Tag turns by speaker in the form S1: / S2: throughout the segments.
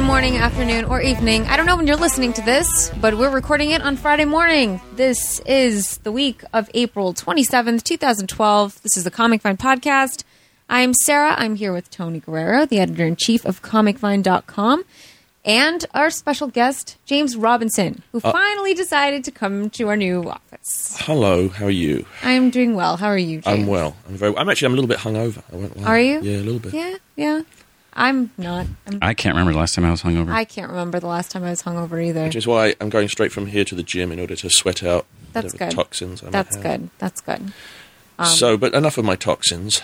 S1: morning, afternoon, or evening. I don't know when you're listening to this, but we're recording it on Friday morning. This is the week of April 27th, 2012. This is the Comic Vine podcast. I'm Sarah. I'm here with Tony Guerrero, the editor in chief of ComicVine.com, and our special guest, James Robinson, who
S2: Uh,
S1: finally decided to come to our new office.
S2: Hello, how are you?
S1: I'm doing well. How are you, James?
S2: I'm well. I'm very. I'm actually. I'm a little bit hungover. I won't lie.
S1: Are you?
S2: Yeah, a little bit.
S1: Yeah, yeah. I'm not. I'm,
S3: I can't remember the last time I was hungover.
S1: I can't remember the last time I was hungover either.
S2: Which is why I'm going straight from here to the gym in order to sweat out
S1: That's
S2: whatever
S1: good.
S2: toxins. I might
S1: That's
S2: have.
S1: good. Um, That's good.
S2: so, but enough of my toxins.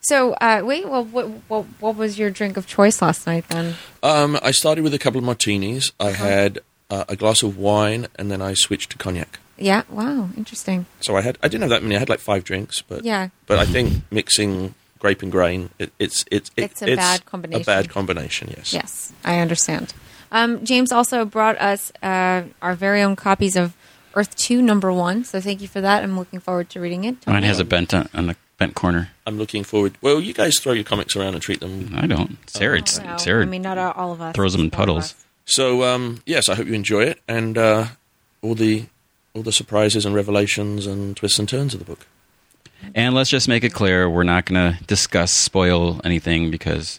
S1: So, uh, wait, well, what, what, what was your drink of choice last night then?
S2: Um, I started with a couple of martinis. I had uh, a glass of wine, and then I switched to cognac.
S1: Yeah, wow, interesting.
S2: So I had. I didn't have that many. I had like five drinks, but
S1: Yeah.
S2: But I think mixing grape and grain, it, it's it's it-
S1: It's a bad combination.
S2: A bad combination. Yes.
S1: Yes, I understand. Um, James also brought us uh, our very own copies of Earth 2, number one. So, thank you for that. I'm looking forward to reading it.
S3: Mine
S1: Tony?
S3: has a bent on on a bent corner.
S2: I'm looking forward. Well, you guys throw your comics around and treat them
S3: I don't. Sarah, it's,
S1: No,
S3: Sarah
S1: Oh, I mean, not all all of us.
S3: throws them in
S1: All of
S3: puddles.
S1: us.
S2: So um, yes, I hope you enjoy it and uh, all the all the surprises and revelations and twists and turns of the book.
S3: And let's just make it clear we're not going to discuss, spoil anything because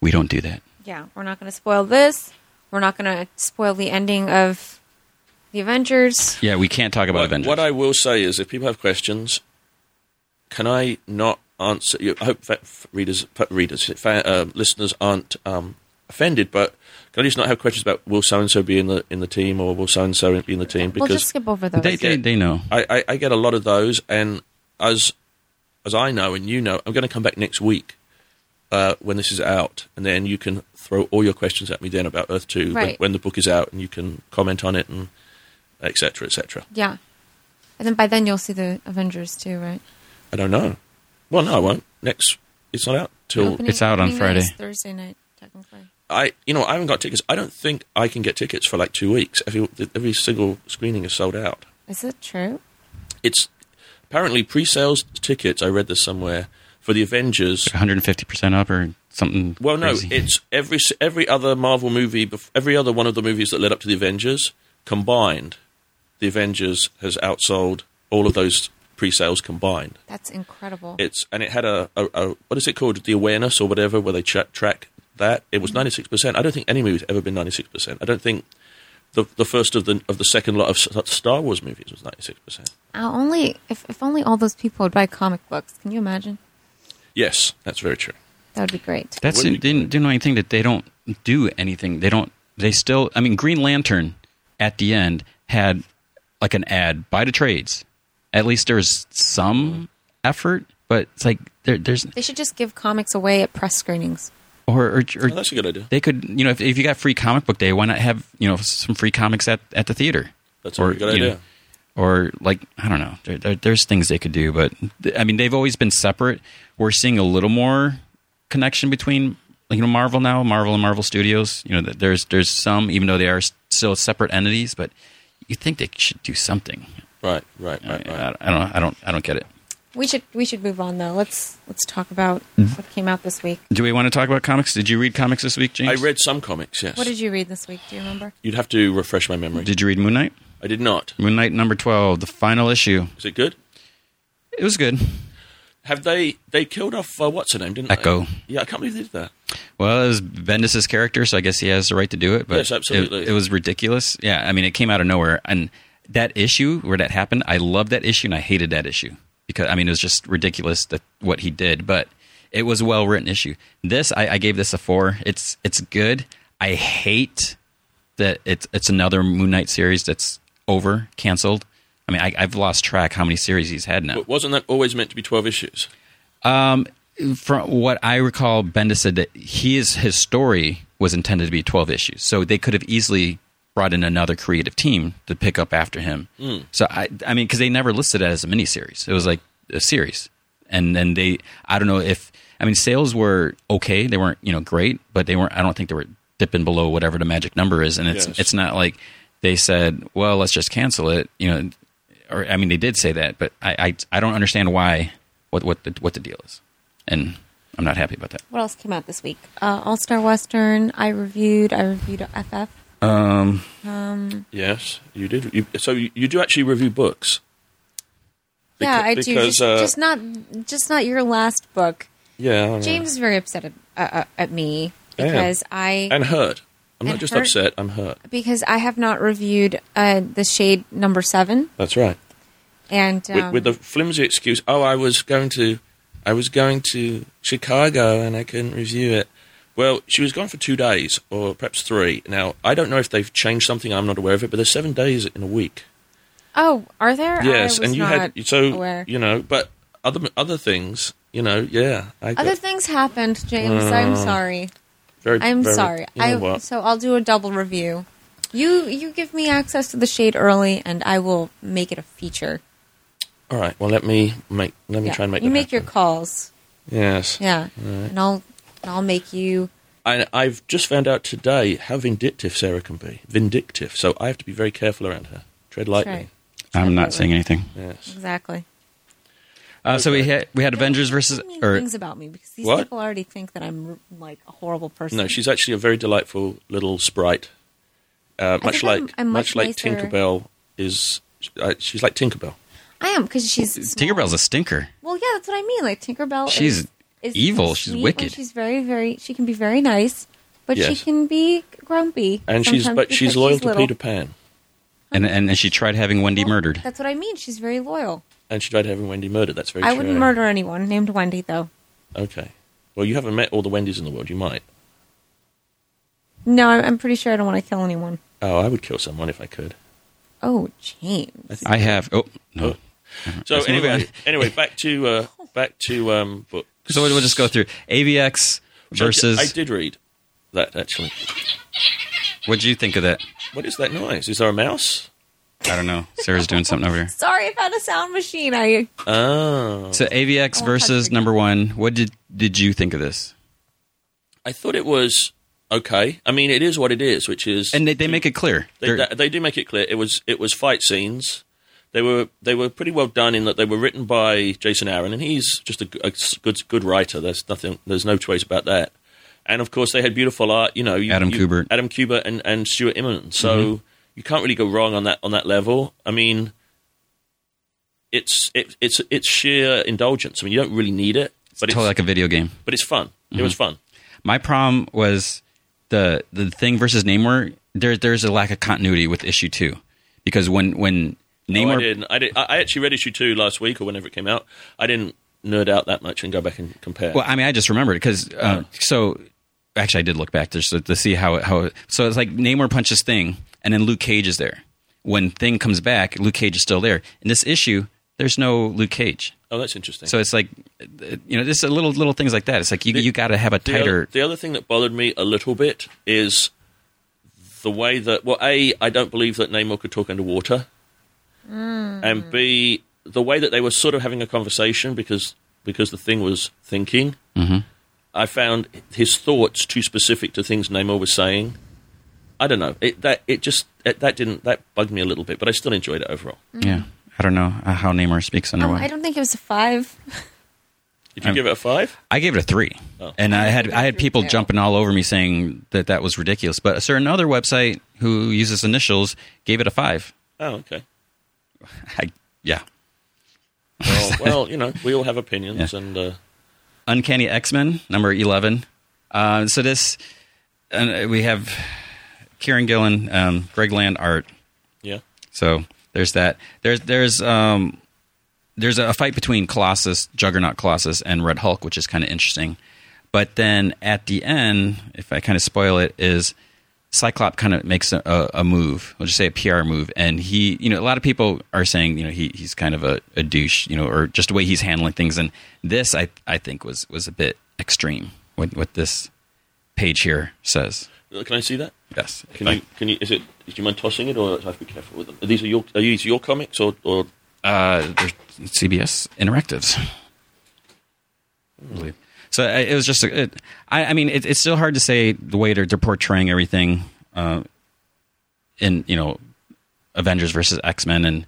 S3: we don't do that.
S1: Yeah, we're not going to spoil this. We're not going to spoil the ending of The Avengers.
S3: Yeah, we can't talk about
S2: What,
S3: Avengers.
S2: what I will say is, if people have questions, can I not answer? You, I hope fa- f- readers, fa- readers, fa- uh, listeners aren't um, offended, but can I just not have questions about will so and so be in the in the team or will so and so be in the team?
S1: We'll
S2: Because
S1: just skip over those.
S3: they, they, they know.
S2: I, I, I get a lot of those, and as as I know and you know, I'm going to come back next week uh, when this is out, and then you can throw all your questions at me then about Earth Two when,
S1: Right.
S2: when the book is out, and you can comment on it and etc. etc.
S1: Yeah. And then by then you'll see the Avengers too, right?
S2: I don't know. Well, no, I won't. Next, it's not out till
S1: Opening-
S3: It's out on
S1: opening night is
S3: Friday.
S1: Thursday night, technically.
S2: I. You know, I haven't got tickets. I don't think I can get tickets for like two weeks. Every every single screening is sold out.
S1: Is it true?
S2: It's apparently pre-sales tickets. I read this somewhere for the Avengers.
S3: 150% up or something.
S2: Well, no,
S3: crazy.
S2: it's every s- every other Marvel movie, bef- every other one of the movies that led up to the Avengers combined, the Avengers has outsold all of those pre-sales combined.
S1: That's incredible.
S2: It's and it had a, a, a what is it called, the awareness or whatever, where they tra- track that. It
S3: Mm-hmm.
S2: was ninety six percent. I don't think any movie's ever been ninety six percent. I don't think the the first of the of the second lot of S- Star Wars movies was ninety six percent.
S1: I'll only if, if only all those people would buy comic books. Can you imagine?
S2: Yes, that's very true.
S1: That would be great.
S3: That's
S2: Wouldn't
S3: the
S2: be
S3: didn't do anything that they don't do anything. They don't. They still. I mean, Green Lantern at the end had like an ad buy to trades. At least there's
S1: Mm-hmm.
S3: some effort, but it's like there, there's
S1: They should just give comics away at press screenings.
S3: or or, or
S2: Well, Oh, that's a good idea.
S3: they could you know if, if you got free comic book day, why not have you know some free comics at, at the theater?
S2: That's a good
S3: you know,
S2: idea.
S3: or like I don't know, there, there, there's things they could do, but th- I mean they've always been separate. We're seeing a little more connection between like, you know Marvel now, Marvel and Marvel Studios. You know th- there's there's some even though they are s- still separate entities, but you think they should do something.
S2: Right, right,
S3: I,
S2: right, right.
S3: I, I don't I don't I don't get it.
S1: We should we should move on though. Let's let's talk about
S2: Mm-hmm.
S1: what came out this week.
S3: Do we want to talk about comics? Did you read comics this week,
S2: I
S3: James?
S2: read some comics. Yes,
S1: What did you read this week? Do you remember?
S2: you'd have to refresh my memory.
S3: Did you read Moon Knight?
S2: I did not.
S3: Moon Knight number twelve, the final issue.
S2: Is it good?
S3: It was good.
S2: Have they they killed off uh, what's her name? Didn't
S3: Echo.
S2: They? Yeah, I can't believe they did that.
S3: Well, it was Bendis's character, so I guess he has the right to do it. But
S2: Yes, absolutely.
S3: It, it was ridiculous. Yeah, I mean, it came out of nowhere, and that issue where that happened, I loved that issue, and I hated that issue because I mean, it was just ridiculous that what he did. But it was a well written issue. This, I, I gave this a four. It's it's good. I hate that it's it's another Moon Knight series that's over canceled. I mean, I, I've lost track how many series he's had now.
S2: But wasn't that always meant to be twelve issues?
S3: from what I recall, Bendis said that his his story was intended to be twelve issues, so they could have easily brought in another creative team to pick up after him. So I, I mean, because they never listed it as a miniseries; it was like a series, and then they, I don't know if, I mean, sales were okay; they weren't you know great, but they weren't. I don't think they were dipping below whatever the magic number is, and it's
S2: Yes.
S3: it's not like they said, well, let's just cancel it, you know. Or I mean, they did say that, but I I, I don't understand why what what the, what the deal is and I'm not happy about that.
S1: What else came out this week? Uh, All Star Western. I reviewed. I reviewed FF.
S3: Um,
S2: Yes, you did. You, so you, you do actually review books.
S1: yeah,
S2: Beca-
S1: I do.
S2: because,
S1: Just,
S2: uh,
S1: just not, just not your last book.
S2: Yeah, I know.
S1: James is very upset at, uh, uh, at me
S2: I am.
S1: because I
S2: and hurt. I'm not
S1: And
S2: just
S1: hurt.
S2: upset. I'm hurt.
S1: because I have not reviewed uh, the shade number seven
S2: That's right.
S1: and um,
S2: with, with the flimsy excuse, "Oh, I was going to, I was going to Chicago and I couldn't review it." Well, she was gone for two days or perhaps three. Now I don't know if they've changed something. I'm not aware of it, but there's seven days in a week.
S1: oh, are there?
S2: Yes,
S1: I was
S2: and you
S1: not
S2: had so
S1: aware.
S2: you know, but other other things, you know, yeah. I got
S1: Other things happened, James. I'm sorry.
S2: Mm. very.
S1: I'm
S2: very-
S1: sorry.
S2: You know
S1: I
S2: what?
S1: so I'll do a double review. You you give me access to the shade early, and I will make it a feature.
S2: All right. Well, let me make. Let me try and make.
S1: you
S2: that
S1: make your
S2: happen.
S1: calls.
S2: Yes.
S1: Yeah, and I'll and I'll make you.
S2: I, I've just found out today how vindictive Sarah can be. Vindictive. So I have to be very careful around her. Tread
S1: That's
S2: lightly.
S1: right.
S3: I'm not saying anything.
S2: Yes.
S1: Exactly.
S3: Uh, so we had we had Avengers versus
S1: Don't mean
S3: or
S1: things about me because these
S2: What?
S1: people already think that I'm like a horrible person.
S2: No, she's actually a very delightful little sprite. Uh, much
S1: think
S2: like
S1: I'm- I'm much
S2: like
S1: nicer-
S2: Tinkerbell is. Uh, she's like Tinkerbell.
S1: I am because she's small.
S3: Tinkerbell's a stinker.
S1: Well, yeah, that's what I mean. Like Tinkerbell,
S3: She's
S1: is, is
S3: evil. She's
S1: sweet when
S3: wicked.
S1: She's very, very. She can be very nice, but
S2: Yes.
S1: she can be grumpy.
S2: And she's
S1: sometimes
S2: but
S1: because
S2: she's loyal to
S1: little.
S2: Peter Pan.
S3: And, and and she tried having Wendy murdered.
S1: That's what I mean. She's very loyal.
S2: And she tried having Wendy murdered. That's very
S1: I
S2: true.
S1: wouldn't murder anyone named Wendy, though.
S2: Okay. Well, you haven't met all the Wendy's in the world. You might.
S1: No, I- I'm pretty sure I don't want to kill anyone.
S2: Oh, I would kill someone if I could.
S1: Oh, James.
S3: I have oh no.
S2: So
S3: Let's move
S2: anyway,
S3: on.
S2: anyway, back to uh, back to um, books.
S3: So we'll just go through AVX versus.
S2: I did, I did read that actually.
S3: What'd you think of that?
S2: What is that noise? Is there a mouse?
S3: I don't know. Sarah's doing something over here.
S1: Sorry about a sound machine. I
S2: Oh,
S3: So AVX
S1: Oh,
S3: versus
S1: perfect.
S3: number one. What did did you think of this?
S2: I thought it was okay. I mean, it is what it is, which is
S3: And they, they make it clear.
S2: they,
S3: They're-
S2: they, they do make it clear it was it was fight scenes. They were they were pretty well done in that they were written by Jason Aaron, and he's just a, g- a s- good good writer. There's nothing. There's no choice about that. And of course, they had beautiful art. You know, you,
S3: Adam
S2: you-
S3: Kubert. Mm-hmm.
S2: Adam Kubert, and and Stuart Immonen. So you can't really go wrong on that on that level. I mean, it's it, it's it's sheer indulgence. I mean, you don't really need it, but it's
S3: totally like Mm-hmm. a video game.
S2: but it's fun. It was fun.
S3: My problem was the the thing versus Namor. There there's a lack of continuity with issue two because when when
S2: No, I
S3: Namor
S2: didn't. I, did, I I actually read issue two last week or whenever it came out. I didn't nerd out that much and go back and compare.
S3: Well, I mean, I just remembered because uh, so actually, I did look back just to, to see how it, how. It, so it's like Namor punches Thing, and then Luke Cage is there. When Thing comes back, Luke Cage is still there. In this issue, there's no Luke Cage,
S2: oh, that's interesting.
S3: so it's like uh, you know, just a little little things like that. It's like you you got to have a
S2: the,
S3: tighter.
S2: Other, the other thing that bothered me a little bit is the way that well, a I don't believe that Namor could talk underwater, and b the way that they were sort of having a conversation because because the thing was thinking.
S3: Mm-hmm.
S2: I found his thoughts too specific to things Namor was saying. I don't know. It that it just it, that didn't that bugged me a little bit, but I still enjoyed it overall.
S3: yeah, I don't know uh, how Namor speaks
S1: um,
S3: underwater.
S1: I don't think it was a five.
S2: Did
S3: Um,
S2: you give it a five?
S3: I gave it a three,
S2: Oh.
S3: and I had I had people
S1: Yeah.
S3: jumping all over me saying that that was ridiculous. But a certain other website who uses initials gave it a five.
S2: Oh, okay.
S3: I, yeah,
S2: Well, well, you know, we all have opinions, and uh,
S3: Uncanny X Men number eleven. Uh, so this, and we have Kieran Gillen, um, Greg Land art.
S2: yeah,
S3: So there's that. There's there's um, there's a fight between Colossus, Juggernaut Colossus, and Red Hulk, which is kind of interesting. But then at the end, if I kind of spoil it, is Cyclop kind of makes a, a, a move. We'll just say a PR move, and he, you know, a lot of people are saying, you know, he he's kind of a, a douche, you know, or just the way he's handling things. And this, I I think was was a bit extreme. What what this page here says.
S2: Uh, can I see that?
S3: Yes.
S2: Can you? Can you? Is it? Do you mind tossing it, or do I have to be careful with them? Are these are your? Are these your comics, or or?
S3: Uh, they're CBS Interactives. I believe. So I- it was just, a- it, I, I mean, it, it's still hard to say the way they're, they're portraying everything uh, in, you know, Avengers versus X Men and,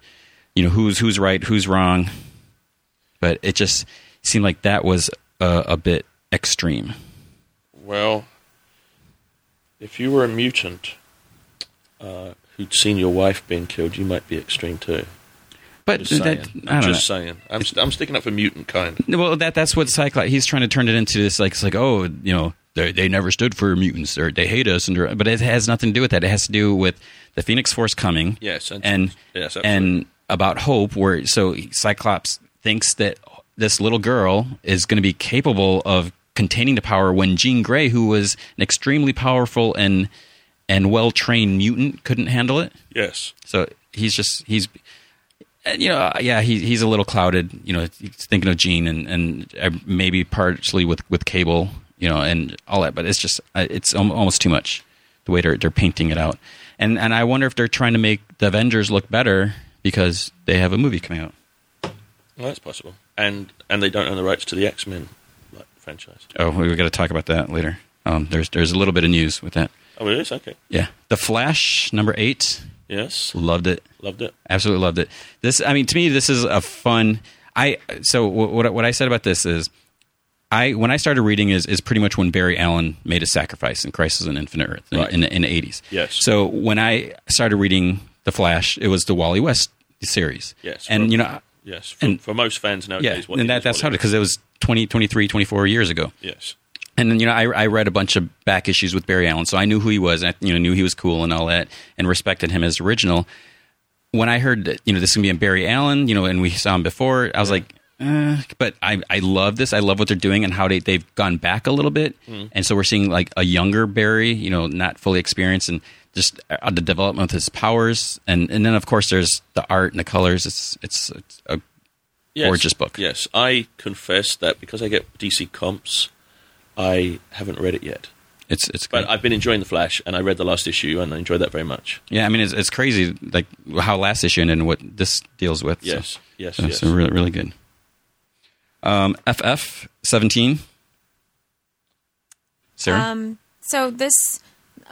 S3: you know, who's who's right, who's wrong. But it just seemed like that was a, a bit extreme?
S2: Well, if you were a mutant uh, who'd seen your wife being killed, you might be extreme too.
S3: But
S2: Just saying.
S3: that, I don't know.
S2: Just saying. I'm, st- I'm sticking up for mutant kind.
S3: Well, that that's what Cyclops. He's trying to turn it into this like it's like oh you know they they never stood for mutants or they hate us and they're- but it has nothing to do with that. It has to do with the Phoenix Force coming.
S2: Yes, and-
S3: and and,
S2: yes, absolutely.
S3: about hope. Where so Cyclops thinks that this little girl is going to be capable of containing the power when Jean Grey, who was an extremely powerful and and well trained mutant, couldn't handle it.
S2: Yes.
S3: So he's just he's and, you know uh, yeah he, he's a little clouded you know he's thinking of Gene and and uh, maybe partially with with Cable you know and all that but it's just uh, it's al- almost too much the way they're they're painting it out and and I wonder if they're trying to make the Avengers look better because they have a movie coming out
S2: Well, that's possible. And and they don't own the rights to the X Men like, franchise.
S3: oh we got to talk about that later um there's there's a little bit of news with that
S2: Oh, it is? Okay.
S3: yeah the Flash number eight
S2: Yes.
S3: loved it
S2: Loved it.
S3: absolutely loved it. This, I mean, to me, this is a fun. I so wh- what what I said about this is, I when I started reading is is pretty much when Barry Allen made a sacrifice in Crisis on Infinite Earth in,
S2: Right.
S3: in, the- in the eighties.
S2: Yes.
S3: So when I started reading The Flash, it was the Wally West series.
S2: Yes.
S3: And
S2: for-
S3: you know,
S2: Yes. For,
S3: and-
S2: for most fans
S3: yeah,
S2: nowadays, what
S3: and
S2: it
S3: that
S2: is,
S3: that's
S2: what
S3: how
S2: it is.
S3: because it was 20, 23, 24 years ago.
S2: Yes.
S3: And then you know, I, I read a bunch of back issues with Barry Allen, so I knew who he was. And I you know knew he was cool and all that, and respected him as original. When I heard that you know this is gonna be in Barry Allen, you know, and we saw him before, I was like, eh. but I I love this. I love what they're doing and how they they've gone back a little bit,
S2: Mm-hmm.
S3: and so we're seeing like a younger Barry, you know, not fully experienced and just uh, the development of his powers, and and then of course there's the art and the colors. It's it's, it's a
S2: yes.
S3: Gorgeous book.
S2: Yes. I confess that because I get DC comps, I haven't read it yet.
S3: it's it's
S2: But I've been enjoying The Flash, and I read the last issue, and I enjoyed that very much.
S3: Yeah, I mean it's it's crazy like how last issue and then what this deals with. so-
S2: Yes, yes,
S3: so,
S2: yes.
S3: so really really good. Um, FF seventeen. Sarah,
S1: Um, so this,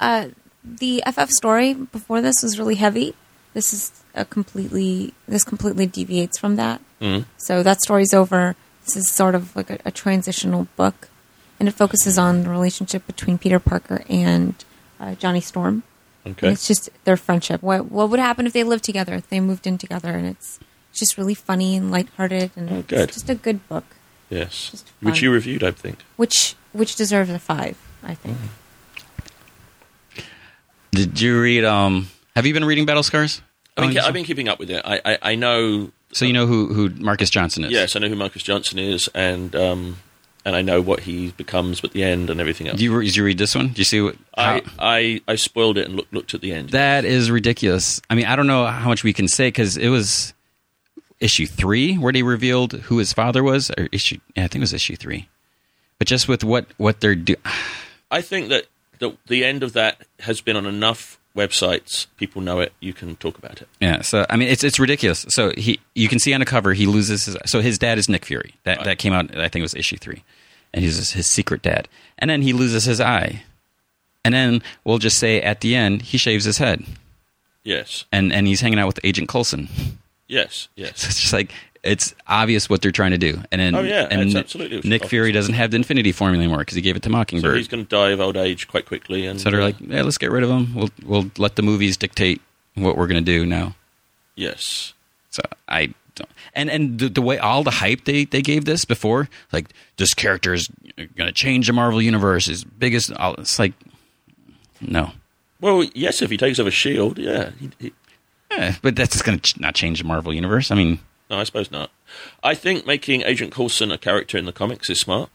S1: uh, the FF story before this was really heavy. This is a completely this completely deviates from that.
S2: Mm-hmm.
S1: Mm. So that story's over. This is sort of like a, a transitional book, and it focuses on the relationship between Peter Parker and uh, Johnny Storm. And
S2: Okay.
S1: it's just their friendship. What what would happen if they lived together? If they moved in together, and it's it's just really funny and lighthearted, and
S2: Oh, good.
S1: it's just a good book,
S2: yes.
S1: just
S2: Which
S1: fun.
S2: you reviewed, I think.
S1: which which deserves a five, I think.
S2: Mm-hmm.
S3: did you read? Um, have you been reading Battle Scars?
S2: I've
S3: Oh,
S2: been,
S3: you-
S2: I've been keeping up with it. I, I, I know.
S3: so you know who who Marcus Johnson is.
S2: Yes, I know who Marcus Johnson is, and um, and I know what he becomes at the end and everything else.
S3: Do you, re- did you read this one? Do you see what?
S2: I,
S3: how-
S2: I, I spoiled it and looked looked at the end.
S3: that is ridiculous. I mean, I don't know how much we can say because it was issue three where they revealed who his father was, or issue. Yeah, I think it was issue three. But just with what what they're doing,
S2: I think that the, the end of that has been on enough websites. People know it. You can talk about it.
S3: Yeah, so I mean, it's it's ridiculous. So he, you can see on the cover, he loses his. So his dad is Nick Fury. That that came out, I think it was issue three, and he's his- his secret dad. And then he loses his eye, and then we'll just say at the end he shaves his head,
S2: Yes,
S3: and and he's hanging out with Agent Coulson.
S2: yes, yes.
S3: It's just like it's obvious what they're trying to do. And then
S2: Oh, yeah,
S3: and
S2: it's
S3: Ni-
S2: absolutely
S3: Nick
S2: obvious.
S3: Fury doesn't have the Infinity Formula anymore because he gave it to
S2: So
S3: Mockingbird.
S2: he's going to die of old age quite quickly. And uh,
S3: so they're like, yeah, let's get rid of him. We'll we'll let the movies dictate what we're gonna do now.
S2: yes,
S3: So I don't. And and the, the way all the hype they, they gave this before, like this character is going to change the Marvel universe, is biggest. all- It's like no,
S2: Well, yes, if he takes over Shield, yeah. He, he,
S3: Eh, but that's going to ch- not change the Marvel universe. I mean,
S2: no, I suppose not. I think making Agent Coulson a character in the comics is smart.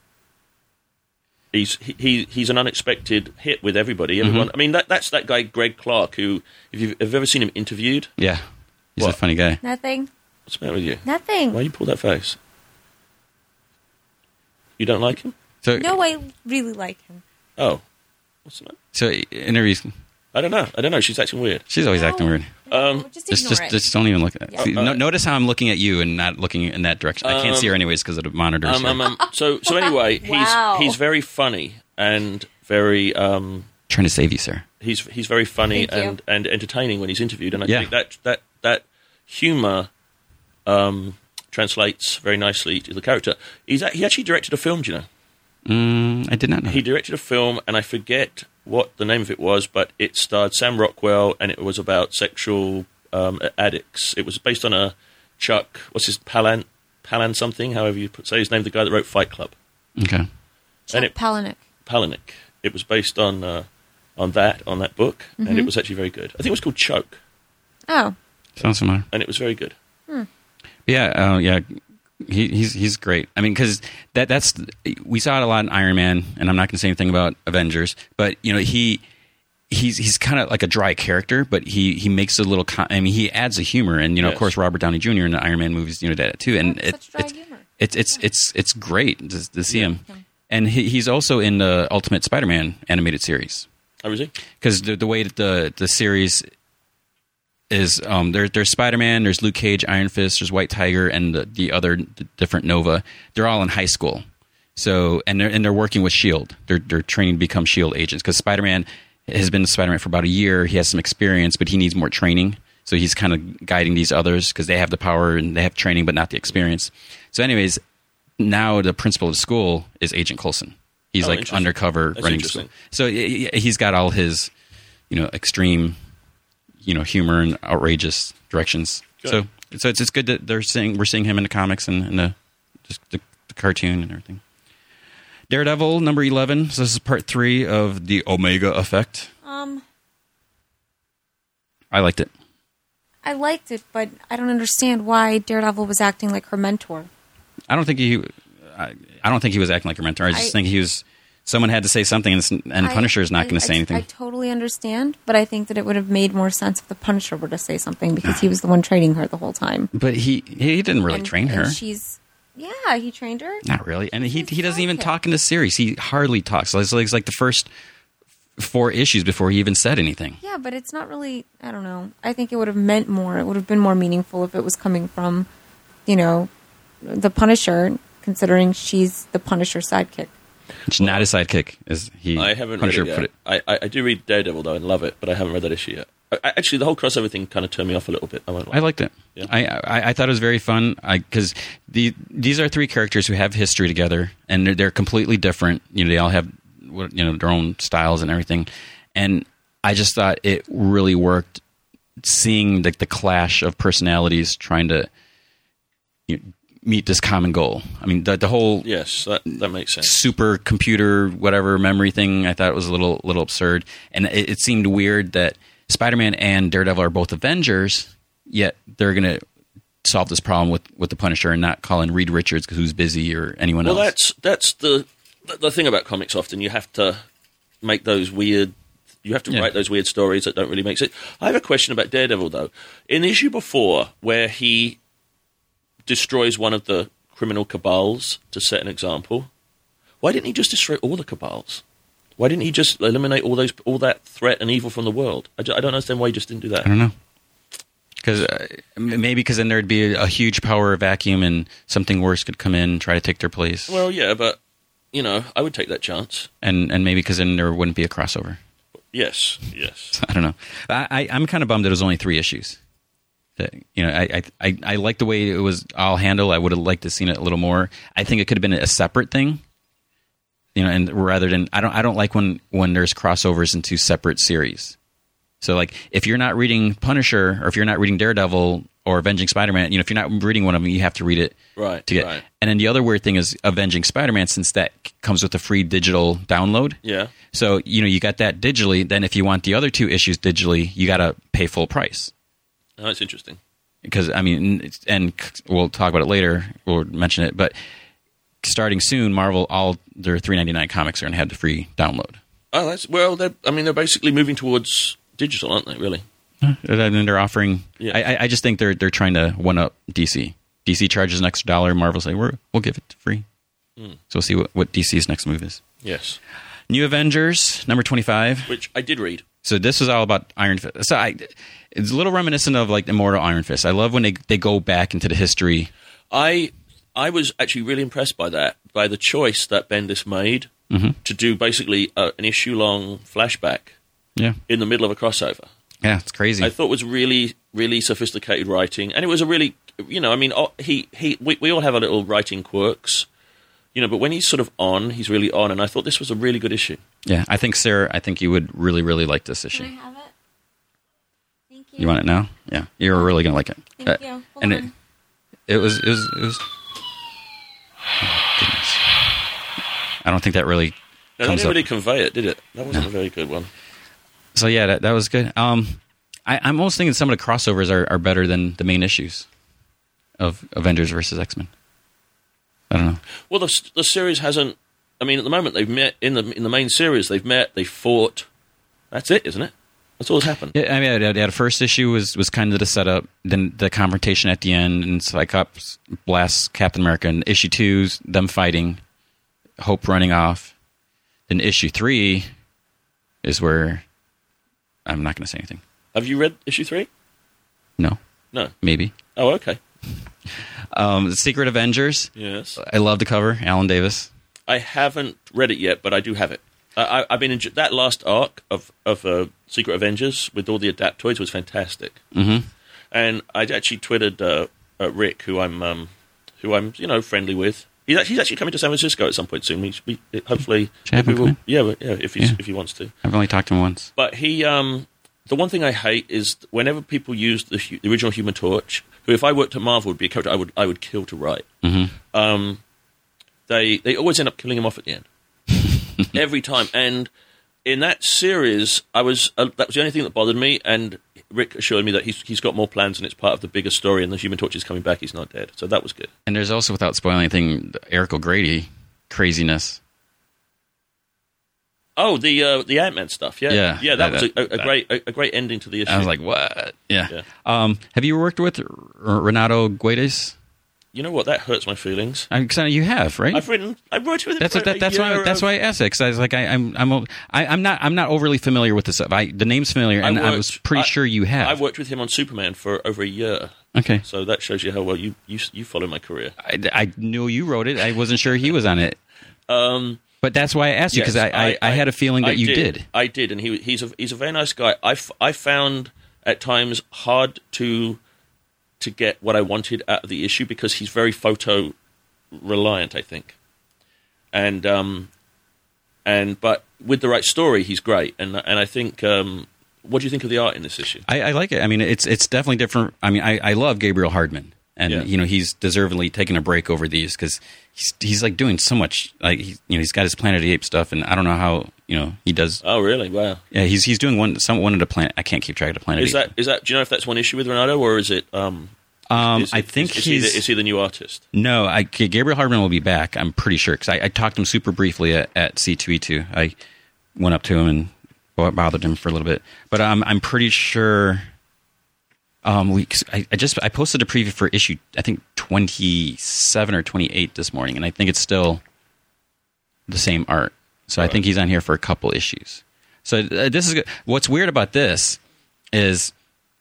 S2: He's he, he he's an unexpected hit with everybody. Everyone, I mean, that that's that guy Greg Clark, who if you've, have you ever seen him interviewed,
S3: yeah, he's a
S2: What?
S3: funny guy.
S1: Nothing.
S2: what's the matter with you?
S1: Nothing.
S2: Why you pull that face? You don't like him?
S3: So
S1: No, I really like him.
S2: Oh, what's the name?
S3: so interviews.
S2: I don't know. I don't know. She's acting weird.
S3: She's always
S1: No.
S3: acting weird.
S2: Um,
S1: just
S3: Just,
S1: ignore
S3: just,
S1: it.
S3: just don't even look at.
S1: Yeah.
S3: See,
S2: Uh,
S3: no,
S2: uh,
S3: notice how I'm looking at you and not looking in that direction. I can't see her anyways because of the monitors.
S2: Um, um, um, so so anyway, he's
S1: Wow.
S2: he's very funny and very um,
S3: trying to save you, sir.
S2: he's he's very funny
S1: Thank you.
S2: and, and entertaining when he's interviewed, and I
S3: Yeah.
S2: think that that that humor um, translates very nicely to the character. He's act- he actually directed a film, do you know?
S3: Mm, I did not know.
S2: He
S3: that.
S2: directed a film, and I forget what the name of it was, but it starred Sam Rockwell, and it was about sexual um, addicts. It was based on a Chuck, what's his Palan, Palan something, however you put, say his name, the guy that wrote Fight Club,
S3: Okay.
S1: Chuck
S2: And it-
S1: Palahniuk.
S2: Palahniuk. It was based on uh, on that on that book, and it was actually very good. I think it was called Choke,
S1: Oh,
S3: Sounds similar.
S2: and it was very good.
S3: Yeah, oh yeah, he, he's he's great. I mean, because that that's we saw it a lot in Iron Man, and I'm not going to say anything about Avengers, but you know he he's he's kind of like a dry character, but he he makes a little. Com- I mean, he adds a humor, and you know,
S2: Yes.
S3: of course, Robert Downey Jr. in the Iron Man movies, you know, did it too, and
S1: Oh,
S3: it,
S1: such dry
S3: it's,
S1: humor.
S3: it's it's it's it's great to, to see him. And he, he's also in the Ultimate Spider-Man animated series
S2: How was Oh, he?
S3: because the, the way that the the series is um there, there's Spider-Man, there's Luke Cage, Iron Fist, there's White Tiger, and the, the other d- different Nova. They're all in high school, so and they're and they're working with Shield. E They're they're training to become Shield E agents because Spider-Man has been Spider-Man for about a year. He has some experience, but he needs more training. So he's kind of guiding these others because they have the power and they have training, but not the experience. So, anyways, now the principal of school is Agent Coulson. He's
S2: Oh,
S3: like
S2: interesting.
S3: undercover
S2: That's
S3: running the
S2: interesting.
S3: school. So y- y- he's got all his, you know, extreme, you know, humor and outrageous directions.
S2: Good.
S3: So so it's it's good that they're seeing we're seeing him in the comics and, and the just the, the cartoon and everything. Daredevil number eleven. So this is part three of the Omega Effect.
S1: um,
S3: I liked it.
S1: I liked it, but I don't understand why Daredevil was acting like her mentor.
S3: I don't think he. I, I don't think he was acting like a mentor. I just
S1: I-
S3: think he was. Someone had to say something, and, it's- and
S1: I-
S3: Punisher is not
S1: I-
S3: going to say
S1: I-
S3: anything.
S1: I totally understand, but I think that it would have made more sense if the Punisher were to say something because he was the one training her the whole time.
S3: but he he didn't really
S1: And-
S3: train
S1: and
S3: her.
S1: She's yeah, he trained her.
S3: Not really. And he
S1: He's
S3: he doesn't even
S1: psychic.
S3: talk in the series. He hardly talks. It's like, it's like the first four issues before he even said anything.
S1: Yeah, but it's not really. I don't know. I think it would have meant more. It would have been more meaningful if it was coming from, you know, the Punisher, considering she's the Punisher sidekick.
S3: It's not his sidekick. Is he?
S2: I haven't
S3: Punisher
S2: read it
S3: put
S2: yet. I, I, I do read Daredevil though and love it, but I haven't read that issue yet. I, I- actually, the whole crossover thing kind of turned me off a little bit. I won't lie.
S3: I liked it.
S2: Yeah.
S3: I, I I thought it was very fun because the these are three characters who have history together and they're, they're completely different. You know, they all have what- you know their own styles and everything. And I just thought it really worked seeing the, the clash of personalities trying to you know, meet this common goal. I mean, the, the whole
S2: Yes, that that makes sense.
S3: super computer whatever memory thing i thought was a little little absurd and it, it seemed weird that spider-man and daredevil are both avengers yet they're gonna solve this problem with with the punisher and not call in reed richards because who's busy or anyone
S2: Well,
S3: else
S2: that's that's the the thing about comics. Often you have to make those weird. You have to
S3: Yeah.
S2: write those weird stories that don't really make sense. I have a question about Daredevil though. In the issue before, where he destroys one of the criminal cabals to set an example, why didn't he just destroy all the cabals? Why didn't he just eliminate all those all that threat and evil from the world? I, ju- I don't understand why he just didn't do that.
S3: i don't know because uh, m- maybe because then there'd be a, a huge power vacuum and something worse could come in and try to take their place
S2: Well, yeah, but you know, I would take that chance.
S3: and and maybe because then there wouldn't be a crossover
S2: Yes, yes.
S3: I don't know. I, I I'm kind of bummed it was only three issues. That, you know, I I I, I like the way it was all handled. I would have liked to seen it a little more. I think it could have been a separate thing. You know, and rather than I don't I don't like when when there's crossovers into separate series. So like if you're not reading Punisher or if you're not reading Daredevil or Avenging Spider-Man, you know, if you're not reading one of them, you have to read it
S2: Right,
S3: to get.
S2: right.
S3: And then the other weird thing is Avenging Spider-Man since that c- comes with a free digital download.
S2: Yeah.
S3: So, you know, you got that digitally. Then, if you want the other two issues digitally, you got to pay full price.
S2: No, that's interesting.
S3: Because, I mean, it's- and we'll talk about it later. We'll mention it. But starting soon, Marvel, all their three ninety nine comics are going to have the free download.
S2: Oh, that's well. They're, I mean, they're basically moving towards digital, aren't they? Really?
S3: And then they're offering.
S2: Yeah.
S3: I, I- I just think they're they're trying to one up DC. DC charges an extra dollar. Marvel's like, We're, we'll give it free. So we'll see what, what DC's next move is.
S2: Yes.
S3: New Avengers, number 25.
S2: Which I did read.
S3: So this was all about Iron Fist. So I, it's a little reminiscent of like Immortal Iron Fist. I love when they they go back into the history.
S2: I I was actually really impressed by that, by the choice that Bendis made
S3: Mm-hmm.
S2: to do basically uh, an issue long flashback
S3: Yeah,
S2: in the middle of a crossover.
S3: yeah, it's crazy.
S2: I thought was really really sophisticated writing, and it was a really you know I mean oh, he he we, we all have our little writing quirks. You know, but when he's sort of on, he's really on. And I thought this was a really good issue.
S3: Yeah, I think Sarah, I think you would really, really like this issue.
S1: Can I have it? Thank you.
S3: You want it now? Yeah, you're really gonna like it. Uh,
S1: Thank you. Hold
S3: and
S1: on.
S3: it, it was, it was, it was. Oh, goodness. I don't think that really
S2: No, that
S3: comes
S2: didn't
S3: up.
S2: really convey it, did it? That wasn't a very good one.
S3: So yeah, that, that was good. Um, I, I'm almost thinking some of the crossovers are, are better than the main issues of Avengers versus X Men. I don't know.
S2: Well, the, s- the series hasn't. I mean, at the moment they've met in the in the main series. They've met. They fought. That's it, isn't it? That's all that's happened.
S3: Yeah, I mean, yeah, yeah, the first issue was, was kind of the setup, then the confrontation at the end, and Cyclops blasts Captain America. And issue two's them fighting, Hope running off. Then issue three is where I'm not going to say anything.
S2: Have you read issue three?
S3: No,
S2: No.
S3: maybe.
S2: Oh, okay.
S3: Um, the Secret Avengers.
S2: Yes.
S3: I love the cover, Alan Davis.
S2: I haven't read it yet, but I do have it. I, I, I've been enjo- that last arc of of uh, Secret Avengers with all the Adaptoids was fantastic, mm-hmm. and I actually twittered uh, uh, Rick, who I'm um, who I'm you know friendly with. He's actually, he's actually coming to San Francisco at some point soon. We, we hopefully
S3: Should I have him come in?
S2: yeah, we- yeah, if he's,
S3: Yeah.
S2: if he wants to.
S3: I've only talked to him once.
S2: But he, um, the one thing I hate is whenever people use the, hu- the original Human Torch, who, if I worked at Marvel, would be a character I would I would kill to write.
S3: Mm-hmm.
S2: Um, they they always end up killing him off at the end, every time. And in that series, I was uh, that was the only thing that bothered me. And Rick assured me that he's he's got more plans, and it's part of the bigger story. And the Human Torch is coming back; he's not dead, so that was good.
S3: And there's also, without spoiling anything, Eric O'Grady craziness.
S2: Oh, the uh, the Ant Man stuff, yeah,
S3: Yeah,
S2: yeah. That,
S3: that-
S2: was a, a, a
S3: that-
S2: great a, a great ending to the issue.
S3: I was like, what? Yeah.
S2: Yeah.
S3: Um, have you worked with R- Renato Guedes?
S2: you know what? That hurts my feelings.
S3: I'm excited you have, right?
S2: I've written. I've worked with. him
S3: that's
S2: for
S3: what, that,
S2: a
S3: that's why
S2: year
S3: that's
S2: of-
S3: why I asked it, 'cause I was like I, I'm I'm o- I, I'm not I'm not overly familiar with this stuff. I, the name's familiar, and I, was
S2: worked-
S3: pretty
S2: I-
S3: sure you have.
S2: I worked with him on Superman for over a year,
S3: okay,
S2: so that shows you how well you you, you follow my career.
S3: I, I knew you wrote it. I wasn't sure he was on it,
S2: Um,
S3: but that's why I asked you
S2: yes,
S3: because I, I, I had a feeling that
S2: I
S3: you did.
S2: I did, and he he's a he's a very nice guy. I, f- I found at times hard to to get what I wanted out of the issue because he's very photo reliant, I think, and um and but with the right story, he's great, and and I think um, what do you think of the art in this issue?
S3: I, I like it. I mean, it's it's definitely different. I mean, I, I love Gabriel Hardman, and
S2: Yeah.
S3: you know he's deservedly taking a break over these because he's he's like doing so much. Like he, you know he's got his Planet of the Apes stuff, and I don't know how you know he does.
S2: Oh, really? Wow.
S3: Yeah, he's he's doing one some one of the planet. I can't keep track of the Planet.
S2: Is
S3: of the
S2: that is that? Do you know if that's one issue with Ronaldo, or is it? Um,
S3: Apes. Um,
S2: is,
S3: I think
S2: is, is
S3: he's
S2: He the, is he the new artist?
S3: no. I, Gabriel Hardman will be back. I'm pretty sure because I, I talked to him super briefly at, at C2E2. I went up to him and bo- bothered him for a little bit, but um, I'm pretty sure. um we I, I just i posted a preview for issue i think 27 or 28 this morning and i think it's still the same art so i think he's on here for a couple issues so uh, this is good. what's weird about this is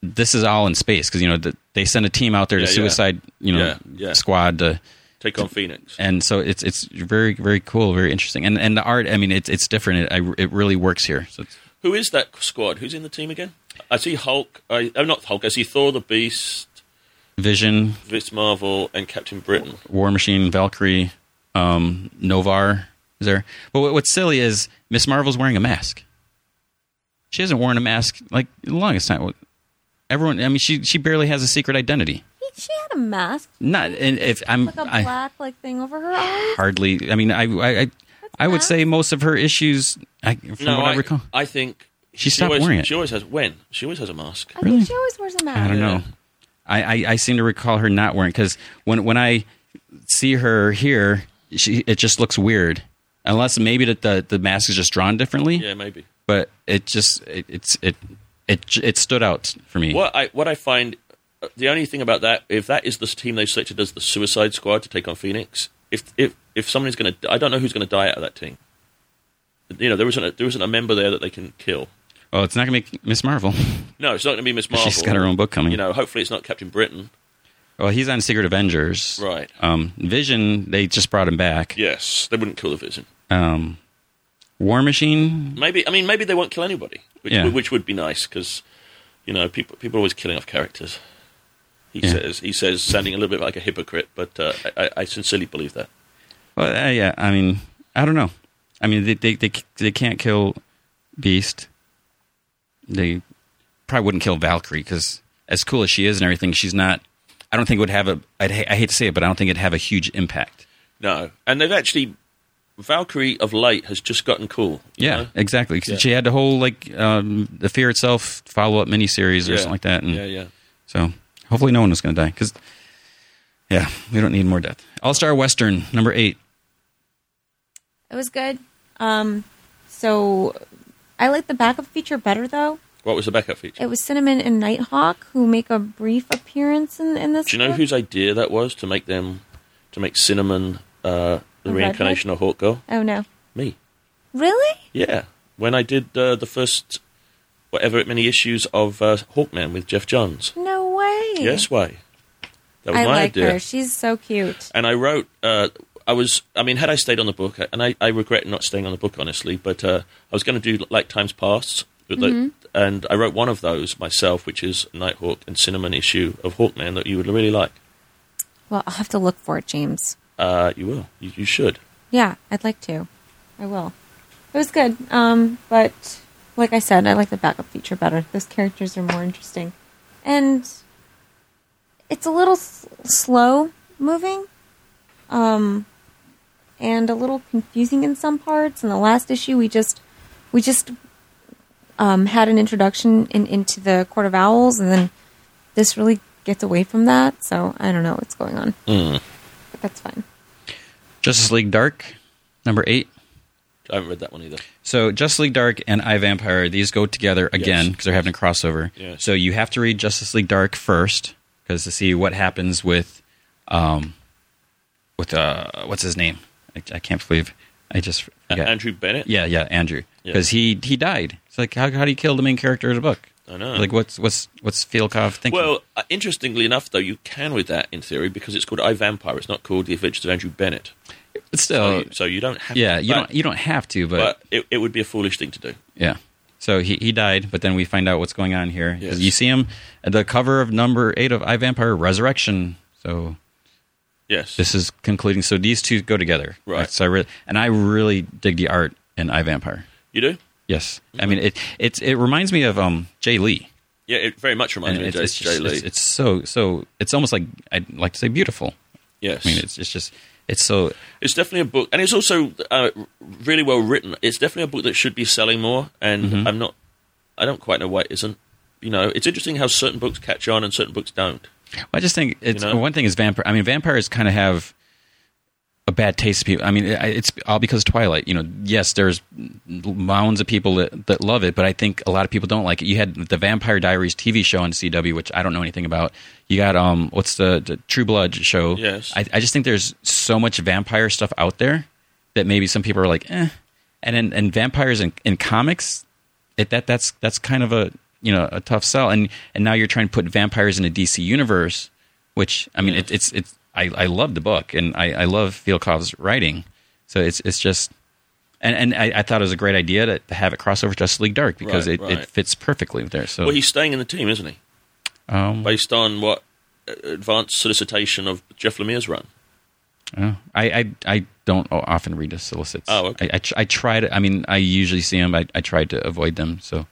S3: this is all in space because you know the, they send a team out there to
S2: Yeah, yeah.
S3: suicide you know
S2: Yeah, yeah.
S3: squad to
S2: Take on Phoenix.
S3: and so it's it's very very cool very interesting and and the art i mean it's it's different it, I, it really works here so it's,
S2: Who is that squad? Who's in the team again? I see Hulk. I, I'm not Hulk. I see Thor, the Beast,
S3: vision
S2: Vince Marvel, and Captain Britain.
S3: War Machine, Valkyrie, um, Novar is there. But what, what's silly is Miss Marvel's wearing a mask. She hasn't worn a mask like the longest time. Everyone, I mean, she she barely has a secret identity.
S1: She had a mask,
S3: Not and if I'm
S1: like a
S3: I
S1: black like thing over her eyes.
S3: hardly. I mean, I I I, I would
S1: nice. say
S3: say most of her issues, I, from
S2: no,
S3: what I,
S2: I,
S3: recall,
S2: I think
S3: She stopped
S2: always,
S3: wearing it.
S2: She always has when she always has a mask.
S1: I
S3: Really?
S1: think she always wears a mask.
S3: I don't know. I, I, I seem to recall her not wearing because when when I see her here, she it just looks weird. Unless maybe that the, the mask is just drawn differently.
S2: Yeah, maybe.
S3: but it just it, it's it it j- it stood out for me.
S2: What I what I find uh, the only thing about that if that is the team they selected as the Suicide Squad to take on Phoenix, if if if somebody's going to, I don't know who's going to die out of that team. You know, there isn't a, there isn't a member there that they can kill.
S3: Well, Oh, it's not gonna make Miss Marvel.
S2: No, it's not going to be Miss Marvel.
S3: She's got her own book coming.
S2: You know, hopefully it's not Captain Britain.
S3: Well, Oh, he's on Secret Avengers,
S2: Right.
S3: Um, Vision, they just brought him back.
S2: Yes, they wouldn't kill the Vision.
S3: Um, War Machine,
S2: Maybe I mean maybe they won't kill anybody, which,
S3: Yeah.
S2: which would be nice because you know people people are always killing off characters. He
S3: Yeah.
S2: says he says sounding a little bit like a hypocrite, but uh, I, I sincerely believe that.
S3: Well, uh, yeah, I mean, I don't know. I mean, they they they, they can't kill Beast. They probably wouldn't kill Valkyrie because, as cool as she is and everything, she's not. I don't think it would have a. I'd, ha- I hate to say it, but I don't think it'd have a huge impact.
S2: No, and they've actually Valkyrie of late has just gotten cool. you
S3: Yeah,
S2: know?
S3: exactly. 'Cause She had the whole like um, the Fear itself follow up miniseries or
S2: Yeah.
S3: something like that, and
S2: yeah, yeah.
S3: so hopefully no one is going to die. Because yeah, we don't need more death. All Star Western number eight.
S1: It was good. Um, so I like the backup feature better though.
S2: What was the backup feature?
S1: It was Cinnamon and Nighthawk who make a brief appearance in, in this.
S2: Do you know
S1: book.
S2: whose idea that was to make them to make Cinnamon uh, the
S1: A redhead?
S2: reincarnation of Hawk Girl?
S1: Oh no,
S2: Me.
S1: really?
S2: Yeah, when I did uh, the first whatever many issues of uh, Hawkman with Jeff Johns.
S1: No way.
S2: Yes, why? That was
S1: I
S2: my
S1: like
S2: idea.
S1: her. She's so cute.
S2: and I wrote. Uh, I was. I mean, had I stayed on the book, and I, I regret not staying on the book, honestly. But uh, I was going to do like times past, but the- and I wrote one of those myself, which is Nighthawk and Cinnamon issue of Hawkman that you would really like.
S1: Well, I'll have to look for it, James.
S2: Uh, you will. You, you should.
S1: Yeah, I'd like to. I will. It was good. Um, but like I said, I like the backup feature better. Those characters are more interesting, and it's a little s- slow moving, um, and a little confusing in some parts. In the last issue, we just we just um, had an introduction in, into the Court of Owls, and then this really gets away from that. So I don't know what's going on, but that's fine.
S3: Justice League Dark, number eight.
S2: I haven't read that one either.
S3: So Justice League Dark and I Vampire, these go together again
S2: Yes.
S3: because they're having a crossover.
S2: Yes.
S3: So you have to read Justice League Dark first because to see what happens with, um, with uh, what's his name? I, I can't believe I just
S2: A-
S3: forgot.
S2: Andrew Bennett.
S3: Yeah, yeah, Andrew,
S2: Yeah.
S3: because he he died. It's like how how do you kill the main character of the book?
S2: I know.
S3: Like what's what's what's Fielkov thinking?
S2: Well, uh, interestingly enough, though, you can with that in theory because it's called I Vampire. It's not called The Adventures of Andrew Bennett.
S3: But still,
S2: so, you, so you don't have.
S3: Oh, yeah,
S2: to,
S3: you
S2: but,
S3: don't you don't have to, but
S2: But it, it would be a foolish thing to do.
S3: Yeah. So he, he died, but then we find out what's going on here. 'Cause
S2: Yes.
S3: You see him at the cover of number eight of I Vampire Resurrection. So
S2: Yes.
S3: this is concluding. So these two go together.
S2: Right.
S3: So I re- and I really dig the art in I Vampire.
S2: you do.
S3: Yes. I mean it it's it reminds me of um Jay Lee.
S2: Yeah, it very much reminds me of
S3: it's,
S2: Jay,
S3: it's just-
S2: Jay Lee.
S3: It's, it's so so it's almost like I'd like to say beautiful.
S2: yes,
S3: I mean it's it's just it's so
S2: It's definitely a book, and it's also uh, really well written. It's definitely a book that should be selling more, and
S3: Mm-hmm.
S2: I'm not. I don't quite know why it isn't. You know, it's interesting how certain books catch on and certain books don't.
S3: Well, I just think it's
S2: You know?
S3: one thing is vampire. I mean, vampires kind of have a bad taste. of People. I mean, it- it's all because Twilight. You know, yes, there's mounds of people that, that love it, but I think a lot of people don't like it. You had the Vampire Diaries TV show on CW, which I don't know anything about. You got um, what's the, the True Blood show?
S2: Yes.
S3: I, I just think there's so much vampire stuff out there that maybe some people are like, eh. And in, and vampires in, in comics, it, that that's that's kind of a you know a tough sell. And and now you're trying to put vampires in a DC universe, which I mean, it, it's it's I, I love the book and I, I love Fielkov's writing. So it's it's just. And, and I, I thought it was a great idea to, to have it cross over Justice League Dark because
S2: Right,
S3: it,
S2: right.
S3: it fits perfectly there. So
S2: Well, he's staying in the team, isn't he?
S3: um,
S2: Based on what uh, advanced solicitation of Jeff Lemire's run.
S3: Oh, I, I I don't o- often read the solicits.
S2: Oh, okay.
S3: I, I, tr- I try to. I mean, I usually see them. I, I try to avoid them. So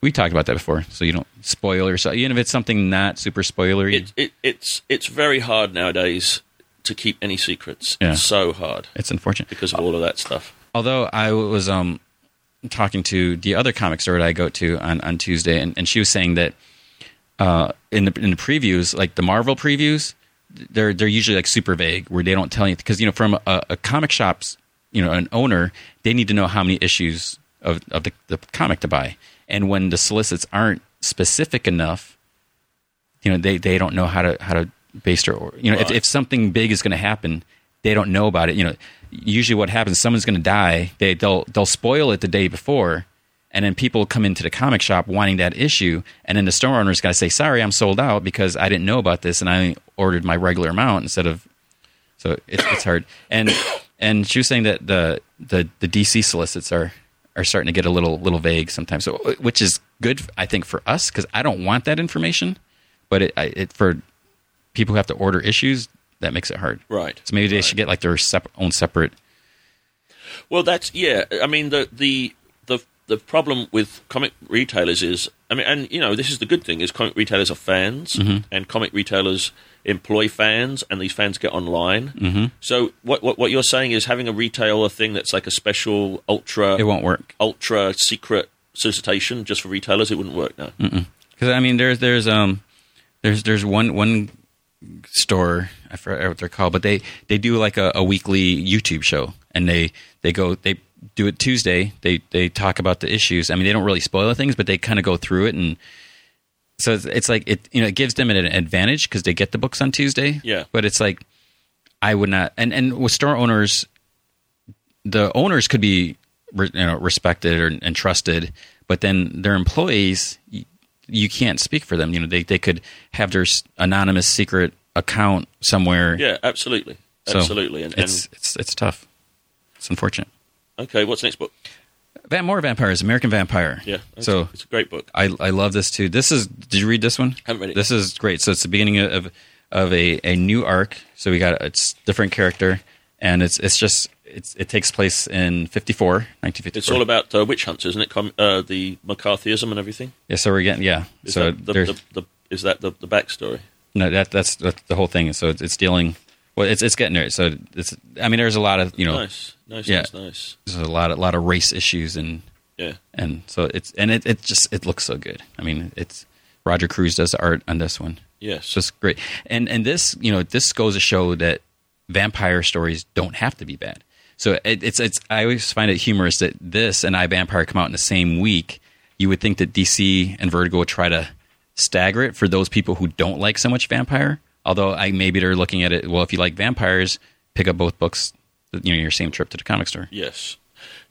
S3: we talked about that before. So you don't spoil or so. Even if it's something not super spoilery,
S2: It, it, it's it's very hard nowadays to keep any secrets.
S3: Yeah. Uh,
S2: It's so hard
S3: it's unfortunate.
S2: because of all of that stuff.
S3: Although I was um talking to the other comic store that I go to on, on Tuesday, and, and she was saying that uh in the in the previews, like the Marvel previews, they're they're usually like super vague where they don't tell you because you know from a, a comic shop's you know an owner they need to know how many issues of of the, the comic to buy, and when the solicits aren't specific enough, you know they they don't know how to how to base their or you know if,
S2: Right.
S3: if something big is going to happen they don't know about it you know usually what happens someone's going to die they they'll they'll spoil it the day before and then people come into the comic shop wanting that issue and then the store owner's got to say sorry i'm sold out because i didn't know about this and i ordered my regular amount instead of so it's it's hard and and she was saying that the the the dc solicits are are starting to get a little little vague sometimes so uh, which is good i think for us because i don't want that information but it, I, it for people who have to order issues, that makes it hard.
S2: Right.
S3: So maybe they should get like their sep- own separate.
S2: Well, that's yeah. I mean, the the the the problem with comic retailers is, I mean, and you know, this is the good thing is comic retailers are fans,
S3: Mm-hmm.
S2: and comic retailers employ fans, and these fans get online. Mm-hmm. So what, what what you're saying is having a retailer thing that's like a special ultra
S3: It won't work.
S2: ultra secret solicitation just for retailers, it wouldn't work now.
S3: Because I mean, there's there's um there's there's one one store I forget what they're called, but they they do like a, a weekly YouTube show, and they they go they do it Tuesday. They they talk about the issues. I mean, they don't really spoil the things, but they kind of go through it, and so it's, it's like it you know it gives them an advantage because they get the books on Tuesday.
S2: Yeah.
S3: but it's like I would not, and and with store owners, the owners could be re- you know, respected or, and trusted, but then their employees, you, you can't speak for them. You know, they they could have their s- anonymous secret account somewhere.
S2: Yeah, absolutely,
S3: So
S2: absolutely. And,
S3: it's, it's it's tough. It's unfortunate.
S2: and okay, what's the next book?
S3: Van more vampires, American Vampire.
S2: Yeah, that's-
S3: So
S2: it's a great book.
S3: I I love this too. This is did you read this one?
S2: Haven't read it.
S3: This is great. So it's the beginning of of a, a new arc. So we got it's different character and it's it's just it's it takes place in 54, 1954.
S2: It's all about uh, witch hunts, isn't it? Com- uh, the McCarthyism and everything.
S3: Yeah, so we're getting yeah.
S2: Is
S3: so
S2: that the,
S3: there's
S2: the, the, is that the, the backstory?
S3: no that that's, that's the whole thing. So it's, it's dealing well it's it's getting there. So it's I mean there's a lot of, you know,
S2: Nice, nice,
S3: Yeah.
S2: nice, nice.
S3: there's a lot a lot of race issues and
S2: Yeah,
S3: and so it's and it, it just it looks so good. I mean, it's Roger Cruz does the art on this one.
S2: yes.
S3: It's just great. And and this, you know, this goes to show that vampire stories don't have to be bad. So it, it's it's I always find it humorous that this and I Vampire come out in the same week. You would think that DC and Vertigo would try to stagger it for those people who don't like so much vampire. Although I maybe they're looking at it. Well, if you like vampires, pick up both books. You know, your same trip to the comic store.
S2: yes.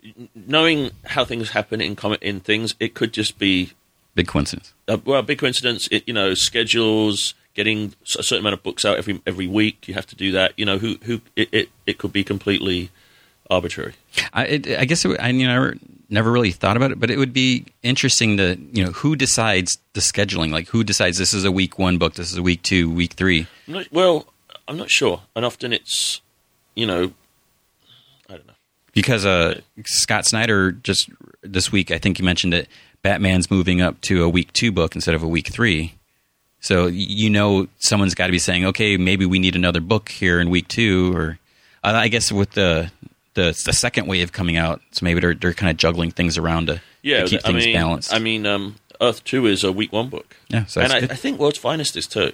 S2: N- Knowing how things happen in com- in things, it could just be
S3: Big coincidence.
S2: uh, well, big coincidence. It, you know, schedules, getting s- a certain amount of books out every every week. You have to do that. You know, who who it it, it could be completely arbitrary.
S3: I, it, I guess it, would- I you know, I never, never really thought about it, but it would be interesting to you know who decides the scheduling, like who decides this is a week one book, this is a week two, week three.
S2: I'm not, well, I'm not sure, and often it's you know, I don't know.
S3: Because uh, Scott Snyder just this week, I think you mentioned it, Batman's moving up to a week two book instead of a week three. So y- you know someone's got to be saying, okay, maybe we need another book here in week two, or uh, I I guess with the the, the second wave coming out, so maybe they're they're kind of juggling things around to, to
S2: Yeah,
S3: keep
S2: I
S3: things
S2: mean,
S3: balanced.
S2: I mean, um, Earth Two is a week one book.
S3: Yeah, so
S2: and
S3: that's
S2: I,
S3: good.
S2: I think World's Finest is too.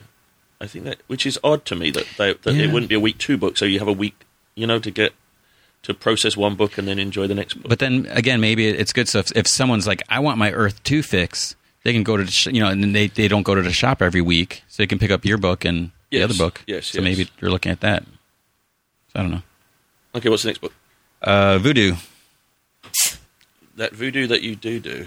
S2: I think that, which is odd to me that they, that
S3: Yeah.
S2: it wouldn't be a week two book. So you have a week, you know, to get to process one book and then enjoy the next book.
S3: But then again, maybe it- it's good. So if, if someone's like, I want my Earth 2 fix, they can go to, the sh- you know, and then they, they don't go to the shop every week. So they can pick up your book and the
S2: Yes,
S3: other book.
S2: yes,
S3: So
S2: yes.
S3: maybe you're looking at that. So I don't know.
S2: okay, what's the next book?
S3: Uh, Voodoo.
S2: That voodoo that you do do.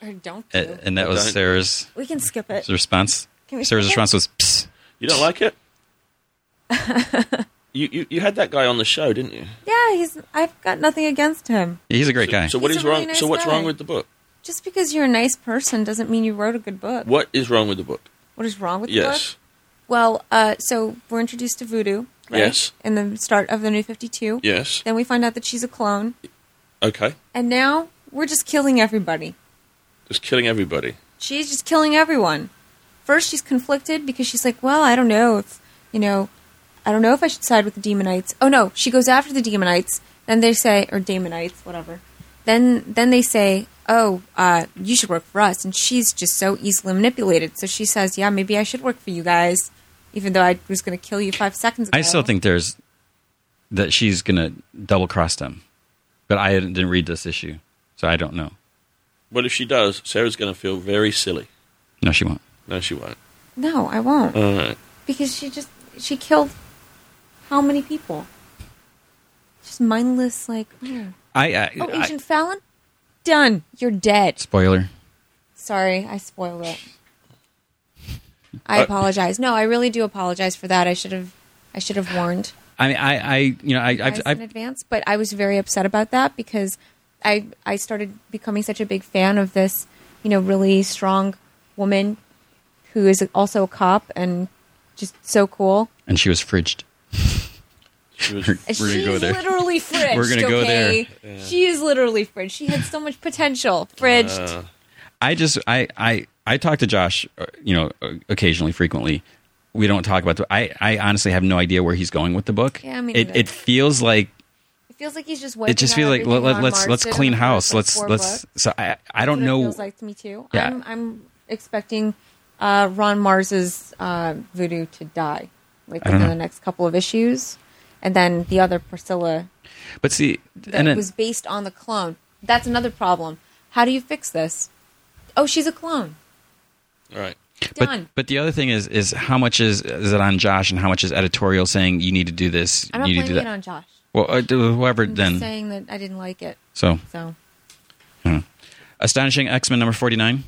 S1: Or don't
S3: Uh,
S1: do.
S3: And that was
S2: Don't-
S3: Sarah's
S1: we can skip it.
S3: response.
S1: Can we
S3: Sarah's
S1: skip it?
S3: response was, Psst.
S2: You don't like it? you, you you had that guy on the show, didn't you?
S1: Yeah, he's. I've got nothing against him.
S3: he's a great
S2: so,
S3: guy.
S2: So what
S1: He's
S2: is
S1: a really
S2: wrong?
S1: nice
S2: so what's
S1: guy.
S2: wrong with the book?
S1: Just because you're a nice person doesn't mean you wrote a good book.
S2: What is wrong with the book?
S1: What is wrong with the book?
S2: Yes.
S1: Well, uh, so we're introduced to Voodoo. Right?
S2: Yes.
S1: In the start of the New Fifty Two.
S2: Yes.
S1: Then we find out that she's a clone,
S2: Okay.
S1: and now we're just killing everybody.
S2: Just killing everybody.
S1: She's just killing everyone. First, she's conflicted because she's like, well, I don't know if, you know, I don't know if I should side with the demonites. Oh no, she goes after the demonites. Then they say, or demonites, whatever. Then then they say, oh, uh, you should work for us. And she's just so easily manipulated. So she says, yeah, maybe I should work for you guys, even though I was going to kill you five seconds ago.
S3: I still think there's that she's going to double cross them. But I didn't didn't read this issue. So I don't know.
S2: Well, if she does, Sarah's going to feel very silly.
S3: No, she won't.
S2: No, she won't.
S1: no, I won't,
S3: Uh.
S2: All right.
S1: because she just she killed how many people? Just mindless, like. mm.
S3: I, I,
S1: Oh,
S3: I
S1: Agent Fallon? Done. You're dead.
S3: spoiler.
S1: Sorry, I spoiled it. I
S3: Uh,
S1: apologize. No, I really do apologize for that. I should have I should have warned
S3: I mean, I, I, you know, I,
S1: guys
S3: I've,
S1: in
S3: I've,
S1: advance, but I was very upset about that because I I started becoming such a big fan of this, you know, really strong woman who is also a cop and just so cool.
S3: and she was fridged.
S2: It was-
S1: She's
S3: We're gonna go there.
S1: literally Fridge.
S3: We're gonna go
S1: okay? She is literally Fridge. She had so much potential. Fridged.
S2: uh,
S3: I just I I I talk to Josh, uh, you know, uh, occasionally, frequently. We don't talk about. The, I I honestly have no idea where he's going with the book.
S1: Yeah, me
S3: it
S1: neither.
S3: it feels like
S1: it feels like he's just.
S3: it just feels like let, let, let's let's clean house. Let's let's. So I I don't know.
S1: Feels like to me too.
S3: Yeah.
S1: I'm, I'm expecting uh, Ron Mars's uh, voodoo to die, like
S3: I don't
S1: within
S3: know.
S1: the next couple of issues, and then the other Priscilla
S3: but see,
S1: that
S3: and then,
S1: was based on the clone. That's another problem. How do you fix this? Oh, she's a clone.
S2: all right.
S1: Done.
S3: But, but the other thing is is how much is is it on Josh and how much is editorial saying you need to do this,
S1: I'm not
S3: you need to do
S1: blaming
S3: that.
S1: it on Josh.
S3: well, uh, whoever
S1: I'm
S3: then.
S1: just saying that I didn't like it.
S3: So,
S1: So
S3: astonishing X Men number forty nine.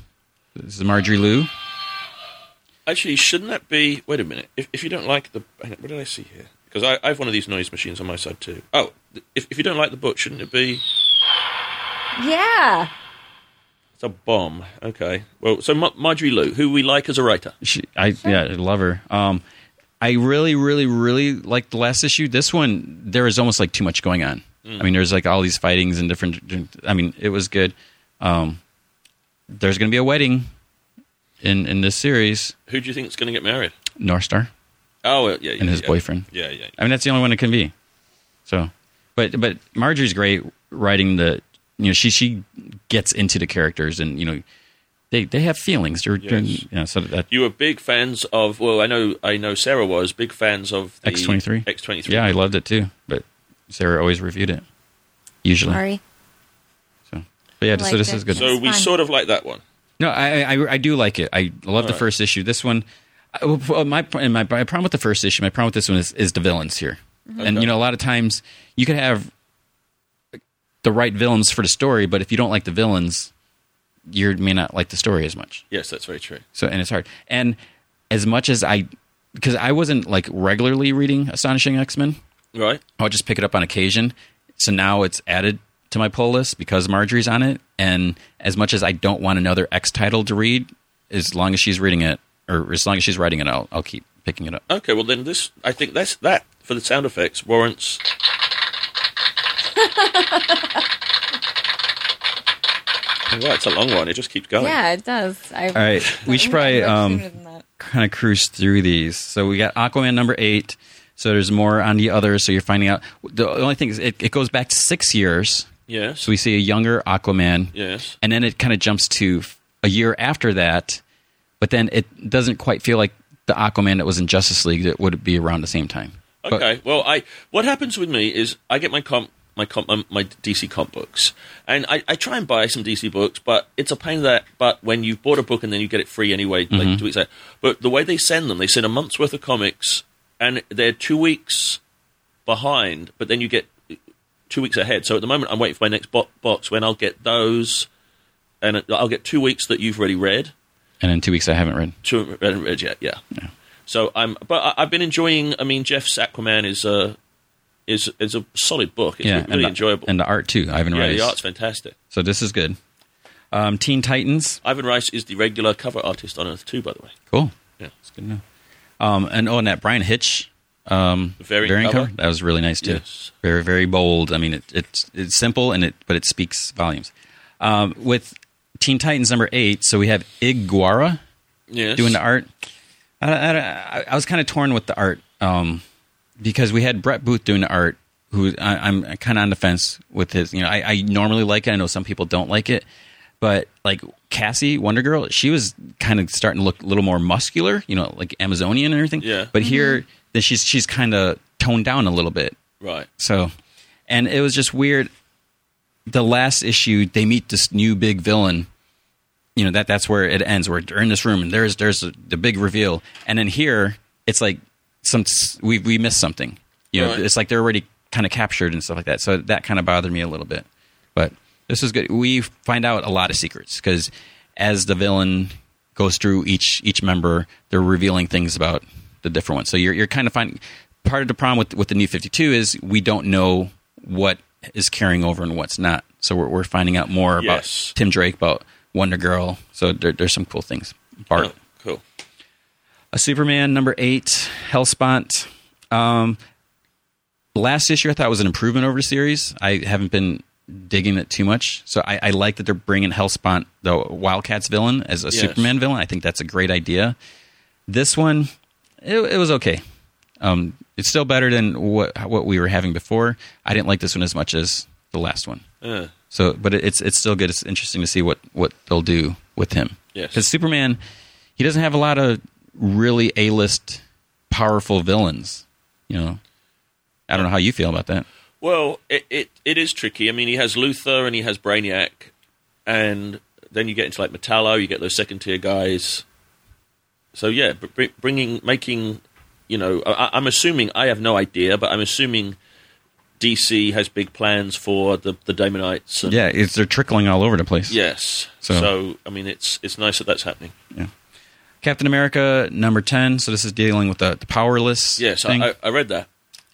S3: This is Marjorie Lou.
S2: Actually, shouldn't that be? Wait a minute. If, if you don't like the, hang on, what did I see here? Because I, I have one of these noise machines on my side too. Oh, th- if, if you don't like the book, shouldn't it be?
S1: yeah,
S2: It's a bomb. Okay. Well, so Mar- Marjorie Lou, who we like as a writer.
S3: She, I yeah, I love her. Um, I really, really, really liked the last issue. This one, there is almost like too much going on. I mean, there's like all these fightings and different. I mean, it was good. Um, there's going to be a wedding in in this series.
S2: Who do you think's going to get married?
S3: North Star.
S2: Oh, well, yeah, yeah.
S3: And his
S2: yeah.
S3: boyfriend.
S2: Yeah, yeah.
S3: I mean, that's the only one it can be. So, but but Marjorie's great writing the. You know, she she gets into the characters, and you know, they they have feelings. They're, they're-
S2: Yes.
S3: you know, so that
S2: You were big fans of. Well, I know, I know. Sarah was big fans of the
S3: X23.
S2: X twenty three.
S3: Yeah, I loved it too. But Sarah always reviewed it. Usually.
S1: sorry.
S3: So but yeah, so
S1: Liked
S3: this
S1: it.
S3: is good.
S2: So
S1: It's
S2: we
S1: fun.
S2: sort of like that one.
S3: no, I, I I- I do like it. I love the
S2: right.
S3: first issue. This one I- well, my and my, my problem with the first issue, my problem with this one is, is the villains here. And
S2: Okay.
S3: you know, a lot of times you could have the right villains for the story, but if you don't like the villains, you may not like the story as much.
S2: Yes, that's very true.
S3: So and it's hard. And as much as I because I wasn't like regularly reading Astonishing X Men,
S2: Right.
S3: I'll just pick it up on occasion. So now it's added to my pull list because Marjorie's on it. And as much as I don't want another X title to read, as long as she's reading it or as long as she's writing it, I'll, I'll keep picking it up.
S2: Okay. Well, then this. I think that's that for the sound effects warrants. Oh, wow, it's a long one. It just keeps going.
S1: Yeah, it does. I,
S3: All right, we should probably um,
S1: Sooner than that.
S3: kind of cruise through these. So we got Aquaman number eight. So there's more on the other. So you're finding out. The only thing is, it, it goes back six years.
S2: Yes.
S3: So we see a younger Aquaman.
S2: Yes.
S3: and then it kind of jumps to f- a year after that, but then it doesn't quite feel like the Aquaman that was in Justice League that would be around the same time. But-
S2: Okay. well, I what happens with me is I get my comp, my comp, um, my DC comp books, and I, I try and buy some DC books, but it's a pain in that. But when you've bought a book and then you get it free anyway, like two weeks later. But the way they send them, they send a month's worth of comics, and they're two weeks behind. But then you get two weeks ahead. So at the moment, I'm waiting for my next bo- box when I'll get those, and I'll get two weeks that you've already read
S3: and in two weeks I haven't read.
S2: to Red and Red yet. Yeah. So I'm, but I, I've been enjoying. I mean, Jeff's Aquaman is a is is a solid book. It's really
S3: and the,
S2: enjoyable.
S3: And the art too. Ivan
S2: yeah,
S3: Rice.
S2: the art's fantastic.
S3: So this is good. Um, Teen Titans.
S2: Ivan Rice is the regular cover artist on Earth too, by the way.
S3: Cool.
S2: Yeah.
S3: That's good to know. Um, and oh, and that Brian Hitch. Um,
S2: The variant cover.
S3: That was really nice too.
S2: Yes.
S3: Very very bold. I mean, it, it's it's simple and it but it speaks volumes. Um, with Teen Titans number eight, so we have Iguara.
S2: Yes.
S3: doing the art. I, I, I, I was kind of torn with the art um, because we had Brett Booth doing the art, who I, I'm kind of on the fence with his. You know, I, I normally like it. I know some people don't like it, but like Cassie Wonder Girl, she was kind of starting to look a little more muscular. You know, like Amazonian and everything.
S2: Yeah.
S3: But here, then she's she's kind of toned down a little bit.
S2: right.
S3: So, and it was just weird. The last issue, they meet this new big villain. You know that that's where it ends. We're in this room, and there's there's the big reveal, and then here it's like some we we missed something. You know,
S2: Right.
S3: it's like they're already kind of captured and stuff like that. So that kind of bothered me a little bit. But this was good. We find out a lot of secrets because as the villain goes through each each member, they're revealing things about the different ones. So you're you're kind of finding part of the problem with with the new fifty two is we don't know what is carrying over and what's not. So we're we're finding out more about
S2: Yes.
S3: Tim Drake, about Wonder Girl. So there, there's some cool things. Bart
S2: Oh, cool.
S3: a Superman number eight, Hellspont. Um, last issue I thought was an improvement over the series. I haven't been digging it too much, so I, I like that they're bringing Hellspont, the Wildcats villain, as a
S2: Yes.
S3: Superman villain. I think that's a great idea. This one, it, it was okay. Um, it's still better than what what we were having before. I didn't like this one as much as the last one.
S2: Uh,
S3: So, but it- it's it's still good. It's interesting to see what what they'll do with him.
S2: Yes.
S3: because Superman, he doesn't have a lot of really A list powerful villains. You know, I don't know how you feel about that.
S2: well, it, it it is tricky. I mean, he has Luther and he has Brainiac, and then you get into like Metallo. You get those second tier guys. So yeah, br- br- bringing making, you know, I, I- I'm assuming I have no idea, but I'm assuming DC has big plans for the the Damonites. And,
S3: Yeah, it's they're trickling all over the place.
S2: Yes.
S3: So-
S2: So, I mean, it's it's nice that that's happening.
S3: Captain America number ten. So this is dealing with the, the powerless.
S2: Yes,
S3: thing.
S2: I, I, I read that.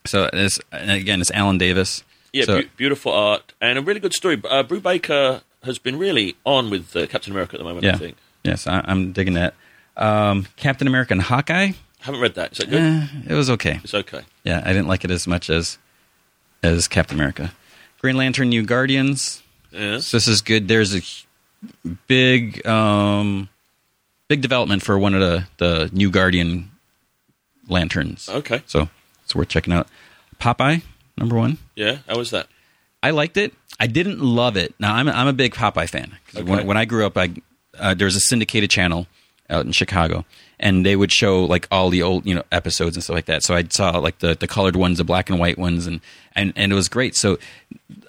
S3: so it's and again it's Alan Davis.
S2: Yeah,
S3: So-
S2: beau- beautiful art and a really good story. Uh, Brew Baker has been really on with uh, Captain America at the moment.
S3: yeah.
S2: I think.
S3: Yes, I, I'm digging that. Um, Captain America and Hawkeye.
S2: Haven't read that. Is that good?
S3: Eh, it was okay.
S2: It's okay.
S3: Yeah, I didn't like it as much as as Captain America. Green Lantern, New Guardians.
S2: Yeah.
S3: So this is good. There's a h- big um big development for one of the the New Guardian lanterns.
S2: Okay.
S3: So it's worth checking out. Popeye number one.
S2: Yeah. How was that?
S3: I liked it. I didn't love it. Now I'm a, I'm a big Popeye fan. 'Cause When,
S2: Okay.
S3: when I grew up, I uh, there was a syndicated channel out in Chicago, and they would show like all the old you know episodes and stuff like that. So I saw like the, the colored ones, the black and white ones, and and, and it was great. So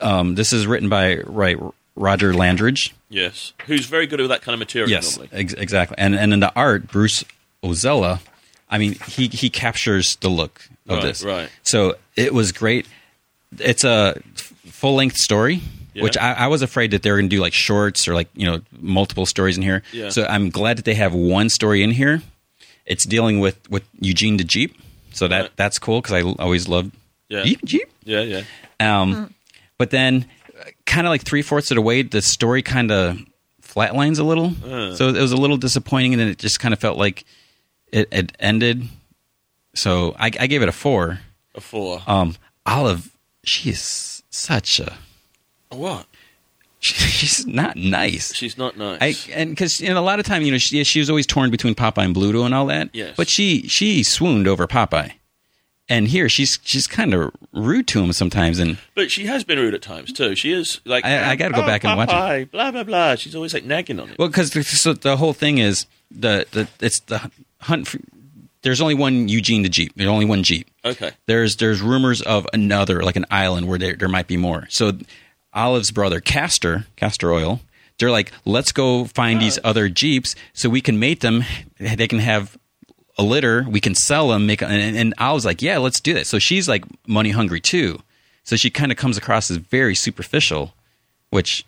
S3: um, this is written by right Roger Landridge.
S2: Yes. Who's very good with that kind of material?
S3: Yes,
S2: Normally.
S3: ex- exactly. And and in the art, Bruce Ozella, I mean, he he captures the look of
S2: Right,
S3: this.
S2: right.
S3: So it was great. It's a full length story,
S2: Yeah.
S3: which I, I was afraid that they were going to do like shorts or like you know multiple stories in here.
S2: Yeah.
S3: So I'm glad that they have one story in here. It's dealing with with Eugene the Jeep, so that
S2: Right.
S3: that's cool because I l- always loved
S2: Yeah.
S3: Jeep Jeep.
S2: Yeah. Yeah.
S3: Um, But then, kind of like three fourths of the way, the story kind of flatlines a little.
S2: Uh.
S3: So it was a little disappointing, and then it just kind of felt like it, it ended. So I, I gave it a four.
S2: A four.
S3: Um, Olive, she is such a
S2: A what?
S3: she's not nice.
S2: She's not nice.
S3: I and because you know, a lot of time you know she, yeah, she was always torn between Popeye and Bluto and all that.
S2: Yes.
S3: But she she swooned over Popeye, and here she's she's kind of rude to him sometimes, and
S2: but she has been rude at times too. She is like
S3: I- I gotta go
S2: "Oh,
S3: back and watch it."
S2: Popeye, Blah blah blah. She's always like nagging on it.
S3: Well, because the, so the whole thing is the, the it's the hunt. For, there's only one Eugene the Jeep. There's only one Jeep.
S2: Okay.
S3: There's there's rumors of another, like an island where there there might be more. So Olive's brother Castor, Castor Oil, they're like, let's go find these other Jeeps so we can mate them. They can have a litter. We can sell them. Make and, and Olive's like, yeah, let's do that. So she's like money hungry too. So she kind of comes across as very superficial, which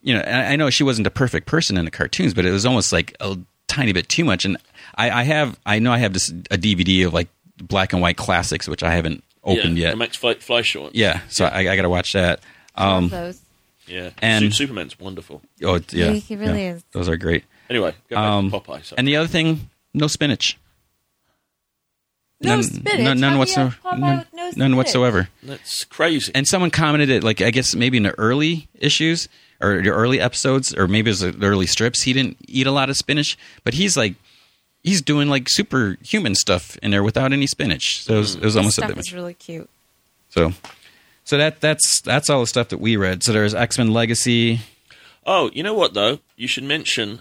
S3: you know, I I know she wasn't the perfect person in the cartoons, but it was almost like a tiny bit too much. And I, I have, I know I have this a DVD of like black and white classics, which I haven't opened
S2: yeah.
S3: yet.
S2: The Max Fly, Fly Short.
S3: yeah, so I, I got to watch that. Um,
S1: those.
S2: Yeah.
S3: And-
S2: Su- Superman's wonderful.
S3: oh, it's- yeah,
S1: He- he really
S3: yeah.
S1: is.
S3: Those are great.
S2: Anyway, go back
S3: Um,
S2: to Popeye. Sorry.
S3: And the other thing, no spinach.
S1: No
S3: none,
S1: spinach?
S3: None,
S1: How do
S3: none
S1: you
S3: whatsoever.
S1: have Popeye
S3: None,
S1: with no
S3: none
S1: spinach?
S3: whatsoever.
S2: That's crazy.
S3: and someone commented it like I guess maybe in the early issues or the early episodes or maybe it was the early strips he didn't eat a lot of spinach, but he's like he's doing like superhuman stuff in there without any spinach. So it was, it was almost a
S1: Mm. stuff
S3: bit
S1: is
S3: much.
S1: really cute.
S3: So so that that's that's all the stuff that we read. So there's X Men Legacy.
S2: oh, you know what though? You should mention.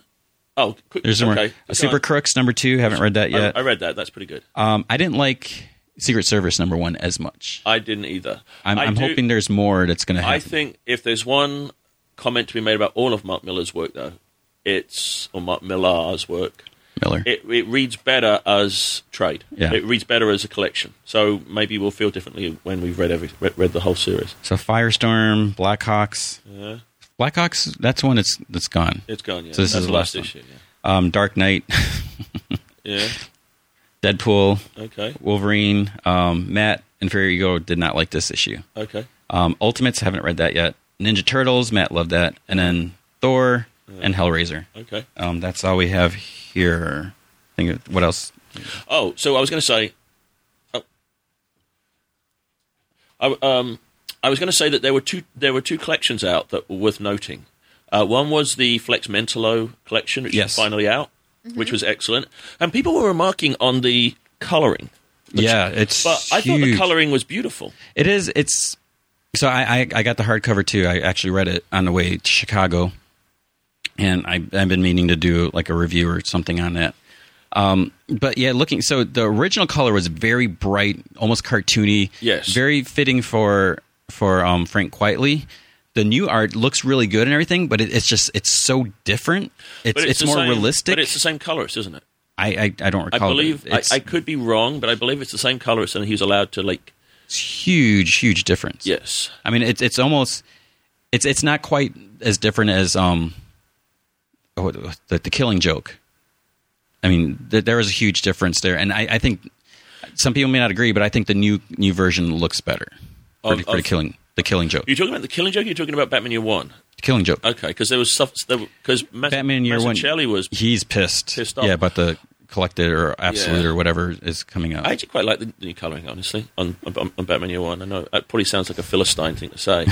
S2: Oh, quick,
S3: There's some
S2: okay.
S3: more Uh, Super
S2: Okay,
S3: Crooks number two. Haven't read that
S2: I-
S3: yet.
S2: I, read that. That's pretty good.
S3: um, I didn't like Secret Service number one as much.
S2: I didn't either.
S3: I'm,
S2: I
S3: I'm
S2: do-
S3: hoping there's more that's going to happen.
S2: I think if there's one comment to be made about all of Mark Miller's work, though, it's or Mark Millar's work.
S3: Miller.
S2: It, it reads better as trade.
S3: Yeah.
S2: It reads better as a collection. So maybe we'll feel differently when we've read every read, read the whole series.
S3: so Firestorm, Blackhawks.
S2: Yeah,
S3: Blackhawks. That's one that's that's gone.
S2: it's gone. Yeah,
S3: So this
S2: That's
S3: is
S2: the
S3: the
S2: last,
S3: last
S2: issue.
S3: um, Dark Knight,
S2: Yeah.
S3: Deadpool,
S2: yeah. Okay.
S3: Wolverine, um, Matt, Inferior Ego did not like this issue.
S2: Okay.
S3: Um, Ultimates, haven't read that yet. Ninja Turtles, Matt loved that. And then Thor and Hellraiser.
S2: Okay.
S3: Um, that's all we have here. Think of, what else?
S2: Oh, so I was going to say. Oh. I, um, I was going to say that there were two there were two collections out that were worth noting. Uh, one was the Flex Mentolo collection, which
S3: Yes.
S2: is finally out, which was excellent, and people were remarking on the coloring.
S3: yeah, it's.
S2: But I thought the
S3: huge.
S2: coloring was beautiful.
S3: It is. It's. So I, I I got the hardcover too. I actually read it on the way to Chicago, and I I've been meaning to do like a review or something on that. Um, but yeah, looking so the original color was very bright, almost cartoony.
S2: Yes.
S3: very fitting for for um, Frank Quietly. The new art looks really good and everything, but it, it's just it's so different. It's
S2: But
S3: it's,
S2: the
S3: more
S2: same-
S3: realistic.
S2: But it's the same colorist, isn't it?
S3: I, I I don't
S2: I
S3: recall.
S2: believe I,
S3: it's
S2: I could be wrong, but I believe it's the same colorist, and he's allowed to like
S3: huge huge difference.
S2: yes.
S3: I mean, it's it's almost it's it's not quite as different as um oh, the the Killing Joke. I mean, th- there is a huge difference there, and I, I think some people may not agree, but I think the new new version looks better for,
S2: Of-
S3: for the
S2: of-
S3: Killing the Killing Joke.
S2: You're talking about the Killing Joke. You're talking about Batman Year One.
S3: Killing Joke.
S2: Okay, because there was stuff because Mas-
S3: Batman Year One.
S2: Mazzucchelli Uh, was.
S3: he's pissed.
S2: pissed off.
S3: yeah, about the collected or absolute
S2: Yeah.
S3: or whatever is coming out.
S2: I actually quite like the new coloring, honestly, on, on, on Batman Year One. I know it probably sounds like a philistine thing to say.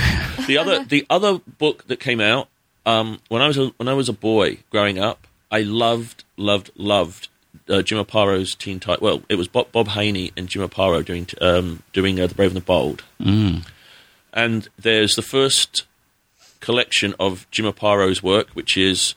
S2: the other the other book that came out um, when I was a, when I was a boy growing up, I loved loved loved. Uh, Jim Aparo's Teen Titan. Well, it was Bob, Bob Haney and Jim Aparo doing t- um, doing uh, the Brave and the Bold.
S3: Mm.
S2: and there's the first collection of Jim Aparo's work, which is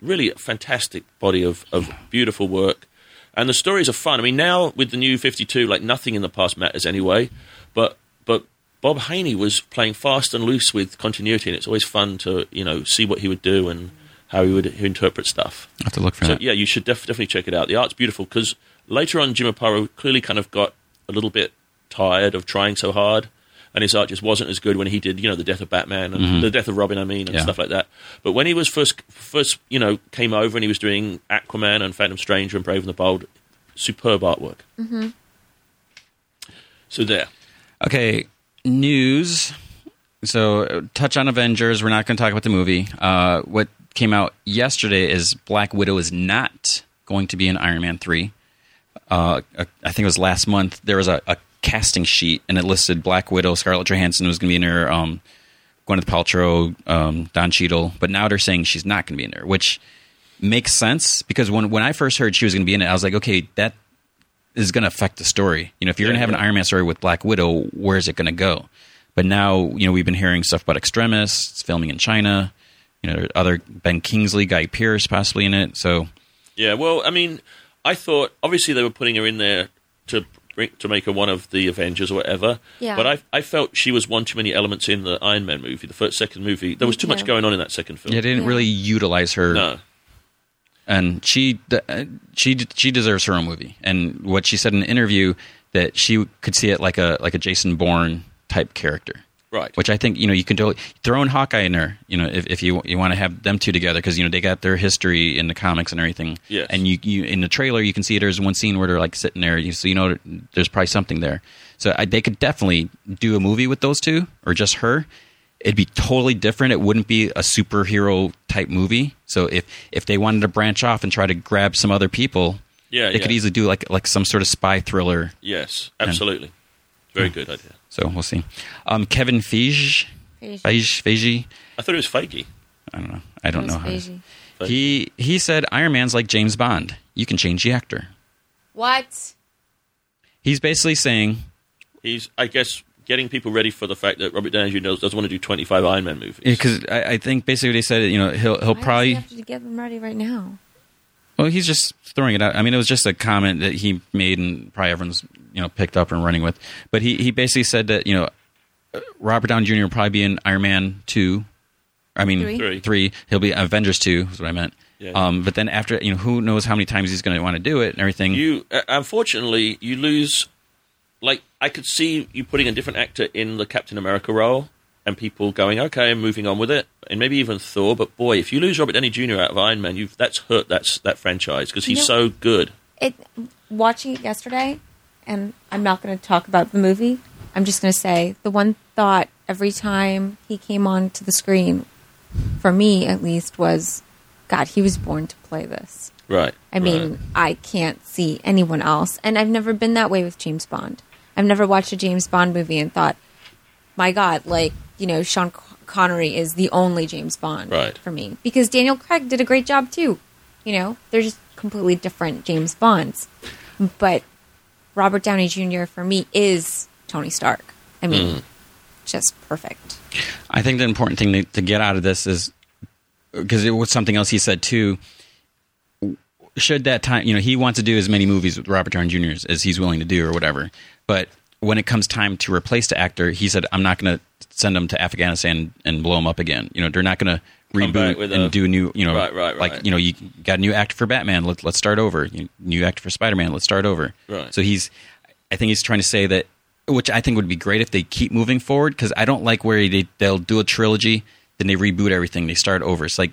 S2: really a fantastic body of, of beautiful work. And the stories are fun. I mean, now with the new 52, like nothing in the past matters anyway. But but Bob Haney was playing fast and loose with continuity, and it's always fun to you know see what he would do and how he would interpret stuff.
S3: I have to look for
S2: So
S3: that.
S2: yeah, you should def- definitely check it out. The art's beautiful because later on, Jim Aparo clearly kind of got a little bit tired of trying so hard, and his art just wasn't as good when he did, you know, the death of Batman and the death of Robin, I mean, and
S3: Yeah.
S2: stuff like that. But when he was first, first, you know, came over and he was doing Aquaman and Phantom Stranger and Brave and the Bold, superb artwork. Mm-hmm. So there.
S3: Okay, news. So, uh, touch on Avengers. We're not going to talk about the movie. Uh, what came out yesterday is Black Widow is not going to be in Iron Man 3. Uh, uh, I think it was last month. There was a, a casting sheet and it listed Black Widow, Scarlett Johansson was going to be in her, um, Gwyneth Paltrow, um, Don Cheadle. But now they're saying she's not going to be in there, which makes sense because when, when I first heard she was going to be in it, I was like, okay, that is going to affect the story. You know, if you're
S2: Yeah,
S3: going to have an
S2: yeah.
S3: Iron Man story with Black Widow, where is it going to go? But now, you know, we've been hearing stuff about extremists, it's filming in China, you know, there are other Ben Kingsley, Guy Pearce possibly in it. So,
S2: Yeah, well, I mean, I thought obviously they were putting her in there to bring, to make her one of the Avengers or whatever.
S1: Yeah.
S2: But I I felt she was one too many elements in the Iron Man movie, the first second movie. There was too much
S1: too.
S2: going on in that second film.
S3: yeah, they didn't
S1: Yeah.
S3: really utilize her.
S2: no.
S3: and she uh, she she deserves her own movie. And what she said in an interview that she could see it like a like a Jason Bourne type character,
S2: Right.
S3: Which I think you know you can totally throw in Hawkeye in her, you know, if, if you you want to have them two together because you know they got their history in the comics and everything.
S2: Yes.
S3: And you, you in the trailer you can see there's one scene where they're like sitting there, you, so you know there's probably something there. So I, they could definitely do a movie with those two or just her. It'd be totally different. It wouldn't be a superhero type movie. So if if they wanted to branch off and try to grab some other people,
S2: Yeah,
S3: they could
S2: yeah.
S3: easily do like like some sort of spy thriller
S2: Yes, absolutely. Very good idea.
S3: so we'll see. Um, Kevin Feige,
S1: Feige.
S3: Feige, Feige.
S2: I thought it was Feige.
S3: I don't know. I don't
S1: It was
S3: know how. to-
S2: Feige.
S3: He he said Iron Man's like James Bond. You can change the actor.
S1: What?
S3: He's basically saying,
S2: He's I guess getting people ready for the fact that Robert Downey Jr. does- doesn't want to do 25 Iron Man movies.
S3: because I, I think basically they said, you know, he'll he'll
S1: Why
S3: probably.
S1: does he have to get them ready right now.
S3: Well, he's just throwing it out. I mean, it was just a comment that he made, and probably everyone's you know picked up and running with. But he he basically said that you know uh, Robert Downey Jr. will probably be in Iron Man two. I mean
S1: Three.
S2: Three.
S3: He'll be Avengers two. Is what I meant.
S2: Yeah.
S3: Um, but then after you know who knows how many times he's going to want to do it and everything.
S2: you uh, unfortunately you lose like i could see you putting a different actor in the captain america role and people going okay i'm moving on with it and maybe even thor but boy if you lose robert Downey jr out of iron man you've that's hurt that's that franchise because he's
S1: You know-
S2: so good
S1: It watching it yesterday, and I'm not going to talk about the movie. I'm just going to say the one thought every time he came onto the screen, for me at least, was, God, he was born to play this.
S2: right
S1: I mean,
S2: right.
S1: I can't see anyone else. And I've never been that way with James Bond. I've never watched a James Bond movie and thought, my God, like, you know, Sean Connery is the only James Bond
S2: Right.
S1: for me. Because Daniel Craig did a great job too. You know, they're just completely different James Bonds. But Robert Downey Jr. for me is Tony Stark. I mean,
S2: Mm.
S1: just perfect.
S3: I think the important thing to, to get out of this is because it was something else he said too. Should that time, you know, he wants to do as many movies with Robert Downey Jr. as- as he's willing to do or whatever. But when it comes time to replace the actor, he said, "I'm not going to send him to Afghanistan and blow him up again. You know, they're not going to
S2: Come back
S3: reboot
S2: with
S3: and
S2: a-
S3: do new. You know,
S2: Right, right,
S3: like
S2: right.
S3: you know, you got a new actor for Batman. Let, let's start over. You, new actor for Spider Man. Let's start over.
S2: Right.
S3: So he's, I think he's trying to say that, which I think would be great if they keep moving forward because I don't like where they, they'll do a trilogy, then they reboot everything, they start over. It's like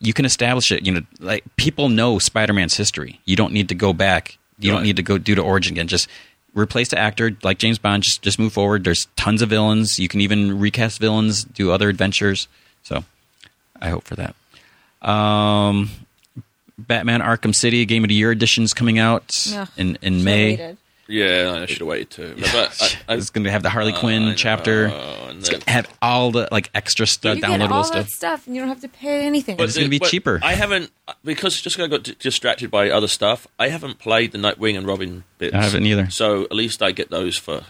S3: you can establish it. You know, like people know Spider Man's history. You don't need to go back. You don't
S2: Right.
S3: need to go do the origin again. Just replace the actor like James Bond. Just just move forward. There's tons of villains. You can even recast villains, do other adventures. So I hope for that. Um, Batman Arkham City Game of the Year editions coming out
S1: Ugh,
S3: in in May.
S1: Related.
S2: Yeah, I should have waited too. But I, I,
S3: it's going to have the Harley
S2: I
S3: Quinn
S2: know,
S3: chapter.
S2: and
S3: It's
S2: uh, then-
S3: going to have all the like extra stuff,
S1: You get all
S3: downloadable
S1: that
S3: stuff.
S1: stuff and you don't have to pay anything.
S3: But- it's gonna
S2: the-
S3: be cheaper.
S2: I haven't because just 'cause I got d- distracted by other stuff. I haven't played the Nightwing and Robin bits.
S3: I haven't either.
S2: So at least I get those for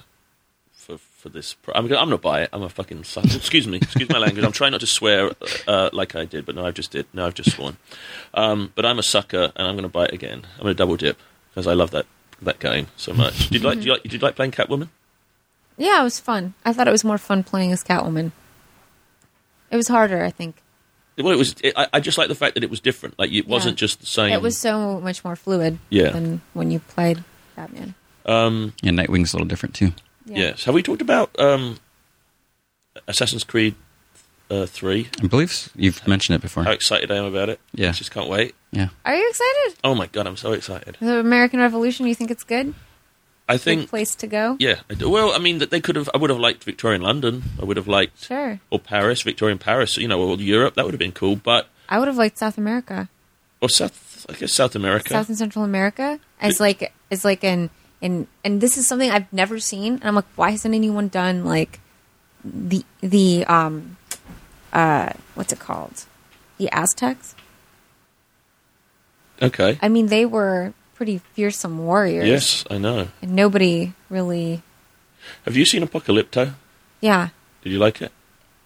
S2: for for this. Pro- I'm gonna, I'm gonna buy it. I'm a fucking. Suck. excuse me. Excuse my language. I'm trying not to swear uh, like I did, but no, I've just did. No, I've just sworn. Um, but I'm a sucker, and I'm gonna buy it again. I'm gonna double dip because I love that that game so much. Did you like? Did you like? Did you like playing Catwoman?
S1: Yeah, it was fun. I thought it was more fun playing as Catwoman. It was harder, I think.
S2: Well, it was. It, I, I just like the fact that it was different. Like it wasn't just the same.
S1: It was so much more fluid
S2: Yeah.
S1: than when you played Batman.
S2: um,
S3: And Nightwing's a little different too.
S2: Yes. Have we talked about um, Assassin's Creed uh, Three?
S3: I believe s- you've mentioned it before.
S2: How excited I am about it!
S3: Yeah.
S2: just can't wait.
S3: yeah.
S1: Are you excited?
S2: Oh my god, I'm so excited.
S1: The American Revolution, you think it's good?
S2: I
S1: Good
S2: think.
S1: place to go?
S2: Yeah. I do. Well, I mean, that they could have. I would have liked Victorian London. I would have liked
S1: Sure.
S2: or Paris, Victorian Paris. You know, or Europe. That would have been cool. But
S1: I would have liked South America.
S2: or South. I guess South America.
S1: South and Central America as like as like an and and this is something I've never seen and I'm like why hasn't anyone done like the the um uh what's it called the Aztecs
S2: okay.
S1: I mean they were pretty fearsome warriors
S2: Yes, I know.
S1: and nobody really
S2: Have you seen Apocalypto?
S1: yeah
S2: Did you like it?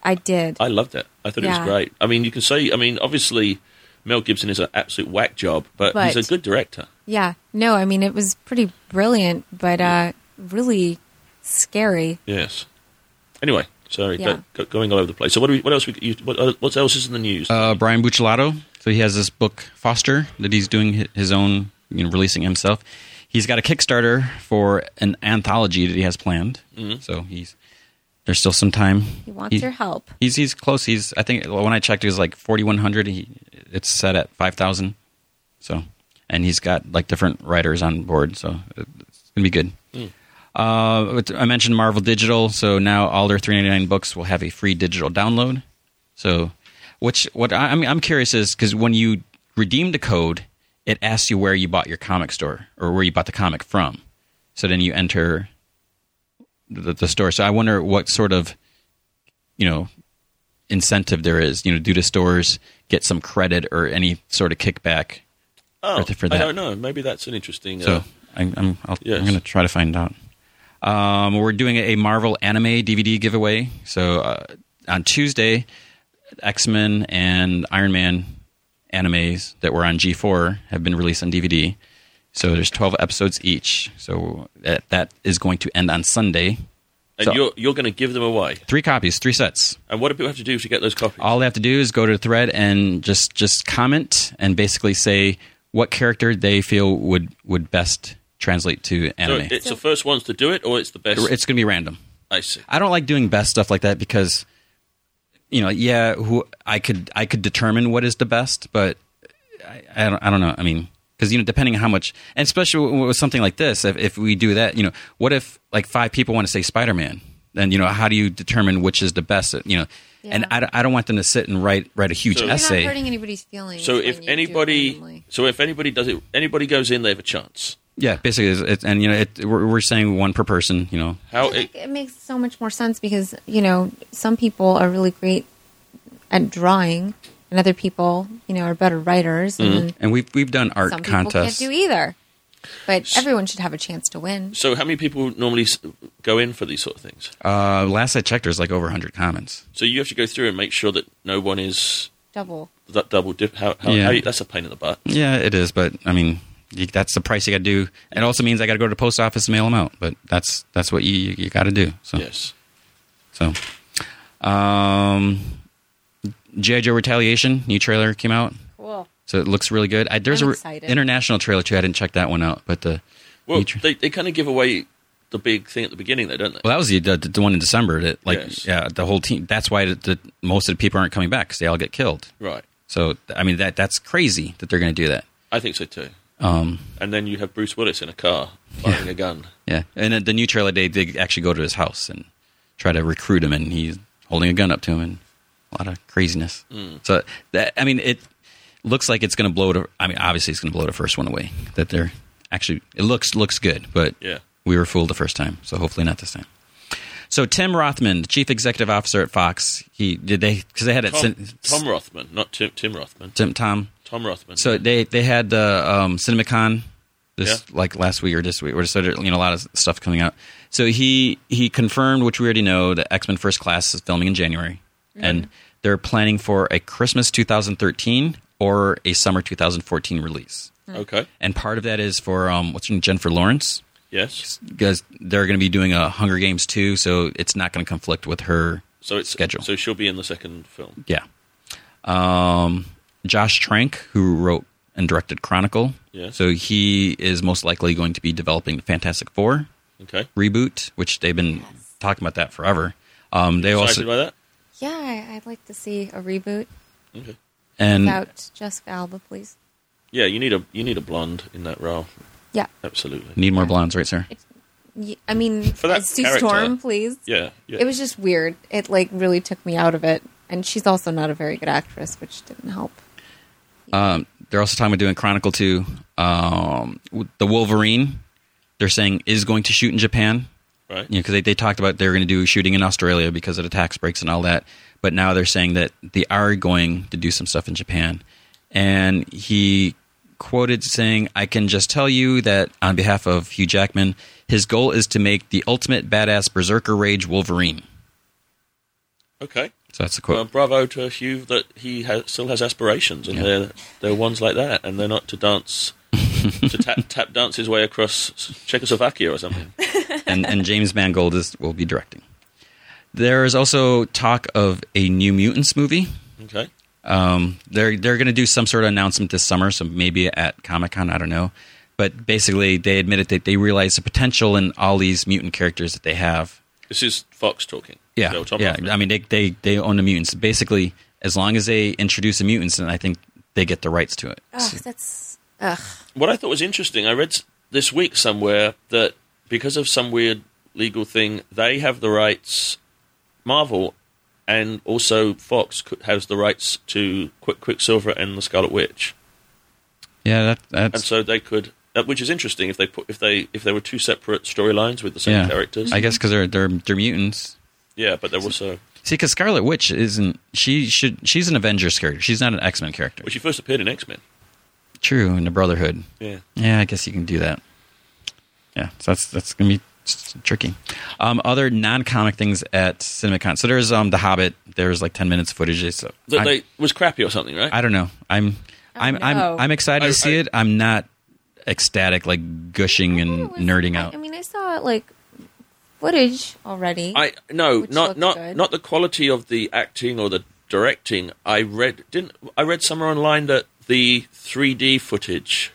S1: I did
S2: I loved it. I thought it
S1: Yeah.
S2: was great. I mean, you can say. I mean, obviously, Mel Gibson is an absolute whack job, but he's
S1: But-
S2: a good director.
S1: yeah no I mean it was pretty brilliant but uh really scary
S2: Yes. Anyway, sorry, go-
S1: Yeah.
S2: go- going all over the place. So what? Do we, what else? We, you, what, what else is in the news?
S3: Uh, Brian Bucciolato. So he has this book Foster that he's doing hi- his own, you know, releasing himself. He's got a Kickstarter for an anthology that he has planned.
S2: Mm-hmm.
S3: So he's there's still some time.
S1: he wants your help
S3: He's he's close. He's I think when I checked, it was like forty one hundred. He it's set at five thousand. So and he's got like different writers on board. So it's gonna be good. Uh, but I mentioned Marvel Digital, so now all their three ninety nine books will have a free digital download. So which what I, I mean, I'm curious is because when you redeem the code, it asks you where you bought your comic store or where you bought the comic from. So then you enter the, the store. So I wonder what sort of you know incentive there is you know do to stores get some credit or any sort of kickback
S2: oh,
S3: for- for
S2: I
S3: that.
S2: don't know. Maybe that's an interesting. uh,
S3: so i'm i'm, I'll,
S2: Yes.
S3: I'm gonna try to find out um, we're doing a marvel anime dvd giveaway so uh, on tuesday x-men and iron man animes that were on g4 have been released on dvd so there's 12 episodes each so that, that is going to end on sunday
S2: and
S3: so-
S2: you're you're going to give them away.
S3: three copies three sets
S2: And what do people have to do to get those copies?
S3: all they have to do is go to the thread and just just comment and basically say what character they feel would would best translate to
S2: so
S3: anime.
S2: it's the first ones to do it, or it's the best.
S3: it's going to be random.
S2: I see.
S3: I don't like doing best stuff like that because you know, yeah, who I could I could determine what is the best, but I, I don't I don't know. I mean, because you know, depending on how much, and especially with something like this, if if we do that, you know, what if like five people want to say Spider Man, then you know, how do you determine which is the best? uh, You know, and
S1: Yeah.
S3: I, don't- I don't want them to sit and write write a huge
S2: So- You're
S1: you're
S3: essay.
S1: not hurting anybody's feelings
S2: So
S1: when
S2: if
S1: you do it
S2: anybody,
S1: randomly.
S2: so if anybody does it, anybody goes in, they have a chance.
S3: Yeah, basically, it's, it's, and you know, it, we're, we're saying one per person. You know,
S2: How
S1: I think
S2: it,
S1: it makes so much more sense because you know some people are really great at drawing, and other people you know are better writers,
S2: Mm-hmm.
S1: and
S3: and we've we've done art
S1: some people can't
S3: contests.
S1: do either. But everyone should have a chance to win.
S2: so how many people normally s- go in for these sort of things?
S3: Uh, last I checked, there's like over 100 comments.
S2: So you have to go through and make sure that no one is
S1: Double.
S2: that double dip. How, how,
S3: Yeah.
S2: how you- that's a pain in the butt.
S3: Yeah, it is, but I mean, you, that's the price you got to do. It also means I got to go to the post office and mail them out, but that's that's what you you, you got to do. So
S2: Yes.
S3: so, um, GI Joe Retaliation new trailer came out,
S1: Cool.
S3: so it looks really good. I, there's
S1: I'm
S3: a
S1: excited.
S3: international trailer too. I didn't check that one out, but the
S2: Well,
S3: new tra-
S2: they, they kind of give away the big thing at the beginning, though, don't they?
S3: Well, that was the, the, the one in December. That like
S2: Yes.
S3: yeah, the whole team. That's why the, the, most of the people aren't coming back because they all get killed.
S2: right.
S3: So I mean that that's crazy that they're going to do that.
S2: I think so too.
S3: Um,
S2: And then you have Bruce Willis in a car firing a gun.
S3: yeah, and then the new trailer they they actually go to his house and try to recruit him, and he's holding a gun up to him, and a lot of craziness.
S2: Mm.
S3: So that I mean it looks like it's going to blow. The, I mean obviously it's going to blow the first one away. That they're actually it looks looks good, but
S2: Yeah.
S3: we were fooled the first time, so hopefully not this time. So Tim Rothman, the chief executive officer at Fox, he did they because they had it
S2: Tom,
S3: cin-
S2: Tom Rothman, not Tim, Tim Rothman.
S3: Tim Tom.
S2: Tom Rothman.
S3: So they they had the um, CinemaCon this
S2: Yeah.
S3: like last week or this week or so there- you know a lot of stuff coming out. So he he confirmed, which we already know, that X Men First Class is filming in January, and they're planning for a Christmas 2013 or a summer 2014 release.
S1: Hmm.
S2: okay.
S3: And part of that is for um, what's her name, Jennifer Lawrence
S2: Yes.
S3: because they're going to be doing a Hunger Games too, so it's not going to conflict with her.
S2: So it's
S3: Schedule.
S2: So she'll be in the second film.
S3: Yeah. Um, Josh Trank, who wrote and directed Chronicle,
S2: Yes.
S3: so he is most likely going to be developing the Fantastic Four
S2: Okay.
S3: reboot, which they've been talking about that forever. Um, they
S2: Excited
S3: also
S2: by that?
S1: Yeah, I- I'd like to see a reboot
S2: Okay.
S3: and
S1: without Jessica Alba, please.
S2: Yeah, you need a you need a blonde in that role.
S1: Yeah.
S2: Absolutely.
S3: need more blondes, right, sir?
S1: Y- I mean,
S2: For that
S1: as Sue
S2: character.
S1: Storm, please.
S2: Yeah. yeah.
S1: It was just weird. It like really took me out of it, and she's also not a very good actress, which didn't help.
S3: Um, they're also talking about doing Chronicle Two. Um, w- the Wolverine, they're saying is going to shoot in Japan.
S2: right.
S3: you know, because they, they talked about they were going to do shooting in Australia because of the tax breaks and all that. But now they're saying that they are going to do some stuff in Japan. And he quoted saying, I can just tell you that on behalf of Hugh Jackman, his goal is to make the ultimate badass berserker rage Wolverine.
S2: Okay.
S3: So that's the quote.
S2: Well, bravo to Hugh that he has, still has aspirations, and
S3: Yeah.
S2: they're they're ones like that, and they're not to dance to tap tap dance his way across Czechoslovakia or something.
S3: and, and James Mangold is, will be directing. There is also talk of a New Mutants movie.
S2: Okay.
S3: Um, they're they're going to do some sort of announcement this summer, so maybe at Comic Con, I don't know. But basically, they admitted that they realize the potential in all these mutant characters that they have.
S2: This is Fox talking.
S3: Yeah,
S2: So Tom
S3: yeah.
S2: Rothman.
S3: I mean, they, they they own the mutants. Basically, as long as they introduce the mutants, then I think they get the rights to it.
S1: Ugh, that's ugh.
S2: what I thought was interesting, I read s- this week somewhere that because of some weird legal thing, they have the rights. Marvel and also Fox co- has the rights to Quick Quicksilver and the Scarlet Witch,
S3: Yeah, that,
S2: and
S3: that's
S2: so they could. uh, Which is interesting if they put if they if there were two separate storylines with the same
S3: yeah.
S2: characters.
S3: I guess because they're they're they're mutants.
S2: yeah, but they're also
S3: See, because Scarlet Witch isn't she should she's an Avengers character. She's not an X Men character.
S2: Well, she first appeared in X Men.
S3: True in the Brotherhood.
S2: Yeah.
S3: Yeah, I guess you can do that. Yeah, so that's that's gonna be s- tricky. Um, other non-comic things at CinemaCon. So there's um The Hobbit. There's like ten minutes of footage. So
S2: That
S3: I,
S2: they was crappy or something, right?
S3: I don't know. I'm I'm
S1: no.
S3: I'm I'm excited
S2: I-
S3: to see
S2: I-
S3: it. I'm not ecstatic, like gushing and
S1: It was-
S3: nerding
S1: I-
S3: out.
S1: I mean, I saw like footage already.
S2: I no,
S1: Which
S2: not
S1: looked
S2: not
S1: good.
S2: not the quality of the acting or the directing. I read didn't I read somewhere online that the 3D footage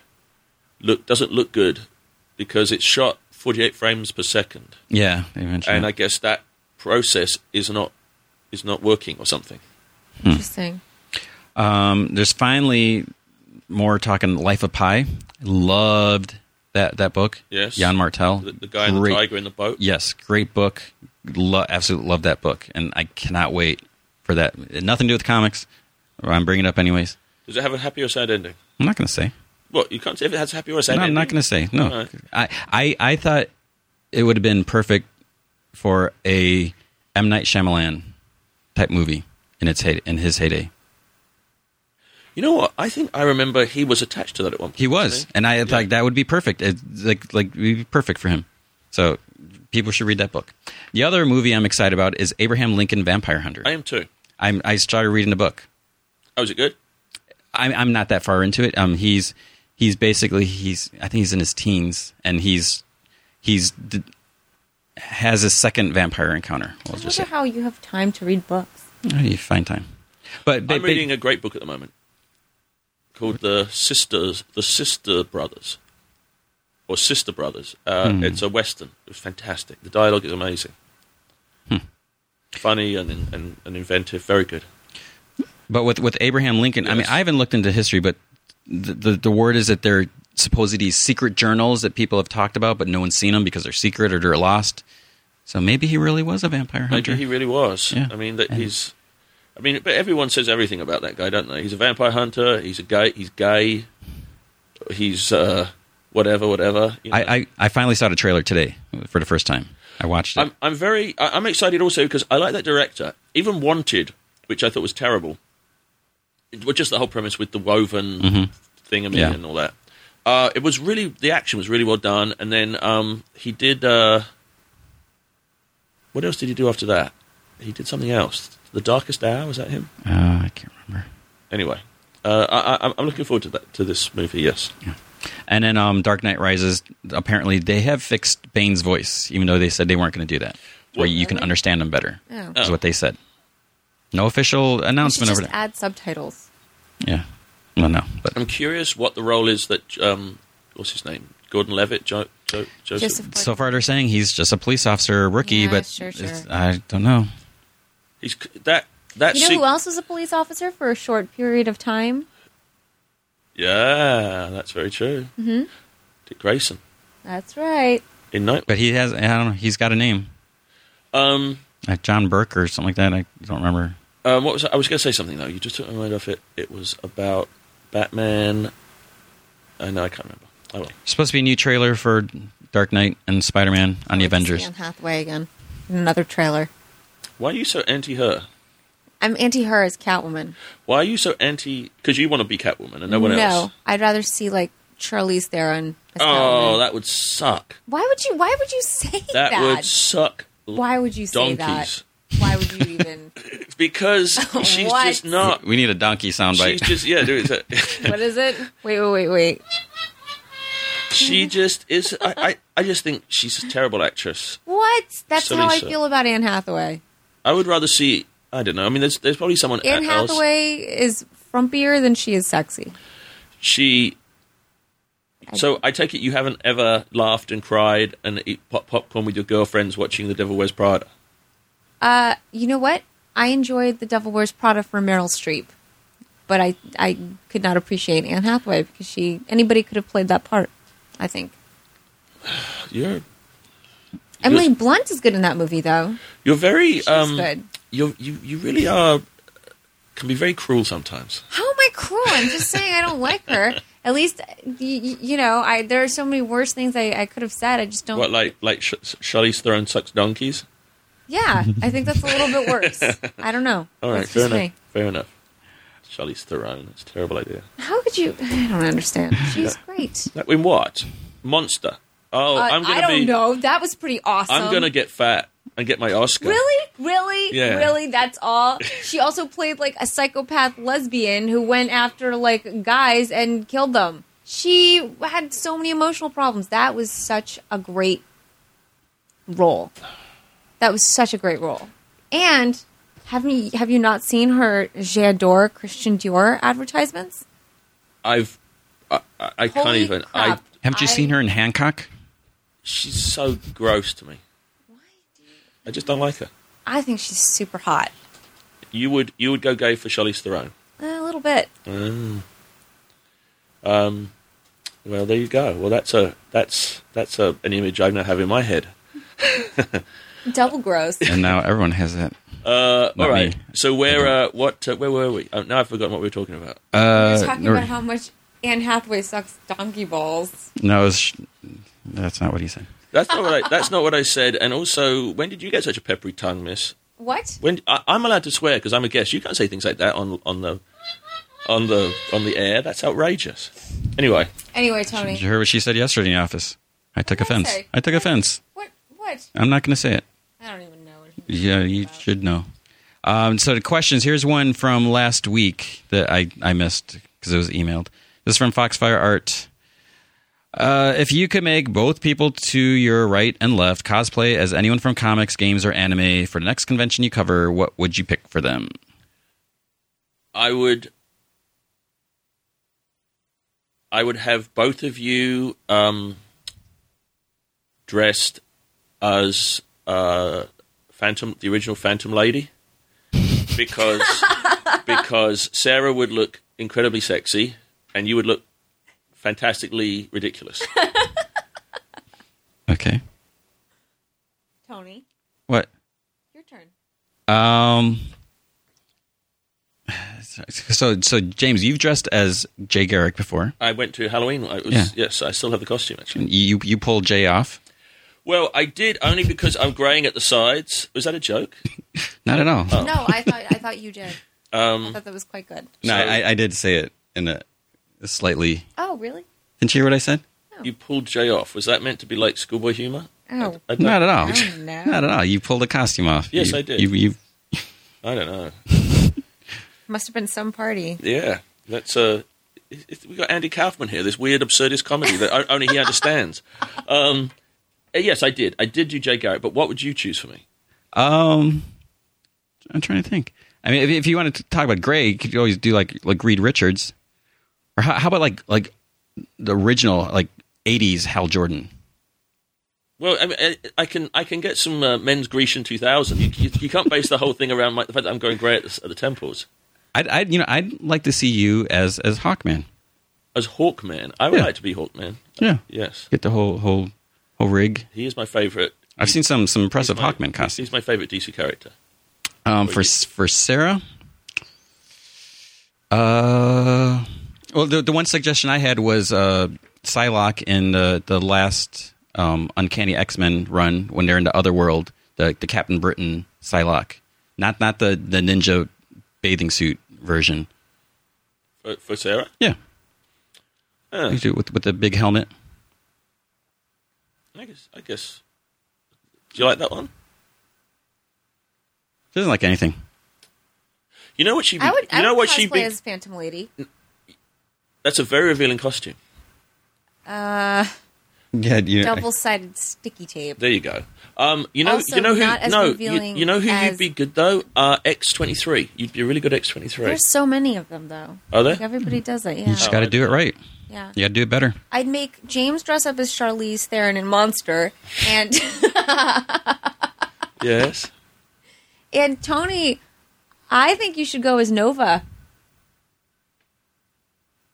S2: look doesn't look good because it's shot 48 frames per second,
S3: yeah, they mentioned
S2: and
S3: that.
S2: I guess that process is not is not working or something.
S1: Interesting.
S3: Hmm. Um, there's finally more talking Life of Pi. Loved that that book.
S2: Yes.
S3: Jan Martel.
S2: The, the guy and the
S3: Great-
S2: tiger in the boat.
S3: Yes, great book. Lo- absolutely love that book, and I cannot wait for that. It had nothing to do with comics. I'm bringing it up anyways.
S2: Does it have a happy or sad ending?
S3: I'm not going to say.
S2: What you can't say if it has a happy or a sad
S3: No, I'm
S2: ending?
S3: not going to say no.
S2: All right.
S3: I, I I thought it would have been perfect for a M Night Shyamalan type movie in its hey, in his heyday.
S2: You know what? I think I remember he was attached to that at one point.
S3: He was,
S2: wasn't
S3: and I like that would be perfect. It, like like would be perfect for him. So people should read that book. The other movie I'm excited about is Abraham Lincoln Vampire Hunter.
S2: I am too.
S3: I'm I started reading the book.
S2: Oh, is it good?
S3: I'm I'm not that far into it. Um, he's he's basically he's I think he's in his teens and he's he's d- has his second vampire encounter.
S1: I
S3: We'll just
S1: wonder
S3: say.
S1: how you have time to read books.
S3: How do you find time? But, but
S2: I'm reading a great book at the moment called The Sisters, The Sister Brothers, or Sister Brothers. Uh,
S3: Hmm.
S2: It's a western. It was fantastic. The dialogue is amazing,
S3: Hmm.
S2: funny and, and and inventive. Very good.
S3: but with with Abraham Lincoln, I mean,
S2: Yes.
S3: I haven't looked into history, but the, the the word is that they're supposed these secret journals that people have talked about, but no one's seen them because they're secret or they're lost. So maybe he really was a vampire hunter.
S2: Maybe he really was.
S3: Yeah.
S2: I mean, that
S3: And-
S2: he's. I mean, but everyone says everything about that guy, don't they? He's a vampire hunter. He's a gay. He's gay. He's uh, whatever, whatever. you know.
S3: I, I I finally saw the trailer today for the first time. I watched it.
S2: I'm, I'm very, I- I'm excited also because I like that director. Even Wanted, which I thought was terrible, it was just the whole premise with the woven thing and
S3: Yeah.
S2: and all that. Uh, it was really the action was really well done, and then um, he did. Uh, what else did he do after that? He did something else. The Darkest Hour was that him?
S3: Uh, I can't remember.
S2: Anyway, uh, I, I, I'm- I'm looking forward to that to this movie. Yes,
S3: And then um, Dark Knight Rises. Apparently, they have fixed Bane's voice, even though they said they weren't going to do that. Where
S2: Well-
S3: you can understand him better.
S1: Oh.
S3: Is what they said. No official
S1: You
S3: announcement
S1: should
S3: over
S1: just
S3: there.
S1: add subtitles.
S3: yeah. Well, no, but
S2: I'm curious what the role is that um, what's his name? Gordon Levitt, jo- jo- Joseph.
S1: Joseph
S3: so far they're saying he's just a police officer rookie.
S1: Yeah,
S3: but
S1: sure, sure.
S3: it's- I don't know.
S2: He's that that
S3: Uh,
S1: You know
S2: sequ-
S1: who else was a police officer for a short period of time?
S2: Yeah, that's very true. Mm-hmm. Dick Grayson
S1: That's right.
S2: in Night.
S3: But he has. I don't know. He's got a name,
S2: Um,
S3: like John Burke or something like that. I don't remember.
S2: um, what was I, I was going to say something though? You just took my mind off it. It was about Batman. I know I can't remember. Oh well.
S3: Supposed to be a new trailer for Dark Knight and Spider Man on the
S1: Oh, it's
S3: Avengers.
S1: Anne Hathaway again. In another trailer.
S2: Why are you so anti her?
S1: I'm anti her as Catwoman.
S2: Why are you so anti? Because you want to be Catwoman and no one else.
S1: I'd rather see like Charlize Theron. As
S2: Oh,
S1: Catwoman.
S2: that would suck.
S1: why would you? Why would you say
S2: That,
S1: that?
S2: would suck.
S1: why would you say
S2: donkeys?
S1: that? Why would you even?
S2: Because she's
S1: What?
S2: just not.
S3: We need a donkey
S2: Uh, She's
S3: soundbite.
S2: just yeah. Do it.
S1: what is it? Wait, wait, wait, wait.
S2: she just is. I, I, I just think she's a terrible actress.
S1: What? That's
S2: Silly
S1: how I
S2: shit.
S1: feel about Anne Hathaway.
S2: I would rather see. I don't know. I mean, there's there's probably someone
S1: Anne
S2: else.
S1: Hathaway is frumpier than she is sexy.
S2: She. So I take it you haven't ever laughed and cried and eat pop- popcorn with your girlfriends watching The Devil Wears Prada.
S1: Uh, you know what? I enjoyed The Devil Wears Prada for Meryl Streep, but I I could not appreciate Anne Hathaway because she anybody could have played that part. I think
S2: You're
S1: Emily Blunt is good in that movie though.
S2: you're very
S1: She's
S2: um.
S1: good.
S2: You're, you you really are can be very cruel sometimes.
S1: How am I cruel? I'm just saying I don't like her. At least you, you know I there are so many worse things I, I could have said. I just don't.
S2: What like like Sh- Sh- Charlize Theron sucks donkeys.
S1: Yeah, I think that's a little bit worse. I don't know.
S2: All right,
S1: That's
S2: fair
S1: just
S2: enough.
S1: me.
S2: Fair enough. Charlize Theron. That's a terrible idea.
S1: How could you? I don't understand. She's great.
S2: That in what monster? Oh,
S1: Uh,
S2: I'm gonna
S1: I don't
S2: be.
S1: know. That was pretty awesome.
S2: I'm gonna get fat and get my Oscar.
S1: Really? Really?
S2: Yeah.
S1: Really? That's all? She also played like a psychopath lesbian who went after like guys and killed them. She had so many emotional problems. That was such a great role. That was such a great role. And have you have you not seen her J'adore Christian Dior advertisements?
S2: I've I, I I can't
S1: Holy
S2: even. I
S1: crap.
S3: Haven't you
S1: I-
S3: seen her in Hancock?
S2: she's so gross to me. I just don't like her.
S1: I think she's super hot.
S2: You would you would go gay for Charlize Theron.
S1: Eh, a little bit.
S2: Um, well, there you go. Well, that's a that's that's a, an image I now have in my head.
S1: Double gross.
S3: And now everyone has that.
S2: Uh, all
S3: Not
S2: right.
S3: me.
S2: So where uh, what uh, where were we? Oh, now I've forgotten what we were talking about.
S1: We're
S3: Uh,
S1: talking
S3: or-
S1: about how much Anne Hathaway sucks donkey balls.
S3: No, it's, that's not what he said.
S2: That's not what I. That's not what I said. And also, when did you get such a peppery tongue, Miss?
S1: What?
S2: When I, I'm allowed to swear because I'm a guest. You can't say things like that on on the on the on the air. That's outrageous. Anyway,
S1: Anyway, Tony.
S3: Did you hear what she said yesterday in the office? I took
S1: What'd I
S3: offense.
S1: say?
S3: I took offense.
S1: What? What?
S3: I'm not going to say it.
S1: I don't even know. What he was
S3: Yeah,
S1: talking
S3: you
S1: about.
S3: should know. Um, so the questions. Here's one from last week that I, I missed because it was emailed. This is from Foxfire Art. Uh, if you could make both people to your right and left cosplay as anyone from comics, games, or anime for the next convention you cover, what would you pick for them?
S2: I would I would have both of you um, dressed as uh, Phantom, the original Phantom Lady, because because Sarah would look incredibly sexy, and you would look fantastically ridiculous.
S3: Okay.
S1: Tony,
S3: What?
S1: your turn.
S3: Um. So, so James, you've dressed as Jay Garrick before.
S2: I went to Halloween. I was,
S3: Yeah.
S2: Yes, I still have the costume actually.
S3: You you pulled Jay off.
S2: Well, I did only because I'm graying at the sides. Was that a joke?
S3: Not at
S2: Oh,
S3: all.
S1: No, I thought I thought you did.
S2: Um,
S1: I thought that was quite good.
S3: No,
S2: So-
S3: I, I did say it in a a slightly.
S1: Oh, really?
S3: Didn't you hear what I said?
S2: You pulled Jay off. Was that meant to be like schoolboy humor?
S1: Oh,
S2: I don't,
S3: Not at all.
S1: Oh, no.
S3: Not at all. You pulled the costume off.
S2: Yes,
S3: You-
S2: I did.
S3: You, you,
S2: I don't know.
S1: must have been some party.
S2: Yeah, that's uh, it- it- we got Andy Kaufman here. This weird, absurdist comedy that o- only he understands. Um, eh, yes, I did. I did do Jay Garrett. But what would you choose for me?
S3: um, I'm trying to think. I mean, if, if you wanted to talk about Gray, you could always do like like Reed Richards, or how, how about like like the original like '80s Hal Jordan?
S2: Well, I, mean, eh, I can I can get some uh, men's Grecian 2000. You, you, you can't base the whole thing around my, the fact that I'm going grey at the, s- at the temples
S3: I'd, I'd you know I'd like to see you as as Hawkman.
S2: as Hawkman. I would
S3: Yeah.
S2: like to be Hawkman.
S3: Yeah,
S2: Yes,
S3: get the whole whole whole rig.
S2: he is my favorite.
S3: I've seen some some impressive
S2: my-
S3: Hawkman costumes.
S2: He's my favorite DC character.
S3: Um, for for Sarah, uh, well, the the one suggestion I had was uh, Psylocke in the the last um, Uncanny X Men run when they're in the other world, the the Captain Britain Psylocke, not not the the ninja bathing suit version.
S2: For, for Sarah,
S3: Yeah,
S2: Huh.
S3: You do it with with the big helmet.
S2: I guess. I guess. Do you like that one?
S3: She doesn't like anything.
S2: You know what she? Be-
S1: I would.
S2: you
S1: I
S2: know
S1: would
S2: what
S1: cosplay
S2: she? Be-
S1: as Phantom Lady.
S2: That's a very revealing costume.
S1: Uh,
S3: Yeah, you
S1: double-sided sticky tape.
S2: There you go. Um, you know,
S1: Also
S2: you know who?
S1: not as
S2: no, you,
S1: revealing
S2: you know who
S1: as-
S2: you'd be good though. Uh, X twenty three. You'd be a really good X twenty three.
S1: There's so many of them, though.
S2: Are there?
S1: Like, everybody does it.
S3: you
S1: Yeah.
S3: just got to do it right.
S1: yeah.
S3: You got to do it better.
S1: I'd make James dress up as Charlize Theron in Monster, and
S2: Yes.
S1: and Tony, I think you should go as Nova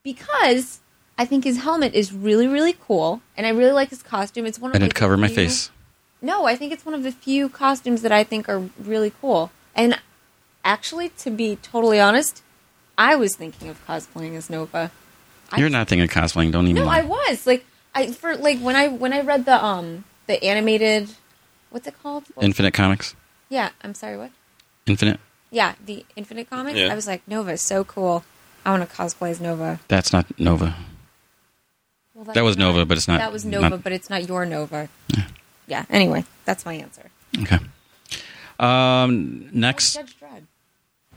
S1: because I think his helmet is really really cool, and I really like his costume. It's one of
S3: And
S1: like,
S3: it cover my
S1: few-
S3: face.
S1: No, I think it's one of the few costumes that I think are really cool. And actually, to be totally honest, I was thinking of cosplaying as Nova. I-
S3: You're not thinking of cosplaying. Don't even.
S1: No,
S3: lie.
S1: I was like, I for like when I when I read the um the animated, what's it called?
S3: Infinite Comics.
S1: yeah, I'm sorry, what?
S3: Infinite.
S1: Yeah, the Infinite comic.
S2: Yeah.
S1: I was like, Nova is so cool. I want to cosplay as Nova.
S3: That's not Nova.
S1: Well,
S3: That was
S1: that's not-
S3: Nova, but it's not.
S1: That was Nova,
S3: not-
S1: but it's not your Nova. Yeah. Anyway, that's my answer.
S3: okay. Um, next,
S1: Judge Dredd.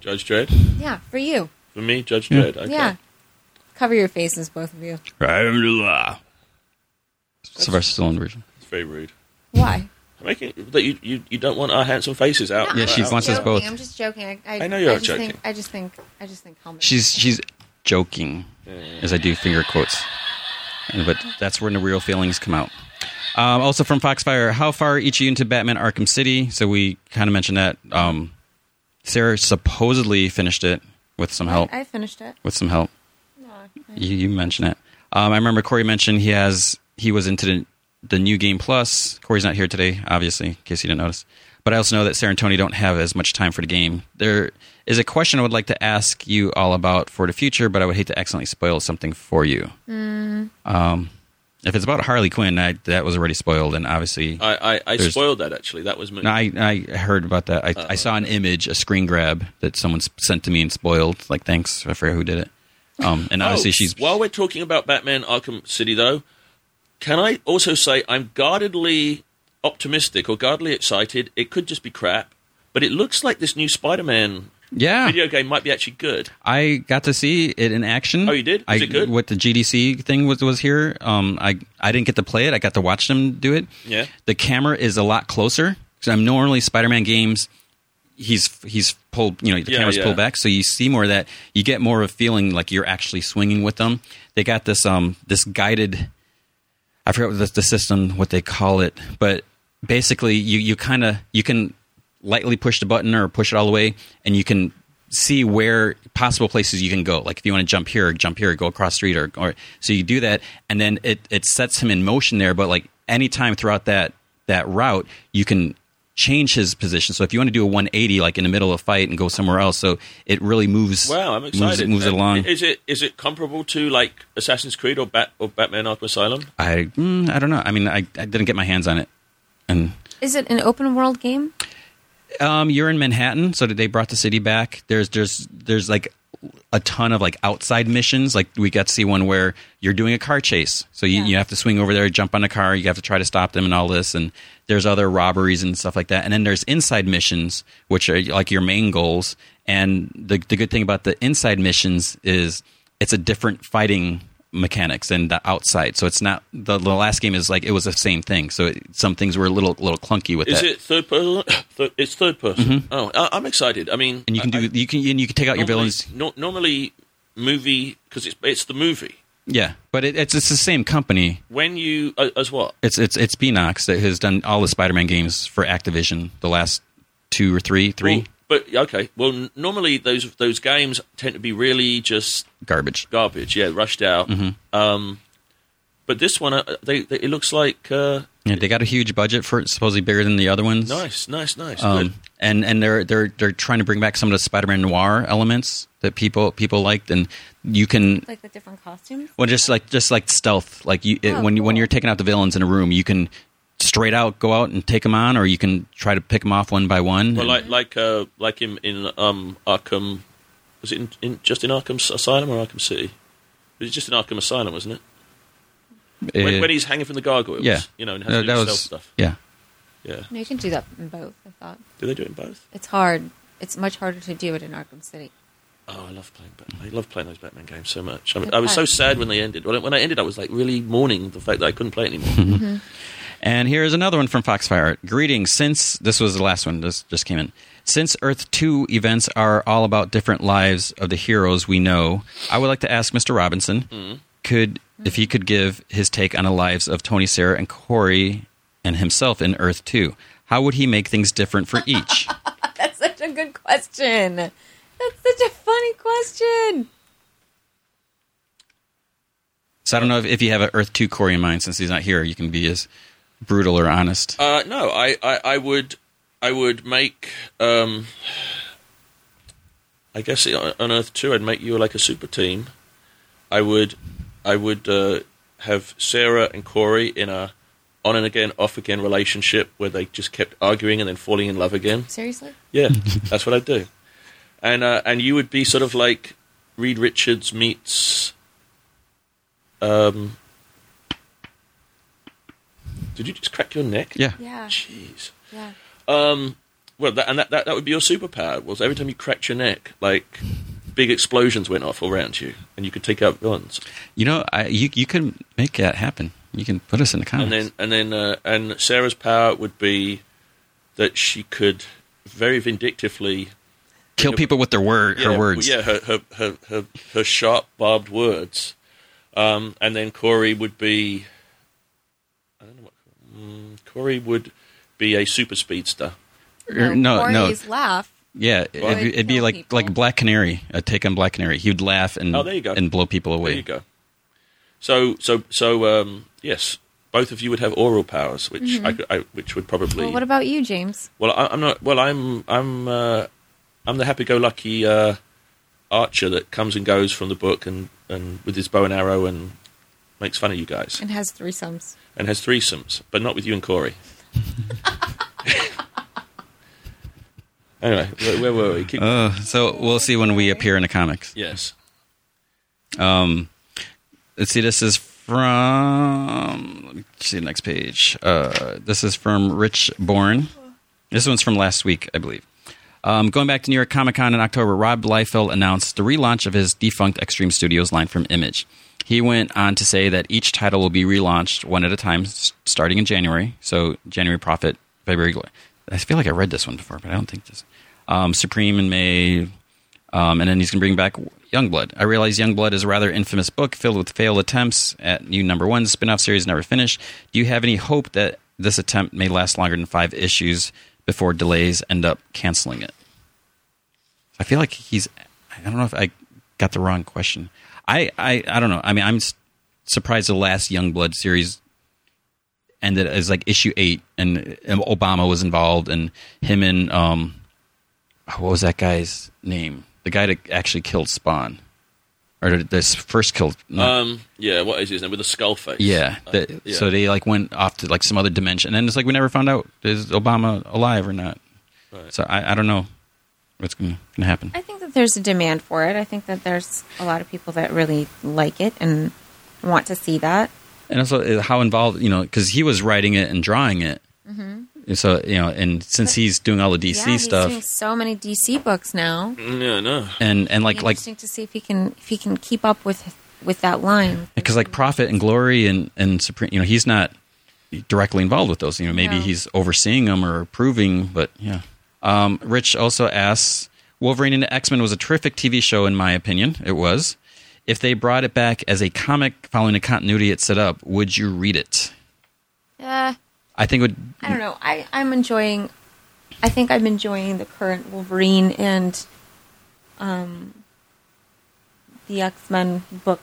S2: Judge Dredd.
S1: Yeah, for you.
S2: For me, Judge
S3: Yeah.
S2: Dredd. Okay.
S1: Yeah. Cover your faces, both of you.
S3: Sylvester Stallone version.
S2: It's very rude.
S1: Why?
S2: Making that you, you you don't want our handsome faces out.
S3: Oh,
S2: Uh,
S3: Yeah,
S1: I'm
S3: she
S1: just
S3: wants us
S1: joking.
S3: both.
S1: I'm just joking. I, I,
S2: I know you are
S1: just
S2: joking.
S1: Think, I just think. I just think. Helmet.
S3: She's she's joking as I do finger quotes, And- but that's when the real feelings come out. Um, also from Foxfire, how far are each of you into Batman Arkham City? So we kind of mentioned that. Um, Sarah supposedly finished it with some help.
S1: I, I finished it.
S3: with some help.
S1: No, I-
S3: You, you mentioned it. Um, I remember Corey mentioned he has he was into the, the new game plus. Corey's not here today, obviously, in case you didn't notice. But I also know that Sarah and Tony don't have as much time for the game. There is a question I would like to ask you all about for the future, but I would hate to accidentally spoil something for you. Um, if it's about Harley Quinn, I, that was already spoiled, and obviously,
S2: I, I, I
S3: There's-
S2: spoiled that actually. That was me.
S3: no, I, I heard about that. I,
S2: uh,
S3: I saw an image, a screen grab that someone s- sent to me and spoiled. Like, thanks. I forget who did it. Um, and obviously,
S2: Oh,
S3: she's
S2: While we're talking about Batman Arkham City, though, can I also say I'm guardedly optimistic or guardedly excited? It could just be crap, but it looks like this new Spider-Man
S3: yeah.
S2: video game might be actually good.
S3: I got to see it in action.
S2: Oh, you did?
S3: I,
S2: Was it good?
S3: What the GDC thing was was here. Um, I I didn't get to play it. I got to watch them do it.
S2: Yeah.
S3: The camera is a lot closer. 'Cause I'm normally Spider-Man games. He's he's pulled. You know, the
S2: Yeah,
S3: camera's
S2: yeah.
S3: pulled back, so you see more of that. You get more of feeling like you're actually swinging with them. They got this um this guided. I forget what the, the system what they call it, but basically you you kind of you can lightly push the button or push it all the way, and you can see where possible places you can go. Like if you want to jump here, jump here, go across the street, or, or so you do that, and then it it sets him in motion there. But like anytime throughout that that route, you can change his position. So if you want to do a 180 like in the middle of a fight and go somewhere else, so it really moves
S2: Wow, I'm
S3: moves-
S2: excited.
S3: moves, it
S2: And
S3: along.
S2: Is it is it comparable to like Assassin's Creed or Bat or Batman Arkham Asylum?
S3: I mm, I don't know. I mean, I, I didn't get my hands on it. And
S1: Is it an open world game?
S3: Um, you're in Manhattan, so they brought the city back. There's there's there's like a ton of like outside missions. Like we got to see one where you're doing a car chase, so you,
S1: Yeah.
S3: you have to swing over there, jump on a car, you have to try to stop them, and all this. And there's other robberies and stuff like that. And then there's inside missions, which are like your main goals. And the the good thing about the inside missions is it's a different fighting mechanics than the outside. So it's not the, the last game is like it was the same thing. So it, some things were a little little clunky with
S2: Is
S3: that. Mm-hmm.
S2: it third person? Third, it's third person. Oh, I, I'm excited. I mean, uh,
S3: and you can do you can and you can take out
S2: normally,
S3: your villains.
S2: no- normally movie because it's it's the movie
S3: Yeah, but it, it's it's the same company.
S2: when you uh, as what
S3: It's it's it's Beanox that has done all the Spider-Man games for Activision. The last two or three, three
S2: Well, but okay. Well, n- normally those those games tend to be really just
S3: garbage.
S2: garbage. Yeah, rushed out.
S3: Mm-hmm.
S2: Um, but this one, uh, they, they it looks like uh,
S3: Yeah, they got a huge budget for it, supposedly bigger than the other ones.
S2: nice, nice, nice.
S3: Um,
S2: Good.
S3: and and they're they're they're trying to bring back some of the Spider-Man noir elements that people people liked, and you can
S1: Like with different costumes?
S3: Well, just like just like stealth, like you it,
S1: Oh,
S3: when you when
S1: cool.
S3: you're taking out the villains in a room, you can straight out go out and take them on, or you can try to pick them off one by one.
S2: Well,
S3: and-
S2: like like uh, like in in um, Arkham, was it in, in just in Arkham S- Asylum or Arkham City? It was just in Arkham Asylum, wasn't it?
S3: uh,
S2: when, when he's hanging from the gargoyles,
S3: yeah,
S2: you know, and has
S3: Uh,
S2: to do the stealth stuff.
S3: yeah.
S2: Yeah,
S1: No, you can do that in both, I thought.
S2: do they do it in both?
S1: It's hard. It's much harder to do it in Arkham City.
S2: Oh, I love playing. Bat- I love playing those Batman games so much. I, mean,
S1: They're
S2: I was so
S1: fun.
S2: sad when they ended. When I, when I ended, I was like really mourning the fact that I couldn't play it anymore.
S3: And here's another one from Foxfire. Art. Greetings. Since this was the last one, this just came in. Since Earth 2 events are all about different lives of the heroes we know, I would like to ask Mr. Robinson
S2: Hmm.
S3: could if he could give his take on the lives of Tony, Sarah, and Corey and himself in Earth 2. How would he make things different for each?
S1: That's such a good question. That's such a funny question.
S3: so I don't know if, if you have an Earth 2 Corey in mind since he's not here, you can be as brutal or honest.
S2: uh, no, I, I, I would I would make. Um, I guess on on Earth Two, I'd make you like a super team. I would I would uh, have Sarah and Corey in a on and again, off again relationship where they just kept arguing and then falling in love again.
S1: Seriously?
S2: Yeah, that's what I'd do. And uh, and you would be sort of like Reed Richards meets. Um, did you just crack your neck?
S3: yeah.
S1: Yeah.
S2: Jeez.
S1: Yeah.
S2: Um, well, that, and that, that that would be your superpower. Was every time you cracked your neck, like big explosions went off around you, and you could take out villains.
S3: You know, I, you, you can make that happen. You can put us in the comments.
S2: and then and then uh, and Sarah's power would be that she could very vindictively
S3: kill people with their word,
S2: yeah,
S3: her words.
S2: Yeah, her her her her, her sharp barbed words. Um, and then Corey would be. I don't know what mm, Corey would be a super speedster.
S3: Or, Er, no, no,
S1: Corey's laugh.
S3: yeah. It'd,
S2: Well-
S3: be- it'd be
S1: Kill
S3: like
S1: people.
S3: like Black Canary, a take on Black Canary. He would laugh and
S2: Oh, there you go.
S3: and blow people
S2: There
S3: away.
S2: you go. So so so um, yes, both of you would have oral powers, which I could- I, which would probably.
S1: Mm-hmm. Well, what about you, James?
S2: Well, I, I'm not. Well, I'm I'm uh, I'm the happy-go-lucky uh, archer that comes and goes from the book and, and with his bow and arrow and makes fun of you guys
S1: And has threesomes.
S2: and has threesomes, but not with you and Corey. anyway, where, where were we? Keep,
S3: Uh, so we'll see when we appear in the comics.
S2: yes,
S3: Let's see. This is from. Let me see the next page. Uh, this is from Rich Bourne. This one's from last week, I believe. Um, going back to New York Comic Con in October, Rob Liefeld announced the relaunch of his defunct Extreme Studios line from Image. He went on to say that each title will be relaunched one at a time, s- starting in January. So January Profit, February Glory. I feel like I read this one before, but I don't think this. Um, Supreme in May, um, and then he's going to bring back Youngblood. I realize Youngblood is a rather infamous book filled with failed attempts at new number one spin off series never finished. Do you have any hope that this attempt may last longer than five issues before delays end up canceling it? I feel like he's. I don't know if I got the wrong question. I, I, I don't know. I mean, I'm s- surprised the last Youngblood series ended as like issue eight, and um, Obama was involved, and him and um, what was that guy's name? The guy that actually killed Spawn, or this first killed. no,
S2: um, yeah. What is his name with a skull face?
S3: yeah,
S2: Uh,
S3: the,
S2: yeah.
S3: So they like went off to like some other dimension, and it's like we never found out is Obama alive or not.
S2: Right.
S3: So I, I don't know what's going to happen.
S1: I think that there's a demand for it. I think that there's a lot of people that really like it and want to see that.
S3: and also uh, how involved you know because he was writing it and drawing it And so you know and since he's doing all the dc
S1: Mm-hmm. yeah,
S3: stuff
S1: He's doing so many DC books now.
S2: Mm, yeah, no.
S3: and and like
S1: Be
S3: like
S1: interesting to see if he can if he can keep up with with that line.
S3: because like profit and glory and and supreme you know he's not directly involved with those you know maybe
S1: No.
S3: he's overseeing them or approving but yeah um, rich also asks wolverine and x-men was a terrific tv show in my opinion it was if they brought it back as a comic following the continuity it set up would you read it
S1: Uh,
S3: i think it would
S1: I don't know. I I'm enjoying. I think I'm enjoying the current Wolverine and um the X Men book.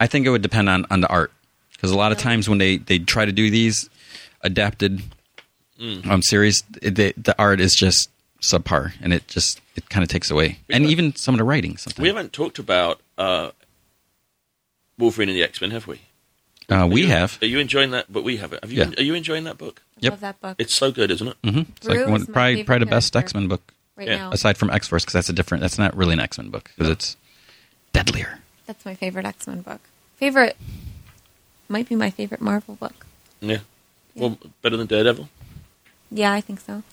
S3: I think it would depend on, on the art because a lot of times when they, they try to do these adapted
S2: Mm.
S3: um, series, it, they, the art is just subpar and it just it kind of takes away. and
S2: have-
S3: even some of the writing sometimes.
S2: We haven't talked about uh, Wolverine and the X Men, have we?
S3: uh, we
S2: You-
S3: have.
S2: Are you enjoying that? But we haven't. Have you?
S3: Yeah.
S2: Are you enjoying that book?
S3: Yep.
S1: Love that book
S2: It's so good, isn't it?
S3: hmm It's
S1: Rue
S3: like one,
S1: is my
S3: probably,
S1: favorite
S3: probably the best
S1: character. Oh.
S3: X Men book
S1: right
S2: yeah.
S1: now.
S3: aside from X Force because that's a different, that's not really an X Men book because it's deadlier.
S1: That's my favorite X Men book. Favorite might be my favorite Marvel book.
S2: Yeah. Well, better than Daredevil.
S1: Yeah, I think so.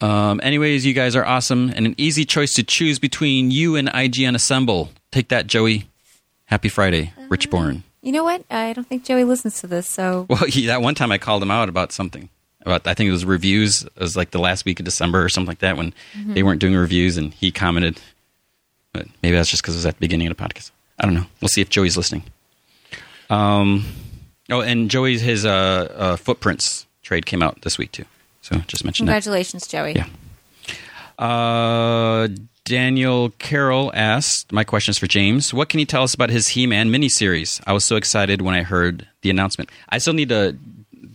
S3: Um, anyways, you guys are awesome and an easy choice to choose between you and IGN Assemble. Take that, Joey. Happy Friday, Rich Bourne.
S1: You know what? I don't think Joey listens to this, so
S3: Well, he, that one time I called him out about something. About I think it was reviews. It was like the last week of December or something like that when they weren't doing reviews, and he commented. But maybe that's just because it was at the beginning of the podcast. I don't know. We'll see if Joey's listening. Um. Oh, and Joey's his uh, uh footprints trade came out this week too. So just mentioned that.
S1: congratulations, Joey.
S3: Yeah. Uh, Daniel Carroll asked, My question is for James. What can you tell us about his He Man miniseries? I was so excited when I heard the announcement. I still need to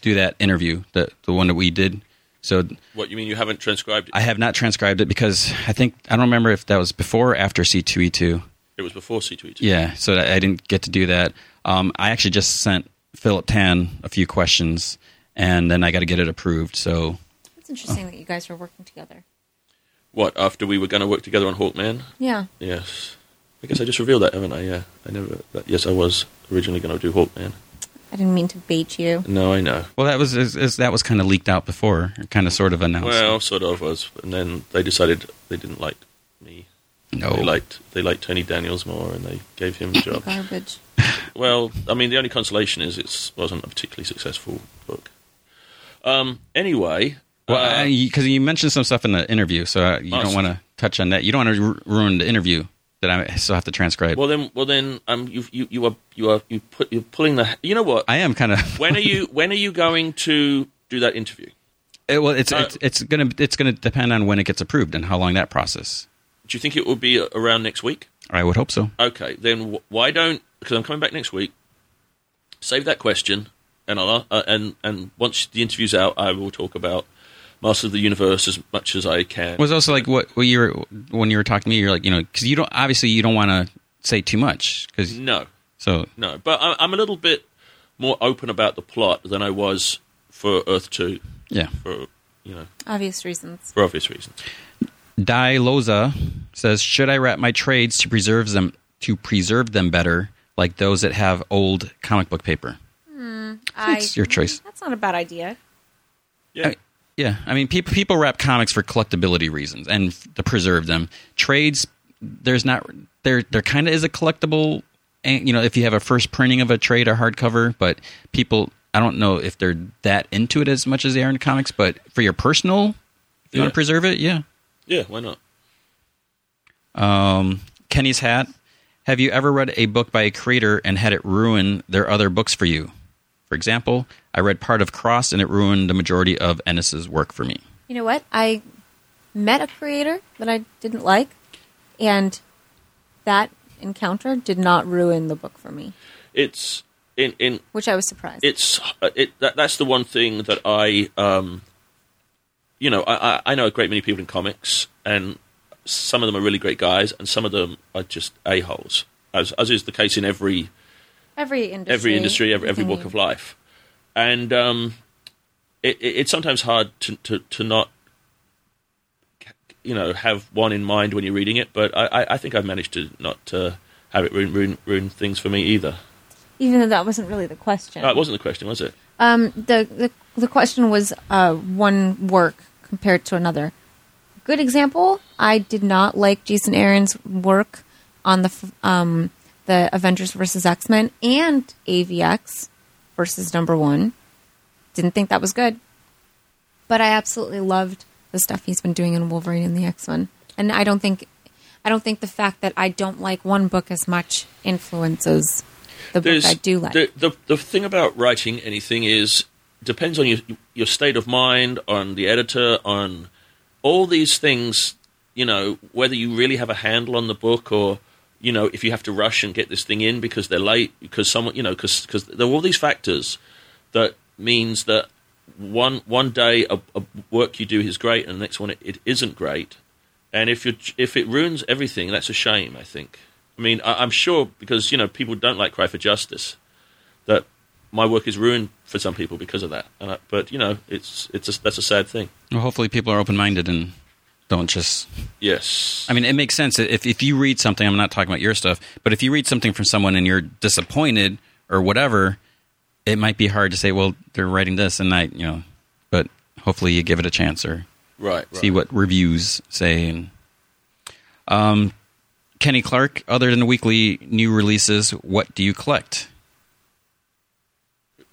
S3: do that interview, the, the one that we did. So
S2: What you mean? You haven't transcribed it?
S3: I have not transcribed it because I think, I don't remember if that was before or after C2E2.
S2: it was before C two E two.
S3: Yeah, so I I didn't get to do that. Um, I actually just sent Philip Tan a few questions and then I got to get it approved. So
S1: It's interesting that you guys were working together.
S2: What after we were going to work together on Hawkman?
S1: Yeah.
S2: Yes. I guess I just revealed that, haven't I? Yeah. I never. That, yes, I was originally going to do Hawkman.
S1: I didn't mean to bait you.
S2: No, I know.
S3: Well, that was is, is, that was kind of leaked out before, kind of sort of announced.
S2: Well, sort of was, and then they decided they didn't like me.
S3: no,
S2: They liked they liked Tony Daniels more, and they gave him the job.
S1: Garbage.
S2: Well, I mean, the only consolation is it wasn't a particularly successful book. Um. Anyway.
S3: well,
S2: uh,
S3: because you mentioned some stuff in the interview, so uh, you
S2: Oh,
S3: don't
S2: so-
S3: want to touch on that. You don't want to ru- ruin the interview that I still have to transcribe.
S2: well then, well then, um, you you you are you are you put you're pulling the. You know what?
S3: I am kind of
S2: when are you when are you going to do that interview?
S3: It, well, it's
S2: Uh,
S3: it's it's gonna it's gonna depend on when it gets approved and how long that process.
S2: Do you think it will be around next week?
S3: I would hope so.
S2: Okay, then wh- why don't? Because I'm coming back next week. Save that question. and I'll, uh, and and once the interview's out, I will talk about Master of the Universe as much as I can.
S3: was also like what, what you were when you were talking to me. You're like, you know, because you don't obviously you don't want to say too much because
S2: no,
S3: so
S2: no, but I, I'm a little bit more open about the plot than I was for Earth Two,
S3: yeah.
S2: for you know,
S1: Obvious reasons.
S2: for obvious reasons.
S3: Di Loza says, should I wrap my trades to preserve them to preserve them better, like those that have old comic book paper? It's your choice.
S1: That's not a bad idea.
S2: Yeah,
S3: I- yeah, I mean, people people wrap comics for collectability reasons and f- to preserve them. Trades, there's not there there kind of is a collectible, and you know, if you have a first printing of a trade or hardcover, but people, I don't know if they're that into it as much as they are in comics. But for your personal, if you
S2: Yeah.
S3: want to preserve it, yeah.
S2: yeah, why not?
S3: Um, Kenny's hat. Have you ever read a book by a creator and had it ruin their other books for you? For example, I read part of Cross and it ruined the majority of Ennis's work for me.
S1: You know what? I met a creator that I didn't like, and that encounter did not ruin the book for me,
S2: It's in in
S1: which I was surprised.
S2: it's uh, it that, that's the one thing that I um you know I, I I know a great many people in comics and some of them are really great guys and some of them are just a holes as as is the case in every
S1: every industry.
S2: every industry every, every
S1: everything
S2: walk
S1: you-
S2: of life and um it, it it's sometimes hard to to to not you know have one in mind when you're reading it but I I, I think I've managed to not uh, have it ruin, ruin ruin things for me either.
S1: Even though that wasn't really the question.
S2: Oh, it wasn't the question, was it?
S1: Um, the, the the question was uh, one work compared to another. Good example. I did not like Jason Aaron's work on the f- um, the Avengers versus X Men and AVX versus Number One. Didn't think that was good, but I absolutely loved the stuff he's been doing in Wolverine and the X Men. And I don't think I don't think the fact that I don't like one book as much influences the book I do like.
S2: The, the the thing about writing anything is depends on your your state of mind, on the editor, on all these things. You know whether you really have a handle on the book or you know if you have to rush and get this thing in because they're late because someone you know because there are all these factors that means that one one day a, a work you do is great and the next one it, it isn't great and if you if it ruins everything that's a shame i think i mean I, i'm sure because you know people don't like cry for justice that my work is ruined for some people because of that and I, but you know it's it's a, that's a sad thing
S3: Well, hopefully people are open minded and don't just.
S2: yes
S3: I mean, it makes sense if if you read something. I'm not talking about your stuff, but if you read something from someone and you're disappointed or whatever, it might be hard to say, well, they're writing this, and I, you know, but hopefully you give it a chance or
S2: right, right.
S3: see what reviews say. And um, Kenny Clark, other than weekly new releases, what do you collect?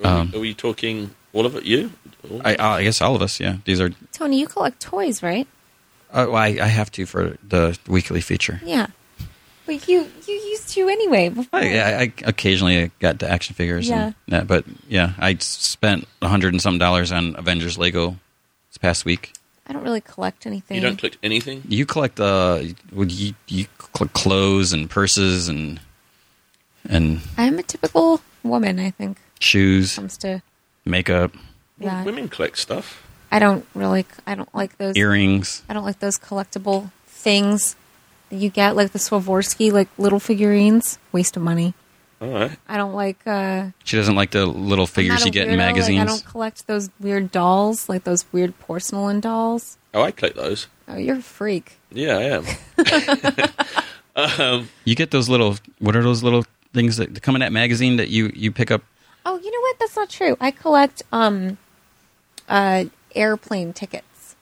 S2: are, we, are we talking all of it you All?
S3: um, I, I guess all of us, yeah. These are
S1: Tony, you collect toys, right?
S3: uh, well, I, I have to for the weekly feature.
S1: Yeah. But you you used to anyway before.
S3: I, Oh, I, I occasionally got to action figures.
S1: Yeah.
S3: And that, but yeah, I s- spent a hundred and some dollars on Avengers Lego this past week.
S1: I don't really collect anything.
S2: you don't collect anything
S3: You collect uh, would you you collect clothes and purses and and
S1: I'm a typical woman, I think, when it
S3: shoes,
S1: comes to
S3: makeup,
S1: that.
S2: women collect stuff
S1: I don't really I don't like those
S3: earrings.
S1: I don't like those collectible things that you get like the Swarovski like little figurines, waste of money.
S2: all right
S1: I don't like uh
S3: She doesn't like the little figures
S1: I'm not
S3: you
S1: a
S3: get
S1: weirdo,
S3: in
S1: like,
S3: magazines.
S1: I don't collect those weird dolls, like those weird porcelain dolls.
S2: oh i collect those
S1: Oh, you're a freak.
S2: yeah i am
S3: you get those little what are those little things that that come in that magazine that you you pick up?
S1: Oh, you know what? That's not true. I collect um uh airplane tickets.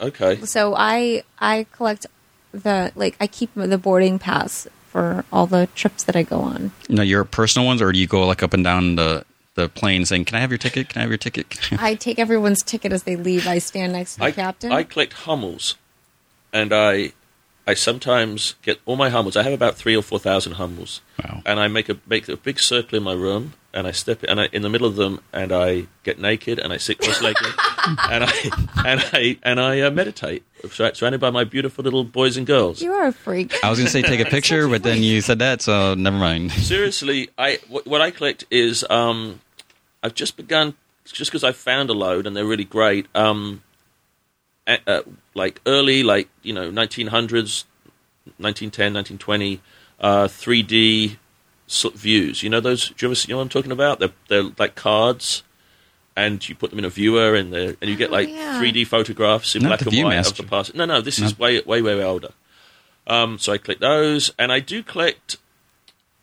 S2: okay
S1: So I I collect the like I keep the boarding pass for all the trips that I go on.
S3: You know, your personal ones, or do you go like up and down the the plane saying, "Can I have your ticket? Can I have your ticket?"
S1: I take everyone's ticket as they leave. I stand next to the
S2: I,
S1: captain.
S2: I collect Hummels, and I I sometimes get all my Hummels. I have about three or four thousand Hummels,
S3: Wow.
S2: and I make a make a big circle in my room, and I step and I, in the middle of them, and I get naked, and I sit cross-legged, and I and I and I uh, meditate, sur- surrounded by my beautiful little boys and girls.
S1: you are a freak.
S3: I was going to say take a picture, but then you said that, so never mind.
S2: Seriously, I what, what I collect is um, I've just begun just because I found a load and they're really great. Um, a- uh, like early, like you know, 1900s, 1910, 1920, uh, 3D sl- views. You know those? Do you ever see you know what I'm talking about? They're they're like cards, and you put them in a viewer, and they and you get
S1: Oh,
S2: like
S1: yeah.
S2: 3D photographs in
S3: Not
S2: black
S3: the
S2: and white of
S3: Viewmaster.
S2: the past. No, no, this is way way way way older. Um, so I click those, and I do collect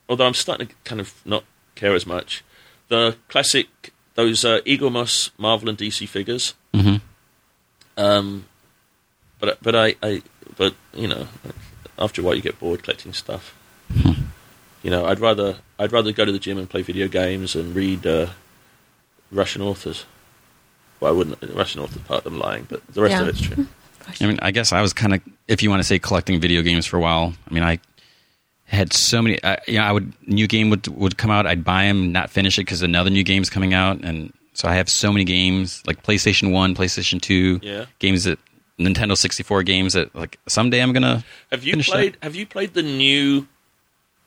S2: although I'm starting to kind of not care as much. The classic, those uh, Eagle Moss, Marvel, and DC figures.
S3: Mhm.
S2: Um, but but I, I but you know, after a while you get bored collecting stuff. you know, I'd rather I'd rather go to the gym and play video games and read uh, Russian authors. Well, I wouldn't. Russian authors part I'm lying, but the rest
S1: Yeah.
S2: of it's true.
S3: I mean, I guess I was kind of, if you want to say collecting video games for a while, I mean, I had so many, I, you know, I would, new game would, would come out, I'd buy them, not finish it because another new game's coming out. And so I have so many games, like PlayStation 1, PlayStation 2,
S2: Yeah.
S3: games that, Nintendo 64 games that, like, someday I'm going to.
S2: Have you played? Have you played the new?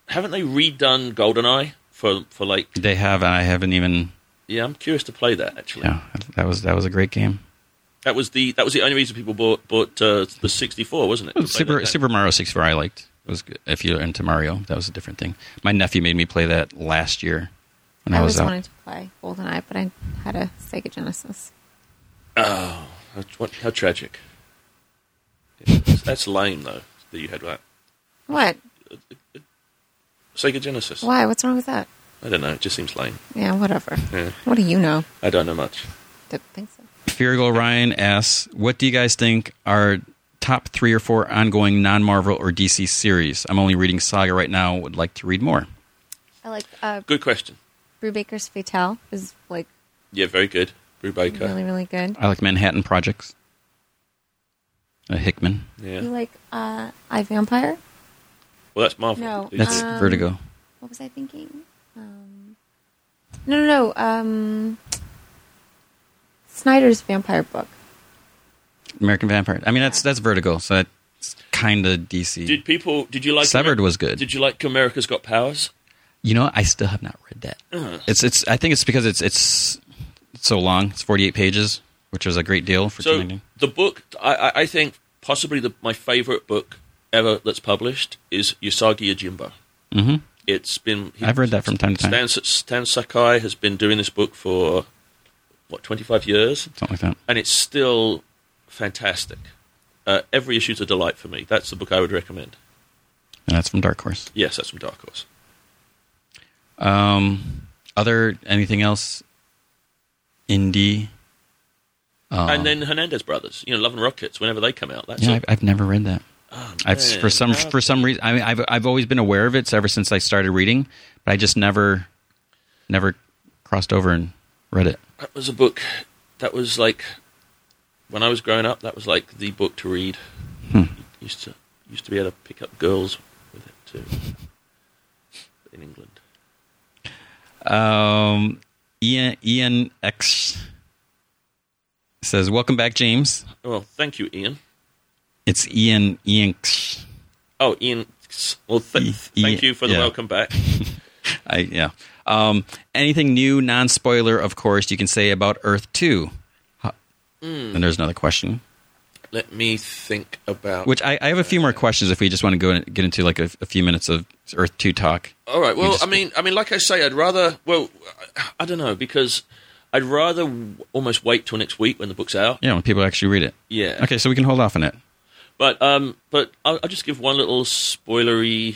S2: Haven't they redone GoldenEye for for like
S3: They have, and I haven't even.
S2: Yeah, I'm curious to play that actually.
S3: Yeah, that was that was a great game.
S2: That was the that was the only reason people bought bought uh, the 64, wasn't it? To play that
S3: Super
S2: game.
S3: Super Mario 64 I liked. It was good. if you're into Mario, that was a different thing. My nephew made me play that last year when I,
S1: I
S3: was
S1: always
S3: out.
S1: wanted to play GoldenEye, but I had a Sega Genesis.
S2: How, what, how tragic. Yeah, that's- that's lame though that you had that
S1: What?
S2: Sega Genesis.
S1: Why? What's wrong with that?
S2: I don't know. It just seems lame.
S1: Yeah, whatever.
S2: Yeah.
S1: What do you know?
S2: I don't know much.
S1: Don't think so.
S3: Firigo Ryan asks, "What do you guys think are top three or four ongoing non-Marvel or DC series? I'm only reading Saga right now. Would like to read more.
S1: I like uh,
S2: Good question.
S1: Brubaker's Fatale is like
S2: Yeah, very good. Brubaker.
S1: really, really good.
S3: I like Manhattan Projects. Uh, Hickman.
S1: You
S2: Yeah.
S1: like uh, I Vampire?
S2: Well, that's Marvel.
S1: No,
S2: These
S3: That's
S2: two.
S1: Um,
S3: Vertigo.
S1: What was I thinking? Um, no, no, no. Um, Snyder's Vampire book.
S3: American Vampire. I mean, that's that's Vertigo. So that's kind of DC.
S2: did people? Did you like
S3: Severed was good.
S2: Did you like America's Got Powers?
S3: You know, I still have not read that. It's it's. I think it's because it's it's so long. It's forty eight pages, which is a great deal for
S2: So
S3: teenagers.
S2: the book, I, I- I think possibly the, my favorite book ever that's published is Usagi Yojimbo.
S3: Mhm.
S2: It's been he-
S3: I've read that from time to time.
S2: Stan, Stan Sakai has been doing this book for what twenty five years,
S3: something like that.
S2: and it's still fantastic. Uh, every issue's a delight for me. That's the book I would recommend.
S3: And that's from Dark Horse.
S2: Yes, that's from Dark Horse.
S3: Um, other anything else? Indie.
S2: and then Hernandez Brothers, you know, Love and Rockets. Whenever they come out, that's
S3: Ah. Yeah,
S2: a-
S3: I've, I've never read that.
S2: Oh,
S3: I've
S2: man,
S3: for some
S2: how
S3: for some reason. I mean, I've I've always been aware of it so ever since I started reading, but I just never, never crossed over and read it.
S2: that was a book that was like when I was growing up. That was like the book to read.
S3: Hmm.
S2: Used to used to be able to pick up girls with it too in England.
S3: Um, Ian Ian X says, "Welcome back, James.
S2: Oh, Well, thank you, Ian.
S3: It's Ian Ian. X.
S2: Oh, Ian. Well, th-
S3: E-
S2: thank
S3: E-
S2: you for the
S3: yeah.
S2: welcome back.
S3: I yeah. Um, anything new, non spoiler, of course, you can say about Earth Two. Huh. And there's another question,
S2: Let me think about.
S3: which I, I have a few more questions if we just want to go and get into like a, a few minutes of Earth Two talk.
S2: All right. Well,
S3: just-
S2: I mean, I mean, like I say, I'd rather. Well, I- I don't know because I'd rather w- almost wait till next week when the book's out.
S3: Yeah, when people actually read it.
S2: Yeah.
S3: Okay, so we can hold off on it.
S2: But um, but I'll, I'll just give one little spoilery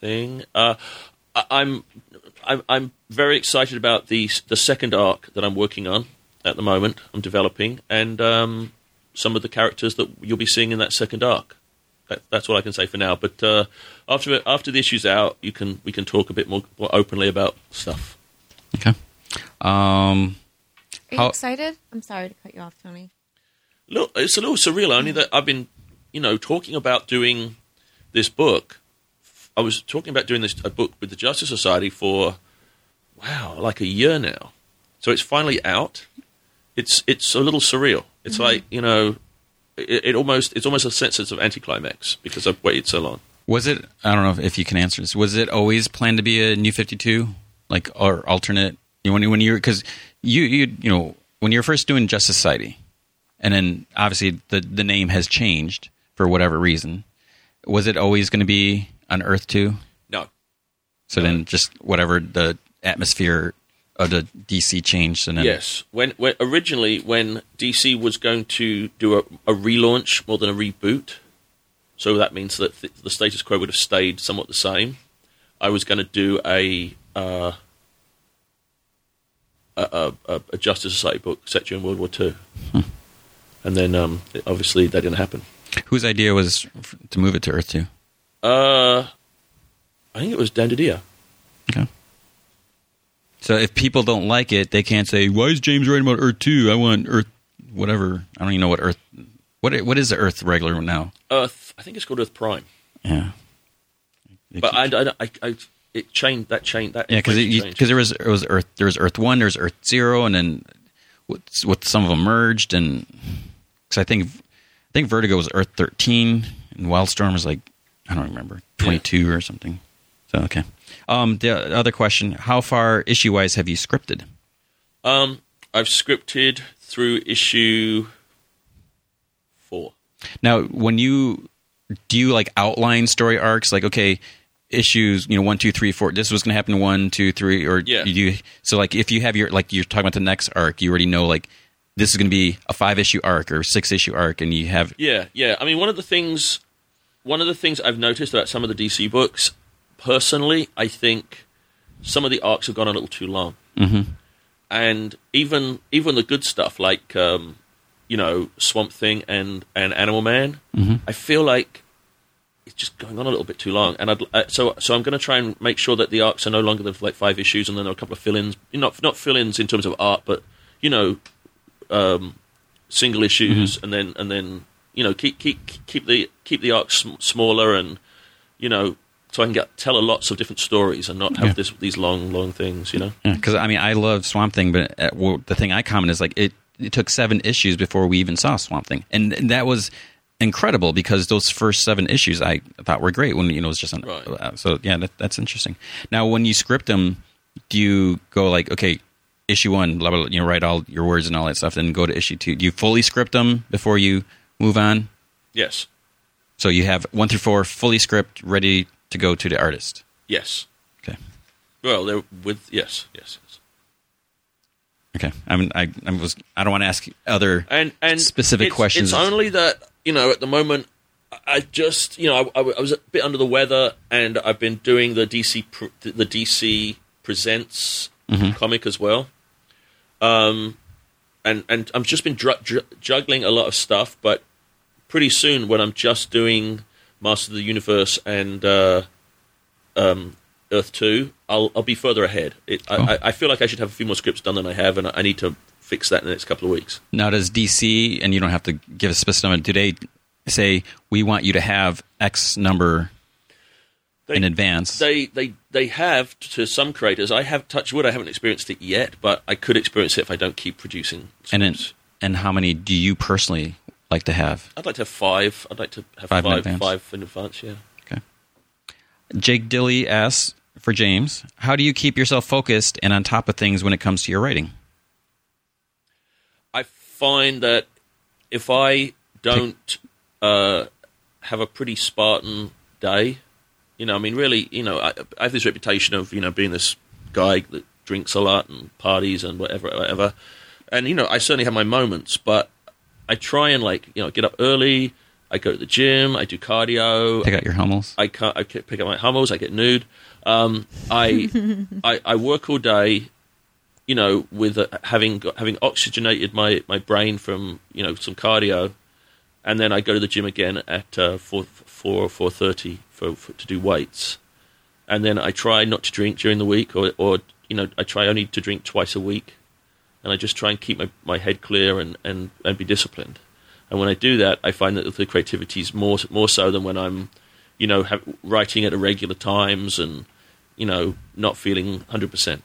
S2: thing. Uh, I, I'm I'm I'm very excited about the s- the second arc that I'm working on at the moment. I'm developing and um, some of the characters that you'll be seeing in that second arc. That, that's what I can say for now. But uh, after after the issue's out, you can we can talk a bit more, more openly about stuff.
S3: Okay. Um,
S1: Are you
S3: How-
S1: excited? I'm sorry to cut you off, Tony.
S2: Look, it's a little surreal. Only that I've been, you know, talking about doing this book. I was talking about doing this a book with the Justice Society for wow, like a year now. So it's finally out. It's it's a little surreal. It's like you know, it, it almost it's almost a sense of anticlimax because I've waited so long.
S3: Was it? I don't know if you can answer this. Was it always planned to be a new Fifty Two, like or alternate You know, when you- when you're because you you you know when you're first doing Just Society, and then obviously the the name has changed for whatever reason. Was it always going to be on Earth too?
S2: No,
S3: So then just whatever the atmosphere of the DC changed, and then
S2: Yes, when, when originally when DC was going to do a, a relaunch more than a reboot, so that means that th- the status quo would have stayed somewhat the same. I was going to do a uh, a, a, a Justice Society book set during World War Two,
S3: Hmm.
S2: and then um, obviously that didn't happen.
S3: whose idea was f- to move it to Earth too?
S2: Uh, I think it was Dan Didio.
S3: Okay. So if people don't like it, they can't say, "Why is James writing about Earth two? I want Earth, whatever. I don't even know what Earth. What i- what is the Earth regular now?
S2: Earth, I think it's called Earth Prime,
S3: Yeah, They
S2: but
S3: keep-
S2: I, I, I, I it changed that changed that
S3: yeah, because
S2: information changed.
S3: because there was it was Earth there was Earth one, there's Earth zero, and then what, what some of them merged, and because I think I think Vertigo was Earth thirteen, and Wildstorm was like I don't remember twenty two or something. So okay. Um, the other question: How far issue wise have you scripted?
S2: Um, I've scripted through issue four.
S3: Now, when you do you like outline story arcs, like okay, issues, you know, one, two, three, four. This was going to happen one, two, three, or
S2: Yeah.
S3: You so like if you have your like you're talking about the next arc, you already know like this is going to be a five issue arc or six issue arc, and you have
S2: Yeah, yeah. I mean, one of the things, one of the things I've noticed about some of the DC books, personally, I think some of the arcs have gone a little too long, mm-hmm. and even even the good stuff like um, you know Swamp Thing and and Animal Man, I feel like it's just going on a little bit too long. And I'd, uh, so so I'm going to try and make sure that the arcs are no longer than like five issues, and then there are a couple of fill-ins, not not fill-ins in terms of art, but you know um, single issues and then and then you know keep keep keep the keep the arc sm- smaller and you know so I can get tell lots of different stories and not have this these long long things you know
S3: because I mean I love Swamp Thing, but uh well, the thing I comment is like it, it took seven issues before we even saw Swamp Thing, and, and that was incredible because those first seven issues I thought were great when you know it was just on.
S2: Right.
S3: uh, So yeah, that, that's interesting. Now when you script them, do you go like okay? Issue one, blah, blah, blah, you know, write all your words and all that stuff, then go to issue two. Do you fully script them before you move on?
S2: yes
S3: So you have one through four fully script, ready to go to the artist.
S2: yes
S3: Okay.
S2: well they're with yes yes, yes.
S3: Okay. I mean, I, I was, I don't want to ask other
S2: and and
S3: specific
S2: it's,
S3: questions.
S2: It's only that you know at the moment I- I just you know I, I was a bit under the weather and I've been doing the DC pr- the DC presents
S3: Mm-hmm.
S2: comic as well. Um, and and I've just been dr- dr- juggling a lot of stuff, but pretty soon when I'm just doing Master of the Universe and uh, um, Earth Two, I'll I'll be further ahead. It, I, I, I feel like I should have a few more scripts done than I have, and I I need to fix that in the next couple of weeks.
S3: Now, does DC, and you don't have to give a specific number, do they say, we want you to have X number
S2: They-
S3: in advance?
S2: they they they have to some creators. I have touch wood. I haven't experienced it yet, but I could experience it if I don't keep producing.
S3: and, then,
S2: scripts.
S3: and how many do you personally like to have?
S2: I'd like to have five. I'd like to have
S3: Five
S2: five
S3: in advance.
S2: five in advance. Yeah.
S3: Okay. Jake Dilly asks for James, how do you keep yourself focused and on top of things when it comes to your writing?
S2: I find that if I don't uh, have a pretty Spartan day, you know, I mean, really, you know, I, I have this reputation of you know being this guy that drinks a lot and parties and whatever, whatever, and you know, I certainly have my moments, but I try and like you know get up early. I go to the gym. I do cardio.
S3: Take out your Hummels.
S2: I can't. I can't pick up my Hummels. I get nude. Um, I, I I work all day. You know, with uh, having got, having oxygenated my, my brain from you know some cardio, and then I go to the gym again at uh, four four or four thirty for, for to do weights, and then I try not to drink during the week, or or you know I try only to drink twice a week, and I just try and keep my, my head clear and, and, and be disciplined. And when I do that, I find that the creativity is more more so than when I'm, you know, ha writing at irregular times and, you know, not feeling hundred percent.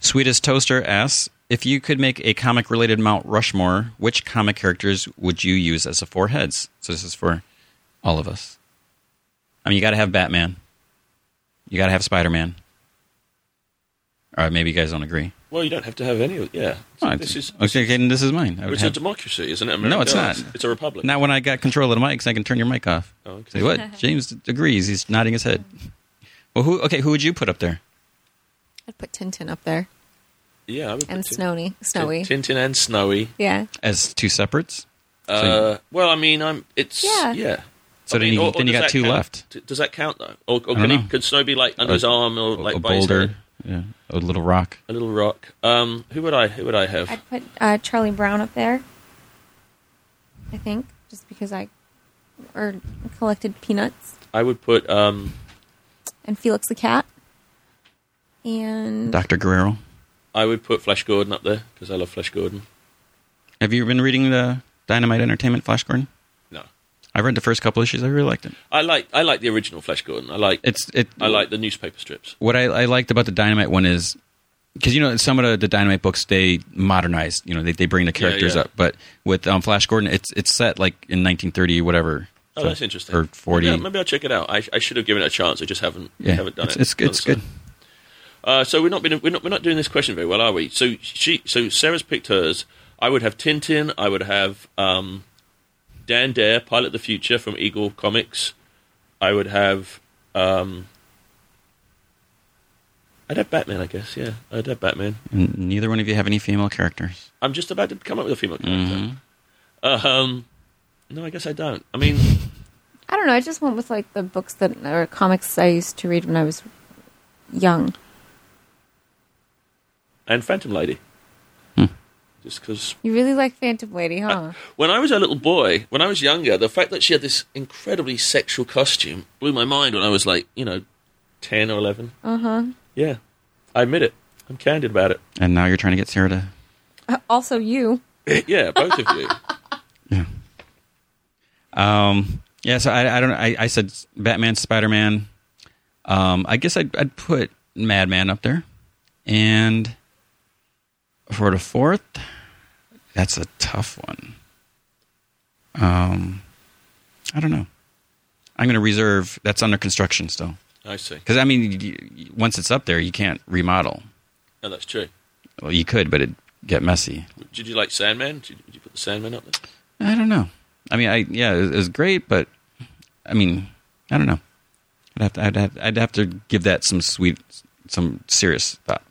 S3: Sweetest Toaster asks, if you could make a comic related Mount Rushmore, which comic characters would you use as the four heads? So this is for all of us. I mean, you got to have Batman. You got to have Spider Man. All right, maybe you guys don't agree.
S2: Well, you don't have to have any. of Yeah,
S3: All right.
S2: this is
S3: okay, Caden, this is mine. I would
S2: it's a
S3: have-
S2: democracy, isn't it?
S3: No, it's
S2: America?
S3: not.
S2: It's a republic.
S3: Now, when I got control of the mics, I can turn your mic off.
S2: Oh, okay.
S3: Say what? James agrees. He's nodding his head. Well, who? Okay, who would you put up there?
S1: I'd put Tintin up there
S2: yeah, I would
S1: and
S2: put Tin-
S1: Snowy. Snowy.
S2: Tin- Tintin and Snowy.
S1: Yeah.
S3: As two separates?
S2: Uh, well, I mean, I'm. It's
S1: Yeah.
S2: yeah.
S3: So
S2: I mean,
S3: then you-
S2: or- or
S3: then you
S2: does
S3: got
S2: that
S3: two
S2: count?
S3: left.
S2: D- Does that count though? Or, or
S3: I don't
S2: can, he,
S3: know.
S2: could Snow be like under
S3: A-
S2: his arm or
S3: A-
S2: like
S3: a
S2: by his
S3: boulder,
S2: head?
S3: yeah, a little rock.
S2: a little rock? Um, who would I? Who would I have?
S1: I'd put uh, Charlie Brown up there. I think just because I or collected peanuts
S2: I would put. Um,
S1: and Felix the cat and
S3: Doctor Guerrero.
S2: I would put Flash Gordon up there because I love Flash Gordon.
S3: Have you been reading the Dynamite Entertainment Flash Gordon?
S2: No,
S3: I read the first couple issues. I really liked it.
S2: I like. I like the original Flash Gordon. I like.
S3: It's it.
S2: I like the newspaper strips.
S3: what I, I liked about the Dynamite one is because you know some of the, the Dynamite books they modernize, you know, they, they bring the characters
S2: yeah.
S3: up. But with um, Flash Gordon, it's it's set like in 1930 whatever.
S2: Oh,
S3: So-
S2: that's interesting.
S3: Or 40.
S2: Maybe, I'll- maybe I'll check it out. I, I should have given it a chance. I just haven't.
S3: yeah,
S2: haven't done
S3: it's,
S2: it.
S3: It's, it's
S2: So-
S3: good.
S2: Uh, so we're not, been, we're not we're not doing this question very well, are we? So she so Sarah's picked hers. I would have Tintin. I would have um, Dan Dare, Pilot of the Future from Eagle Comics. I would have um, I'd have Batman, I guess. Yeah, I'd have Batman.
S3: And neither one of you have any female characters.
S2: I'm just about to come up with a female character.
S3: Mhm.
S2: Um, no, I guess I don't. I mean,
S1: I don't know. I just went with like the books that or comics I used to read when I was young.
S2: and Phantom Lady. Just because
S1: You really like Phantom Lady, huh?
S2: When I was a little boy, when I was younger, the fact that she had this incredibly sexual costume blew my mind when I was like, you know, 10 or 11.
S1: Uh huh.
S2: Yeah. I admit it. I'm candid about it.
S3: And now you're trying to get Sarah to.
S1: Also, you.
S2: yeah, both of you.
S3: Yeah. Um. Yeah. So I, I don't. I, I said Batman, Spider Man. Um. I guess I'd I'd put Madman up there, and for the fourth, that's a tough one. Um. I don't know. I'm going to reserve. That's under construction still.
S2: I see.
S3: Because I mean, you, you- once it's up there, you can't remodel.
S2: No, that's true.
S3: Well, you could, but it'd get messy.
S2: Did you like Sandman? Did you, did you put the Sandman up there?
S3: I don't know. I mean, I yeah, it was, it was great, but I mean, I don't know. I'd have to, I'd have, I'd have to give that some sweet, some serious thought.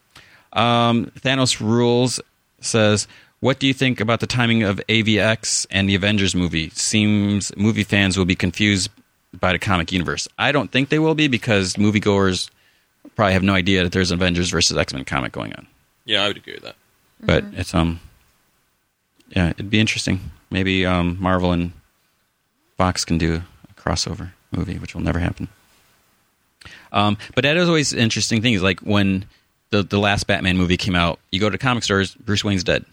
S3: Um, Thanos rules says, "What do you think about the timing of AVX and the Avengers movie? Seems movie fans will be confused by the comic universe. I don't think they will be because moviegoers probably have no idea that there's an Avengers versus X Men comic going on.
S2: Yeah, I would agree with that.
S3: But it's um, yeah, it'd be interesting. Maybe um, Marvel and Fox can do a crossover movie, which will never happen. Um, but that is always interesting thing. Is like when the the last Batman movie came out, you go to comic stores, Bruce Wayne's dead,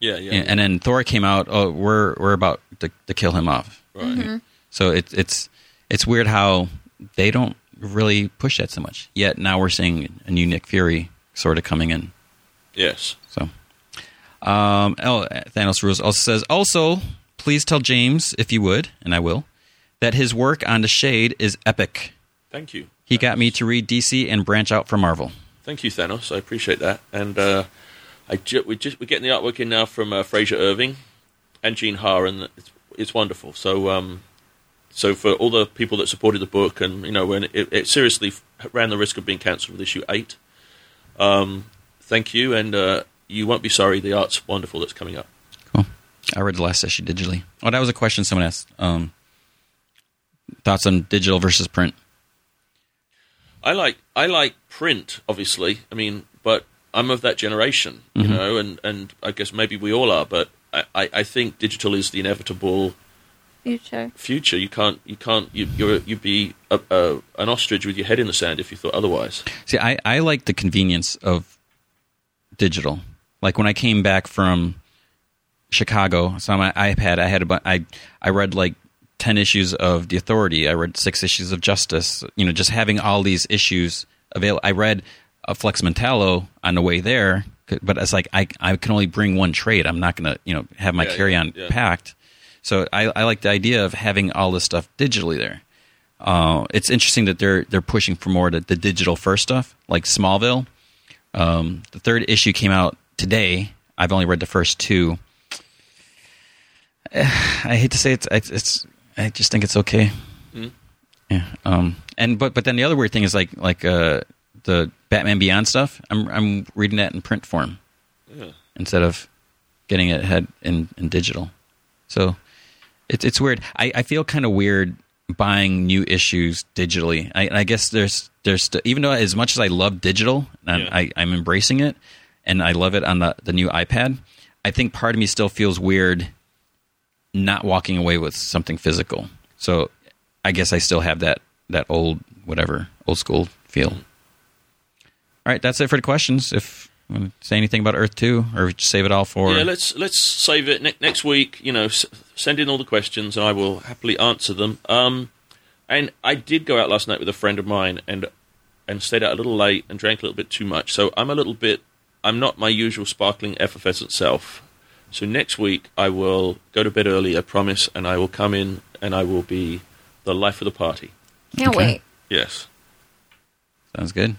S2: Yeah, yeah.
S3: and, and then Thor came out. Oh, we're we're about to, to kill him off.
S2: right.
S3: So it's it's it's weird how they don't really push that so much. Yet now we're seeing a new Nick Fury sort of coming in.
S2: Yes.
S3: So, um, oh, Thanos rules also says also please tell James if you would, and I will, that his work on the Shade is epic.
S2: Thank you.
S3: He got me to read DC and branch out from Marvel.
S2: Thank you, Thanos. I appreciate that. And uh, I ju- we just we're getting the artwork in now from uh, Fraser Irving and Gene Haar, and it's, it's wonderful. So, um, so for all the people that supported the book, and you know, when it, it seriously f- ran the risk of being cancelled with issue eight, um, thank you, and uh, you won't be sorry. The art's wonderful that's coming up.
S3: Cool. I read the last issue digitally. Oh, that was a question someone asked. Um, thoughts on digital versus print?
S2: I like I like print, obviously. I mean, but I'm of that generation, you know, and, and I guess maybe we all are, but I, I, I think digital is the inevitable
S1: Future.
S2: future. You can't. You can't. You, you're, you'd be a, a, an ostrich with your head in the sand if you thought otherwise.
S3: See, I, I like the convenience of digital. Like when I came back from Chicago, so on my iPad, I had a bu- I I read like ten issues of The Authority. I read six issues of Justice. You know, just having all these issues available. I read a Flex Mentallo on the way there, c- but it's like I I can only bring one trade. I'm not gonna you know have my
S2: Yeah, yeah,
S3: carry on
S2: yeah.
S3: packed. So I, I like the idea of having all this stuff digitally there. Uh, it's interesting that they're they're pushing for more to the digital first stuff, like Smallville. Um, the third issue came out today. I've only read the first two. Eh, I hate to say it's it's, it's I just think it's okay. Yeah. Um. And but but then the other weird thing is like like uh the Batman Beyond stuff. I'm I'm reading that in print form instead of getting it had in, in digital. So it's it's weird. I, I feel kind of weird buying new issues digitally. I, I guess there's there's st- even though as much as I love digital and
S2: Yeah.
S3: I, I'm embracing it and I love it on the, the new iPad, I think part of me still feels weird not walking away with something physical. So I guess I still have that that old whatever old school feel. All right, that's it for the questions. If you want to say anything about Earth Two, or just save it all for
S2: yeah, let's let's save it ne- next week. You know, s- send in all the questions, and I will happily answer them. Um, and I did go out last night with a friend of mine, and and stayed out a little late and drank a little bit too much. So I'm a little bit. I'm not my usual sparkling effervescent self. So next week I will go to bed early, I promise, and I will come in and I will be the life of the party.
S1: Can't
S3: Okay.
S1: wait.
S2: Yes.
S3: sounds good.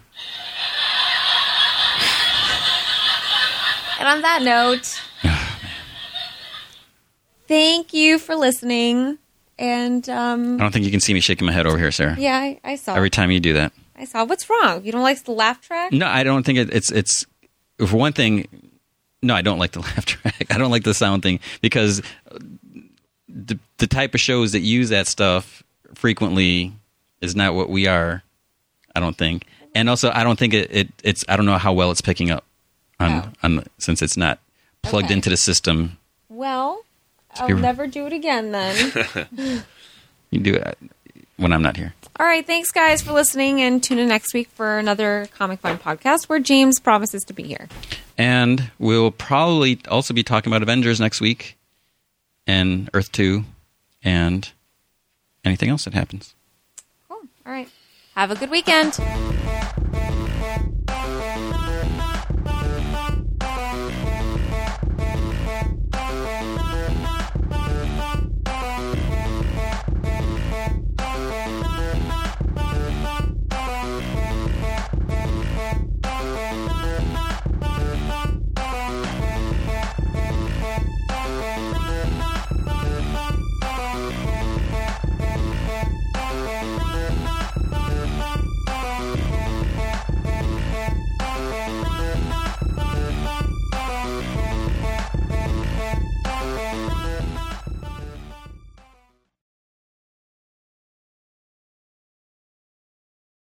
S1: And on that note,
S3: Oh,
S1: thank you for listening. And
S3: I
S1: um,
S3: don't think you can see me shaking my head over here, Sarah.
S1: yeah, I, I saw.
S3: Every Mm. time you do that,
S1: I saw. What's wrong? You don't like the laugh track?
S3: no, I don't think it, it's it's for one thing. No, I don't like the laugh track. I don't like the sound thing because the the type of shows that use that stuff frequently is not what we are. I don't think, and also I don't think it, it it's I don't know how well it's picking up on
S1: Oh.
S3: on since it's not plugged
S1: Okay.
S3: into the system.
S1: Well, I'll
S3: Give her-
S1: never do it again then.
S3: You do it when I'm not here.
S1: All right, thanks guys for listening, and tune in next week for another Comic Fun podcast where James promises to be here.
S3: And we'll probably also be talking about Avengers next week and Earth 2 and anything else that happens.
S1: Cool. All right. Have a good weekend.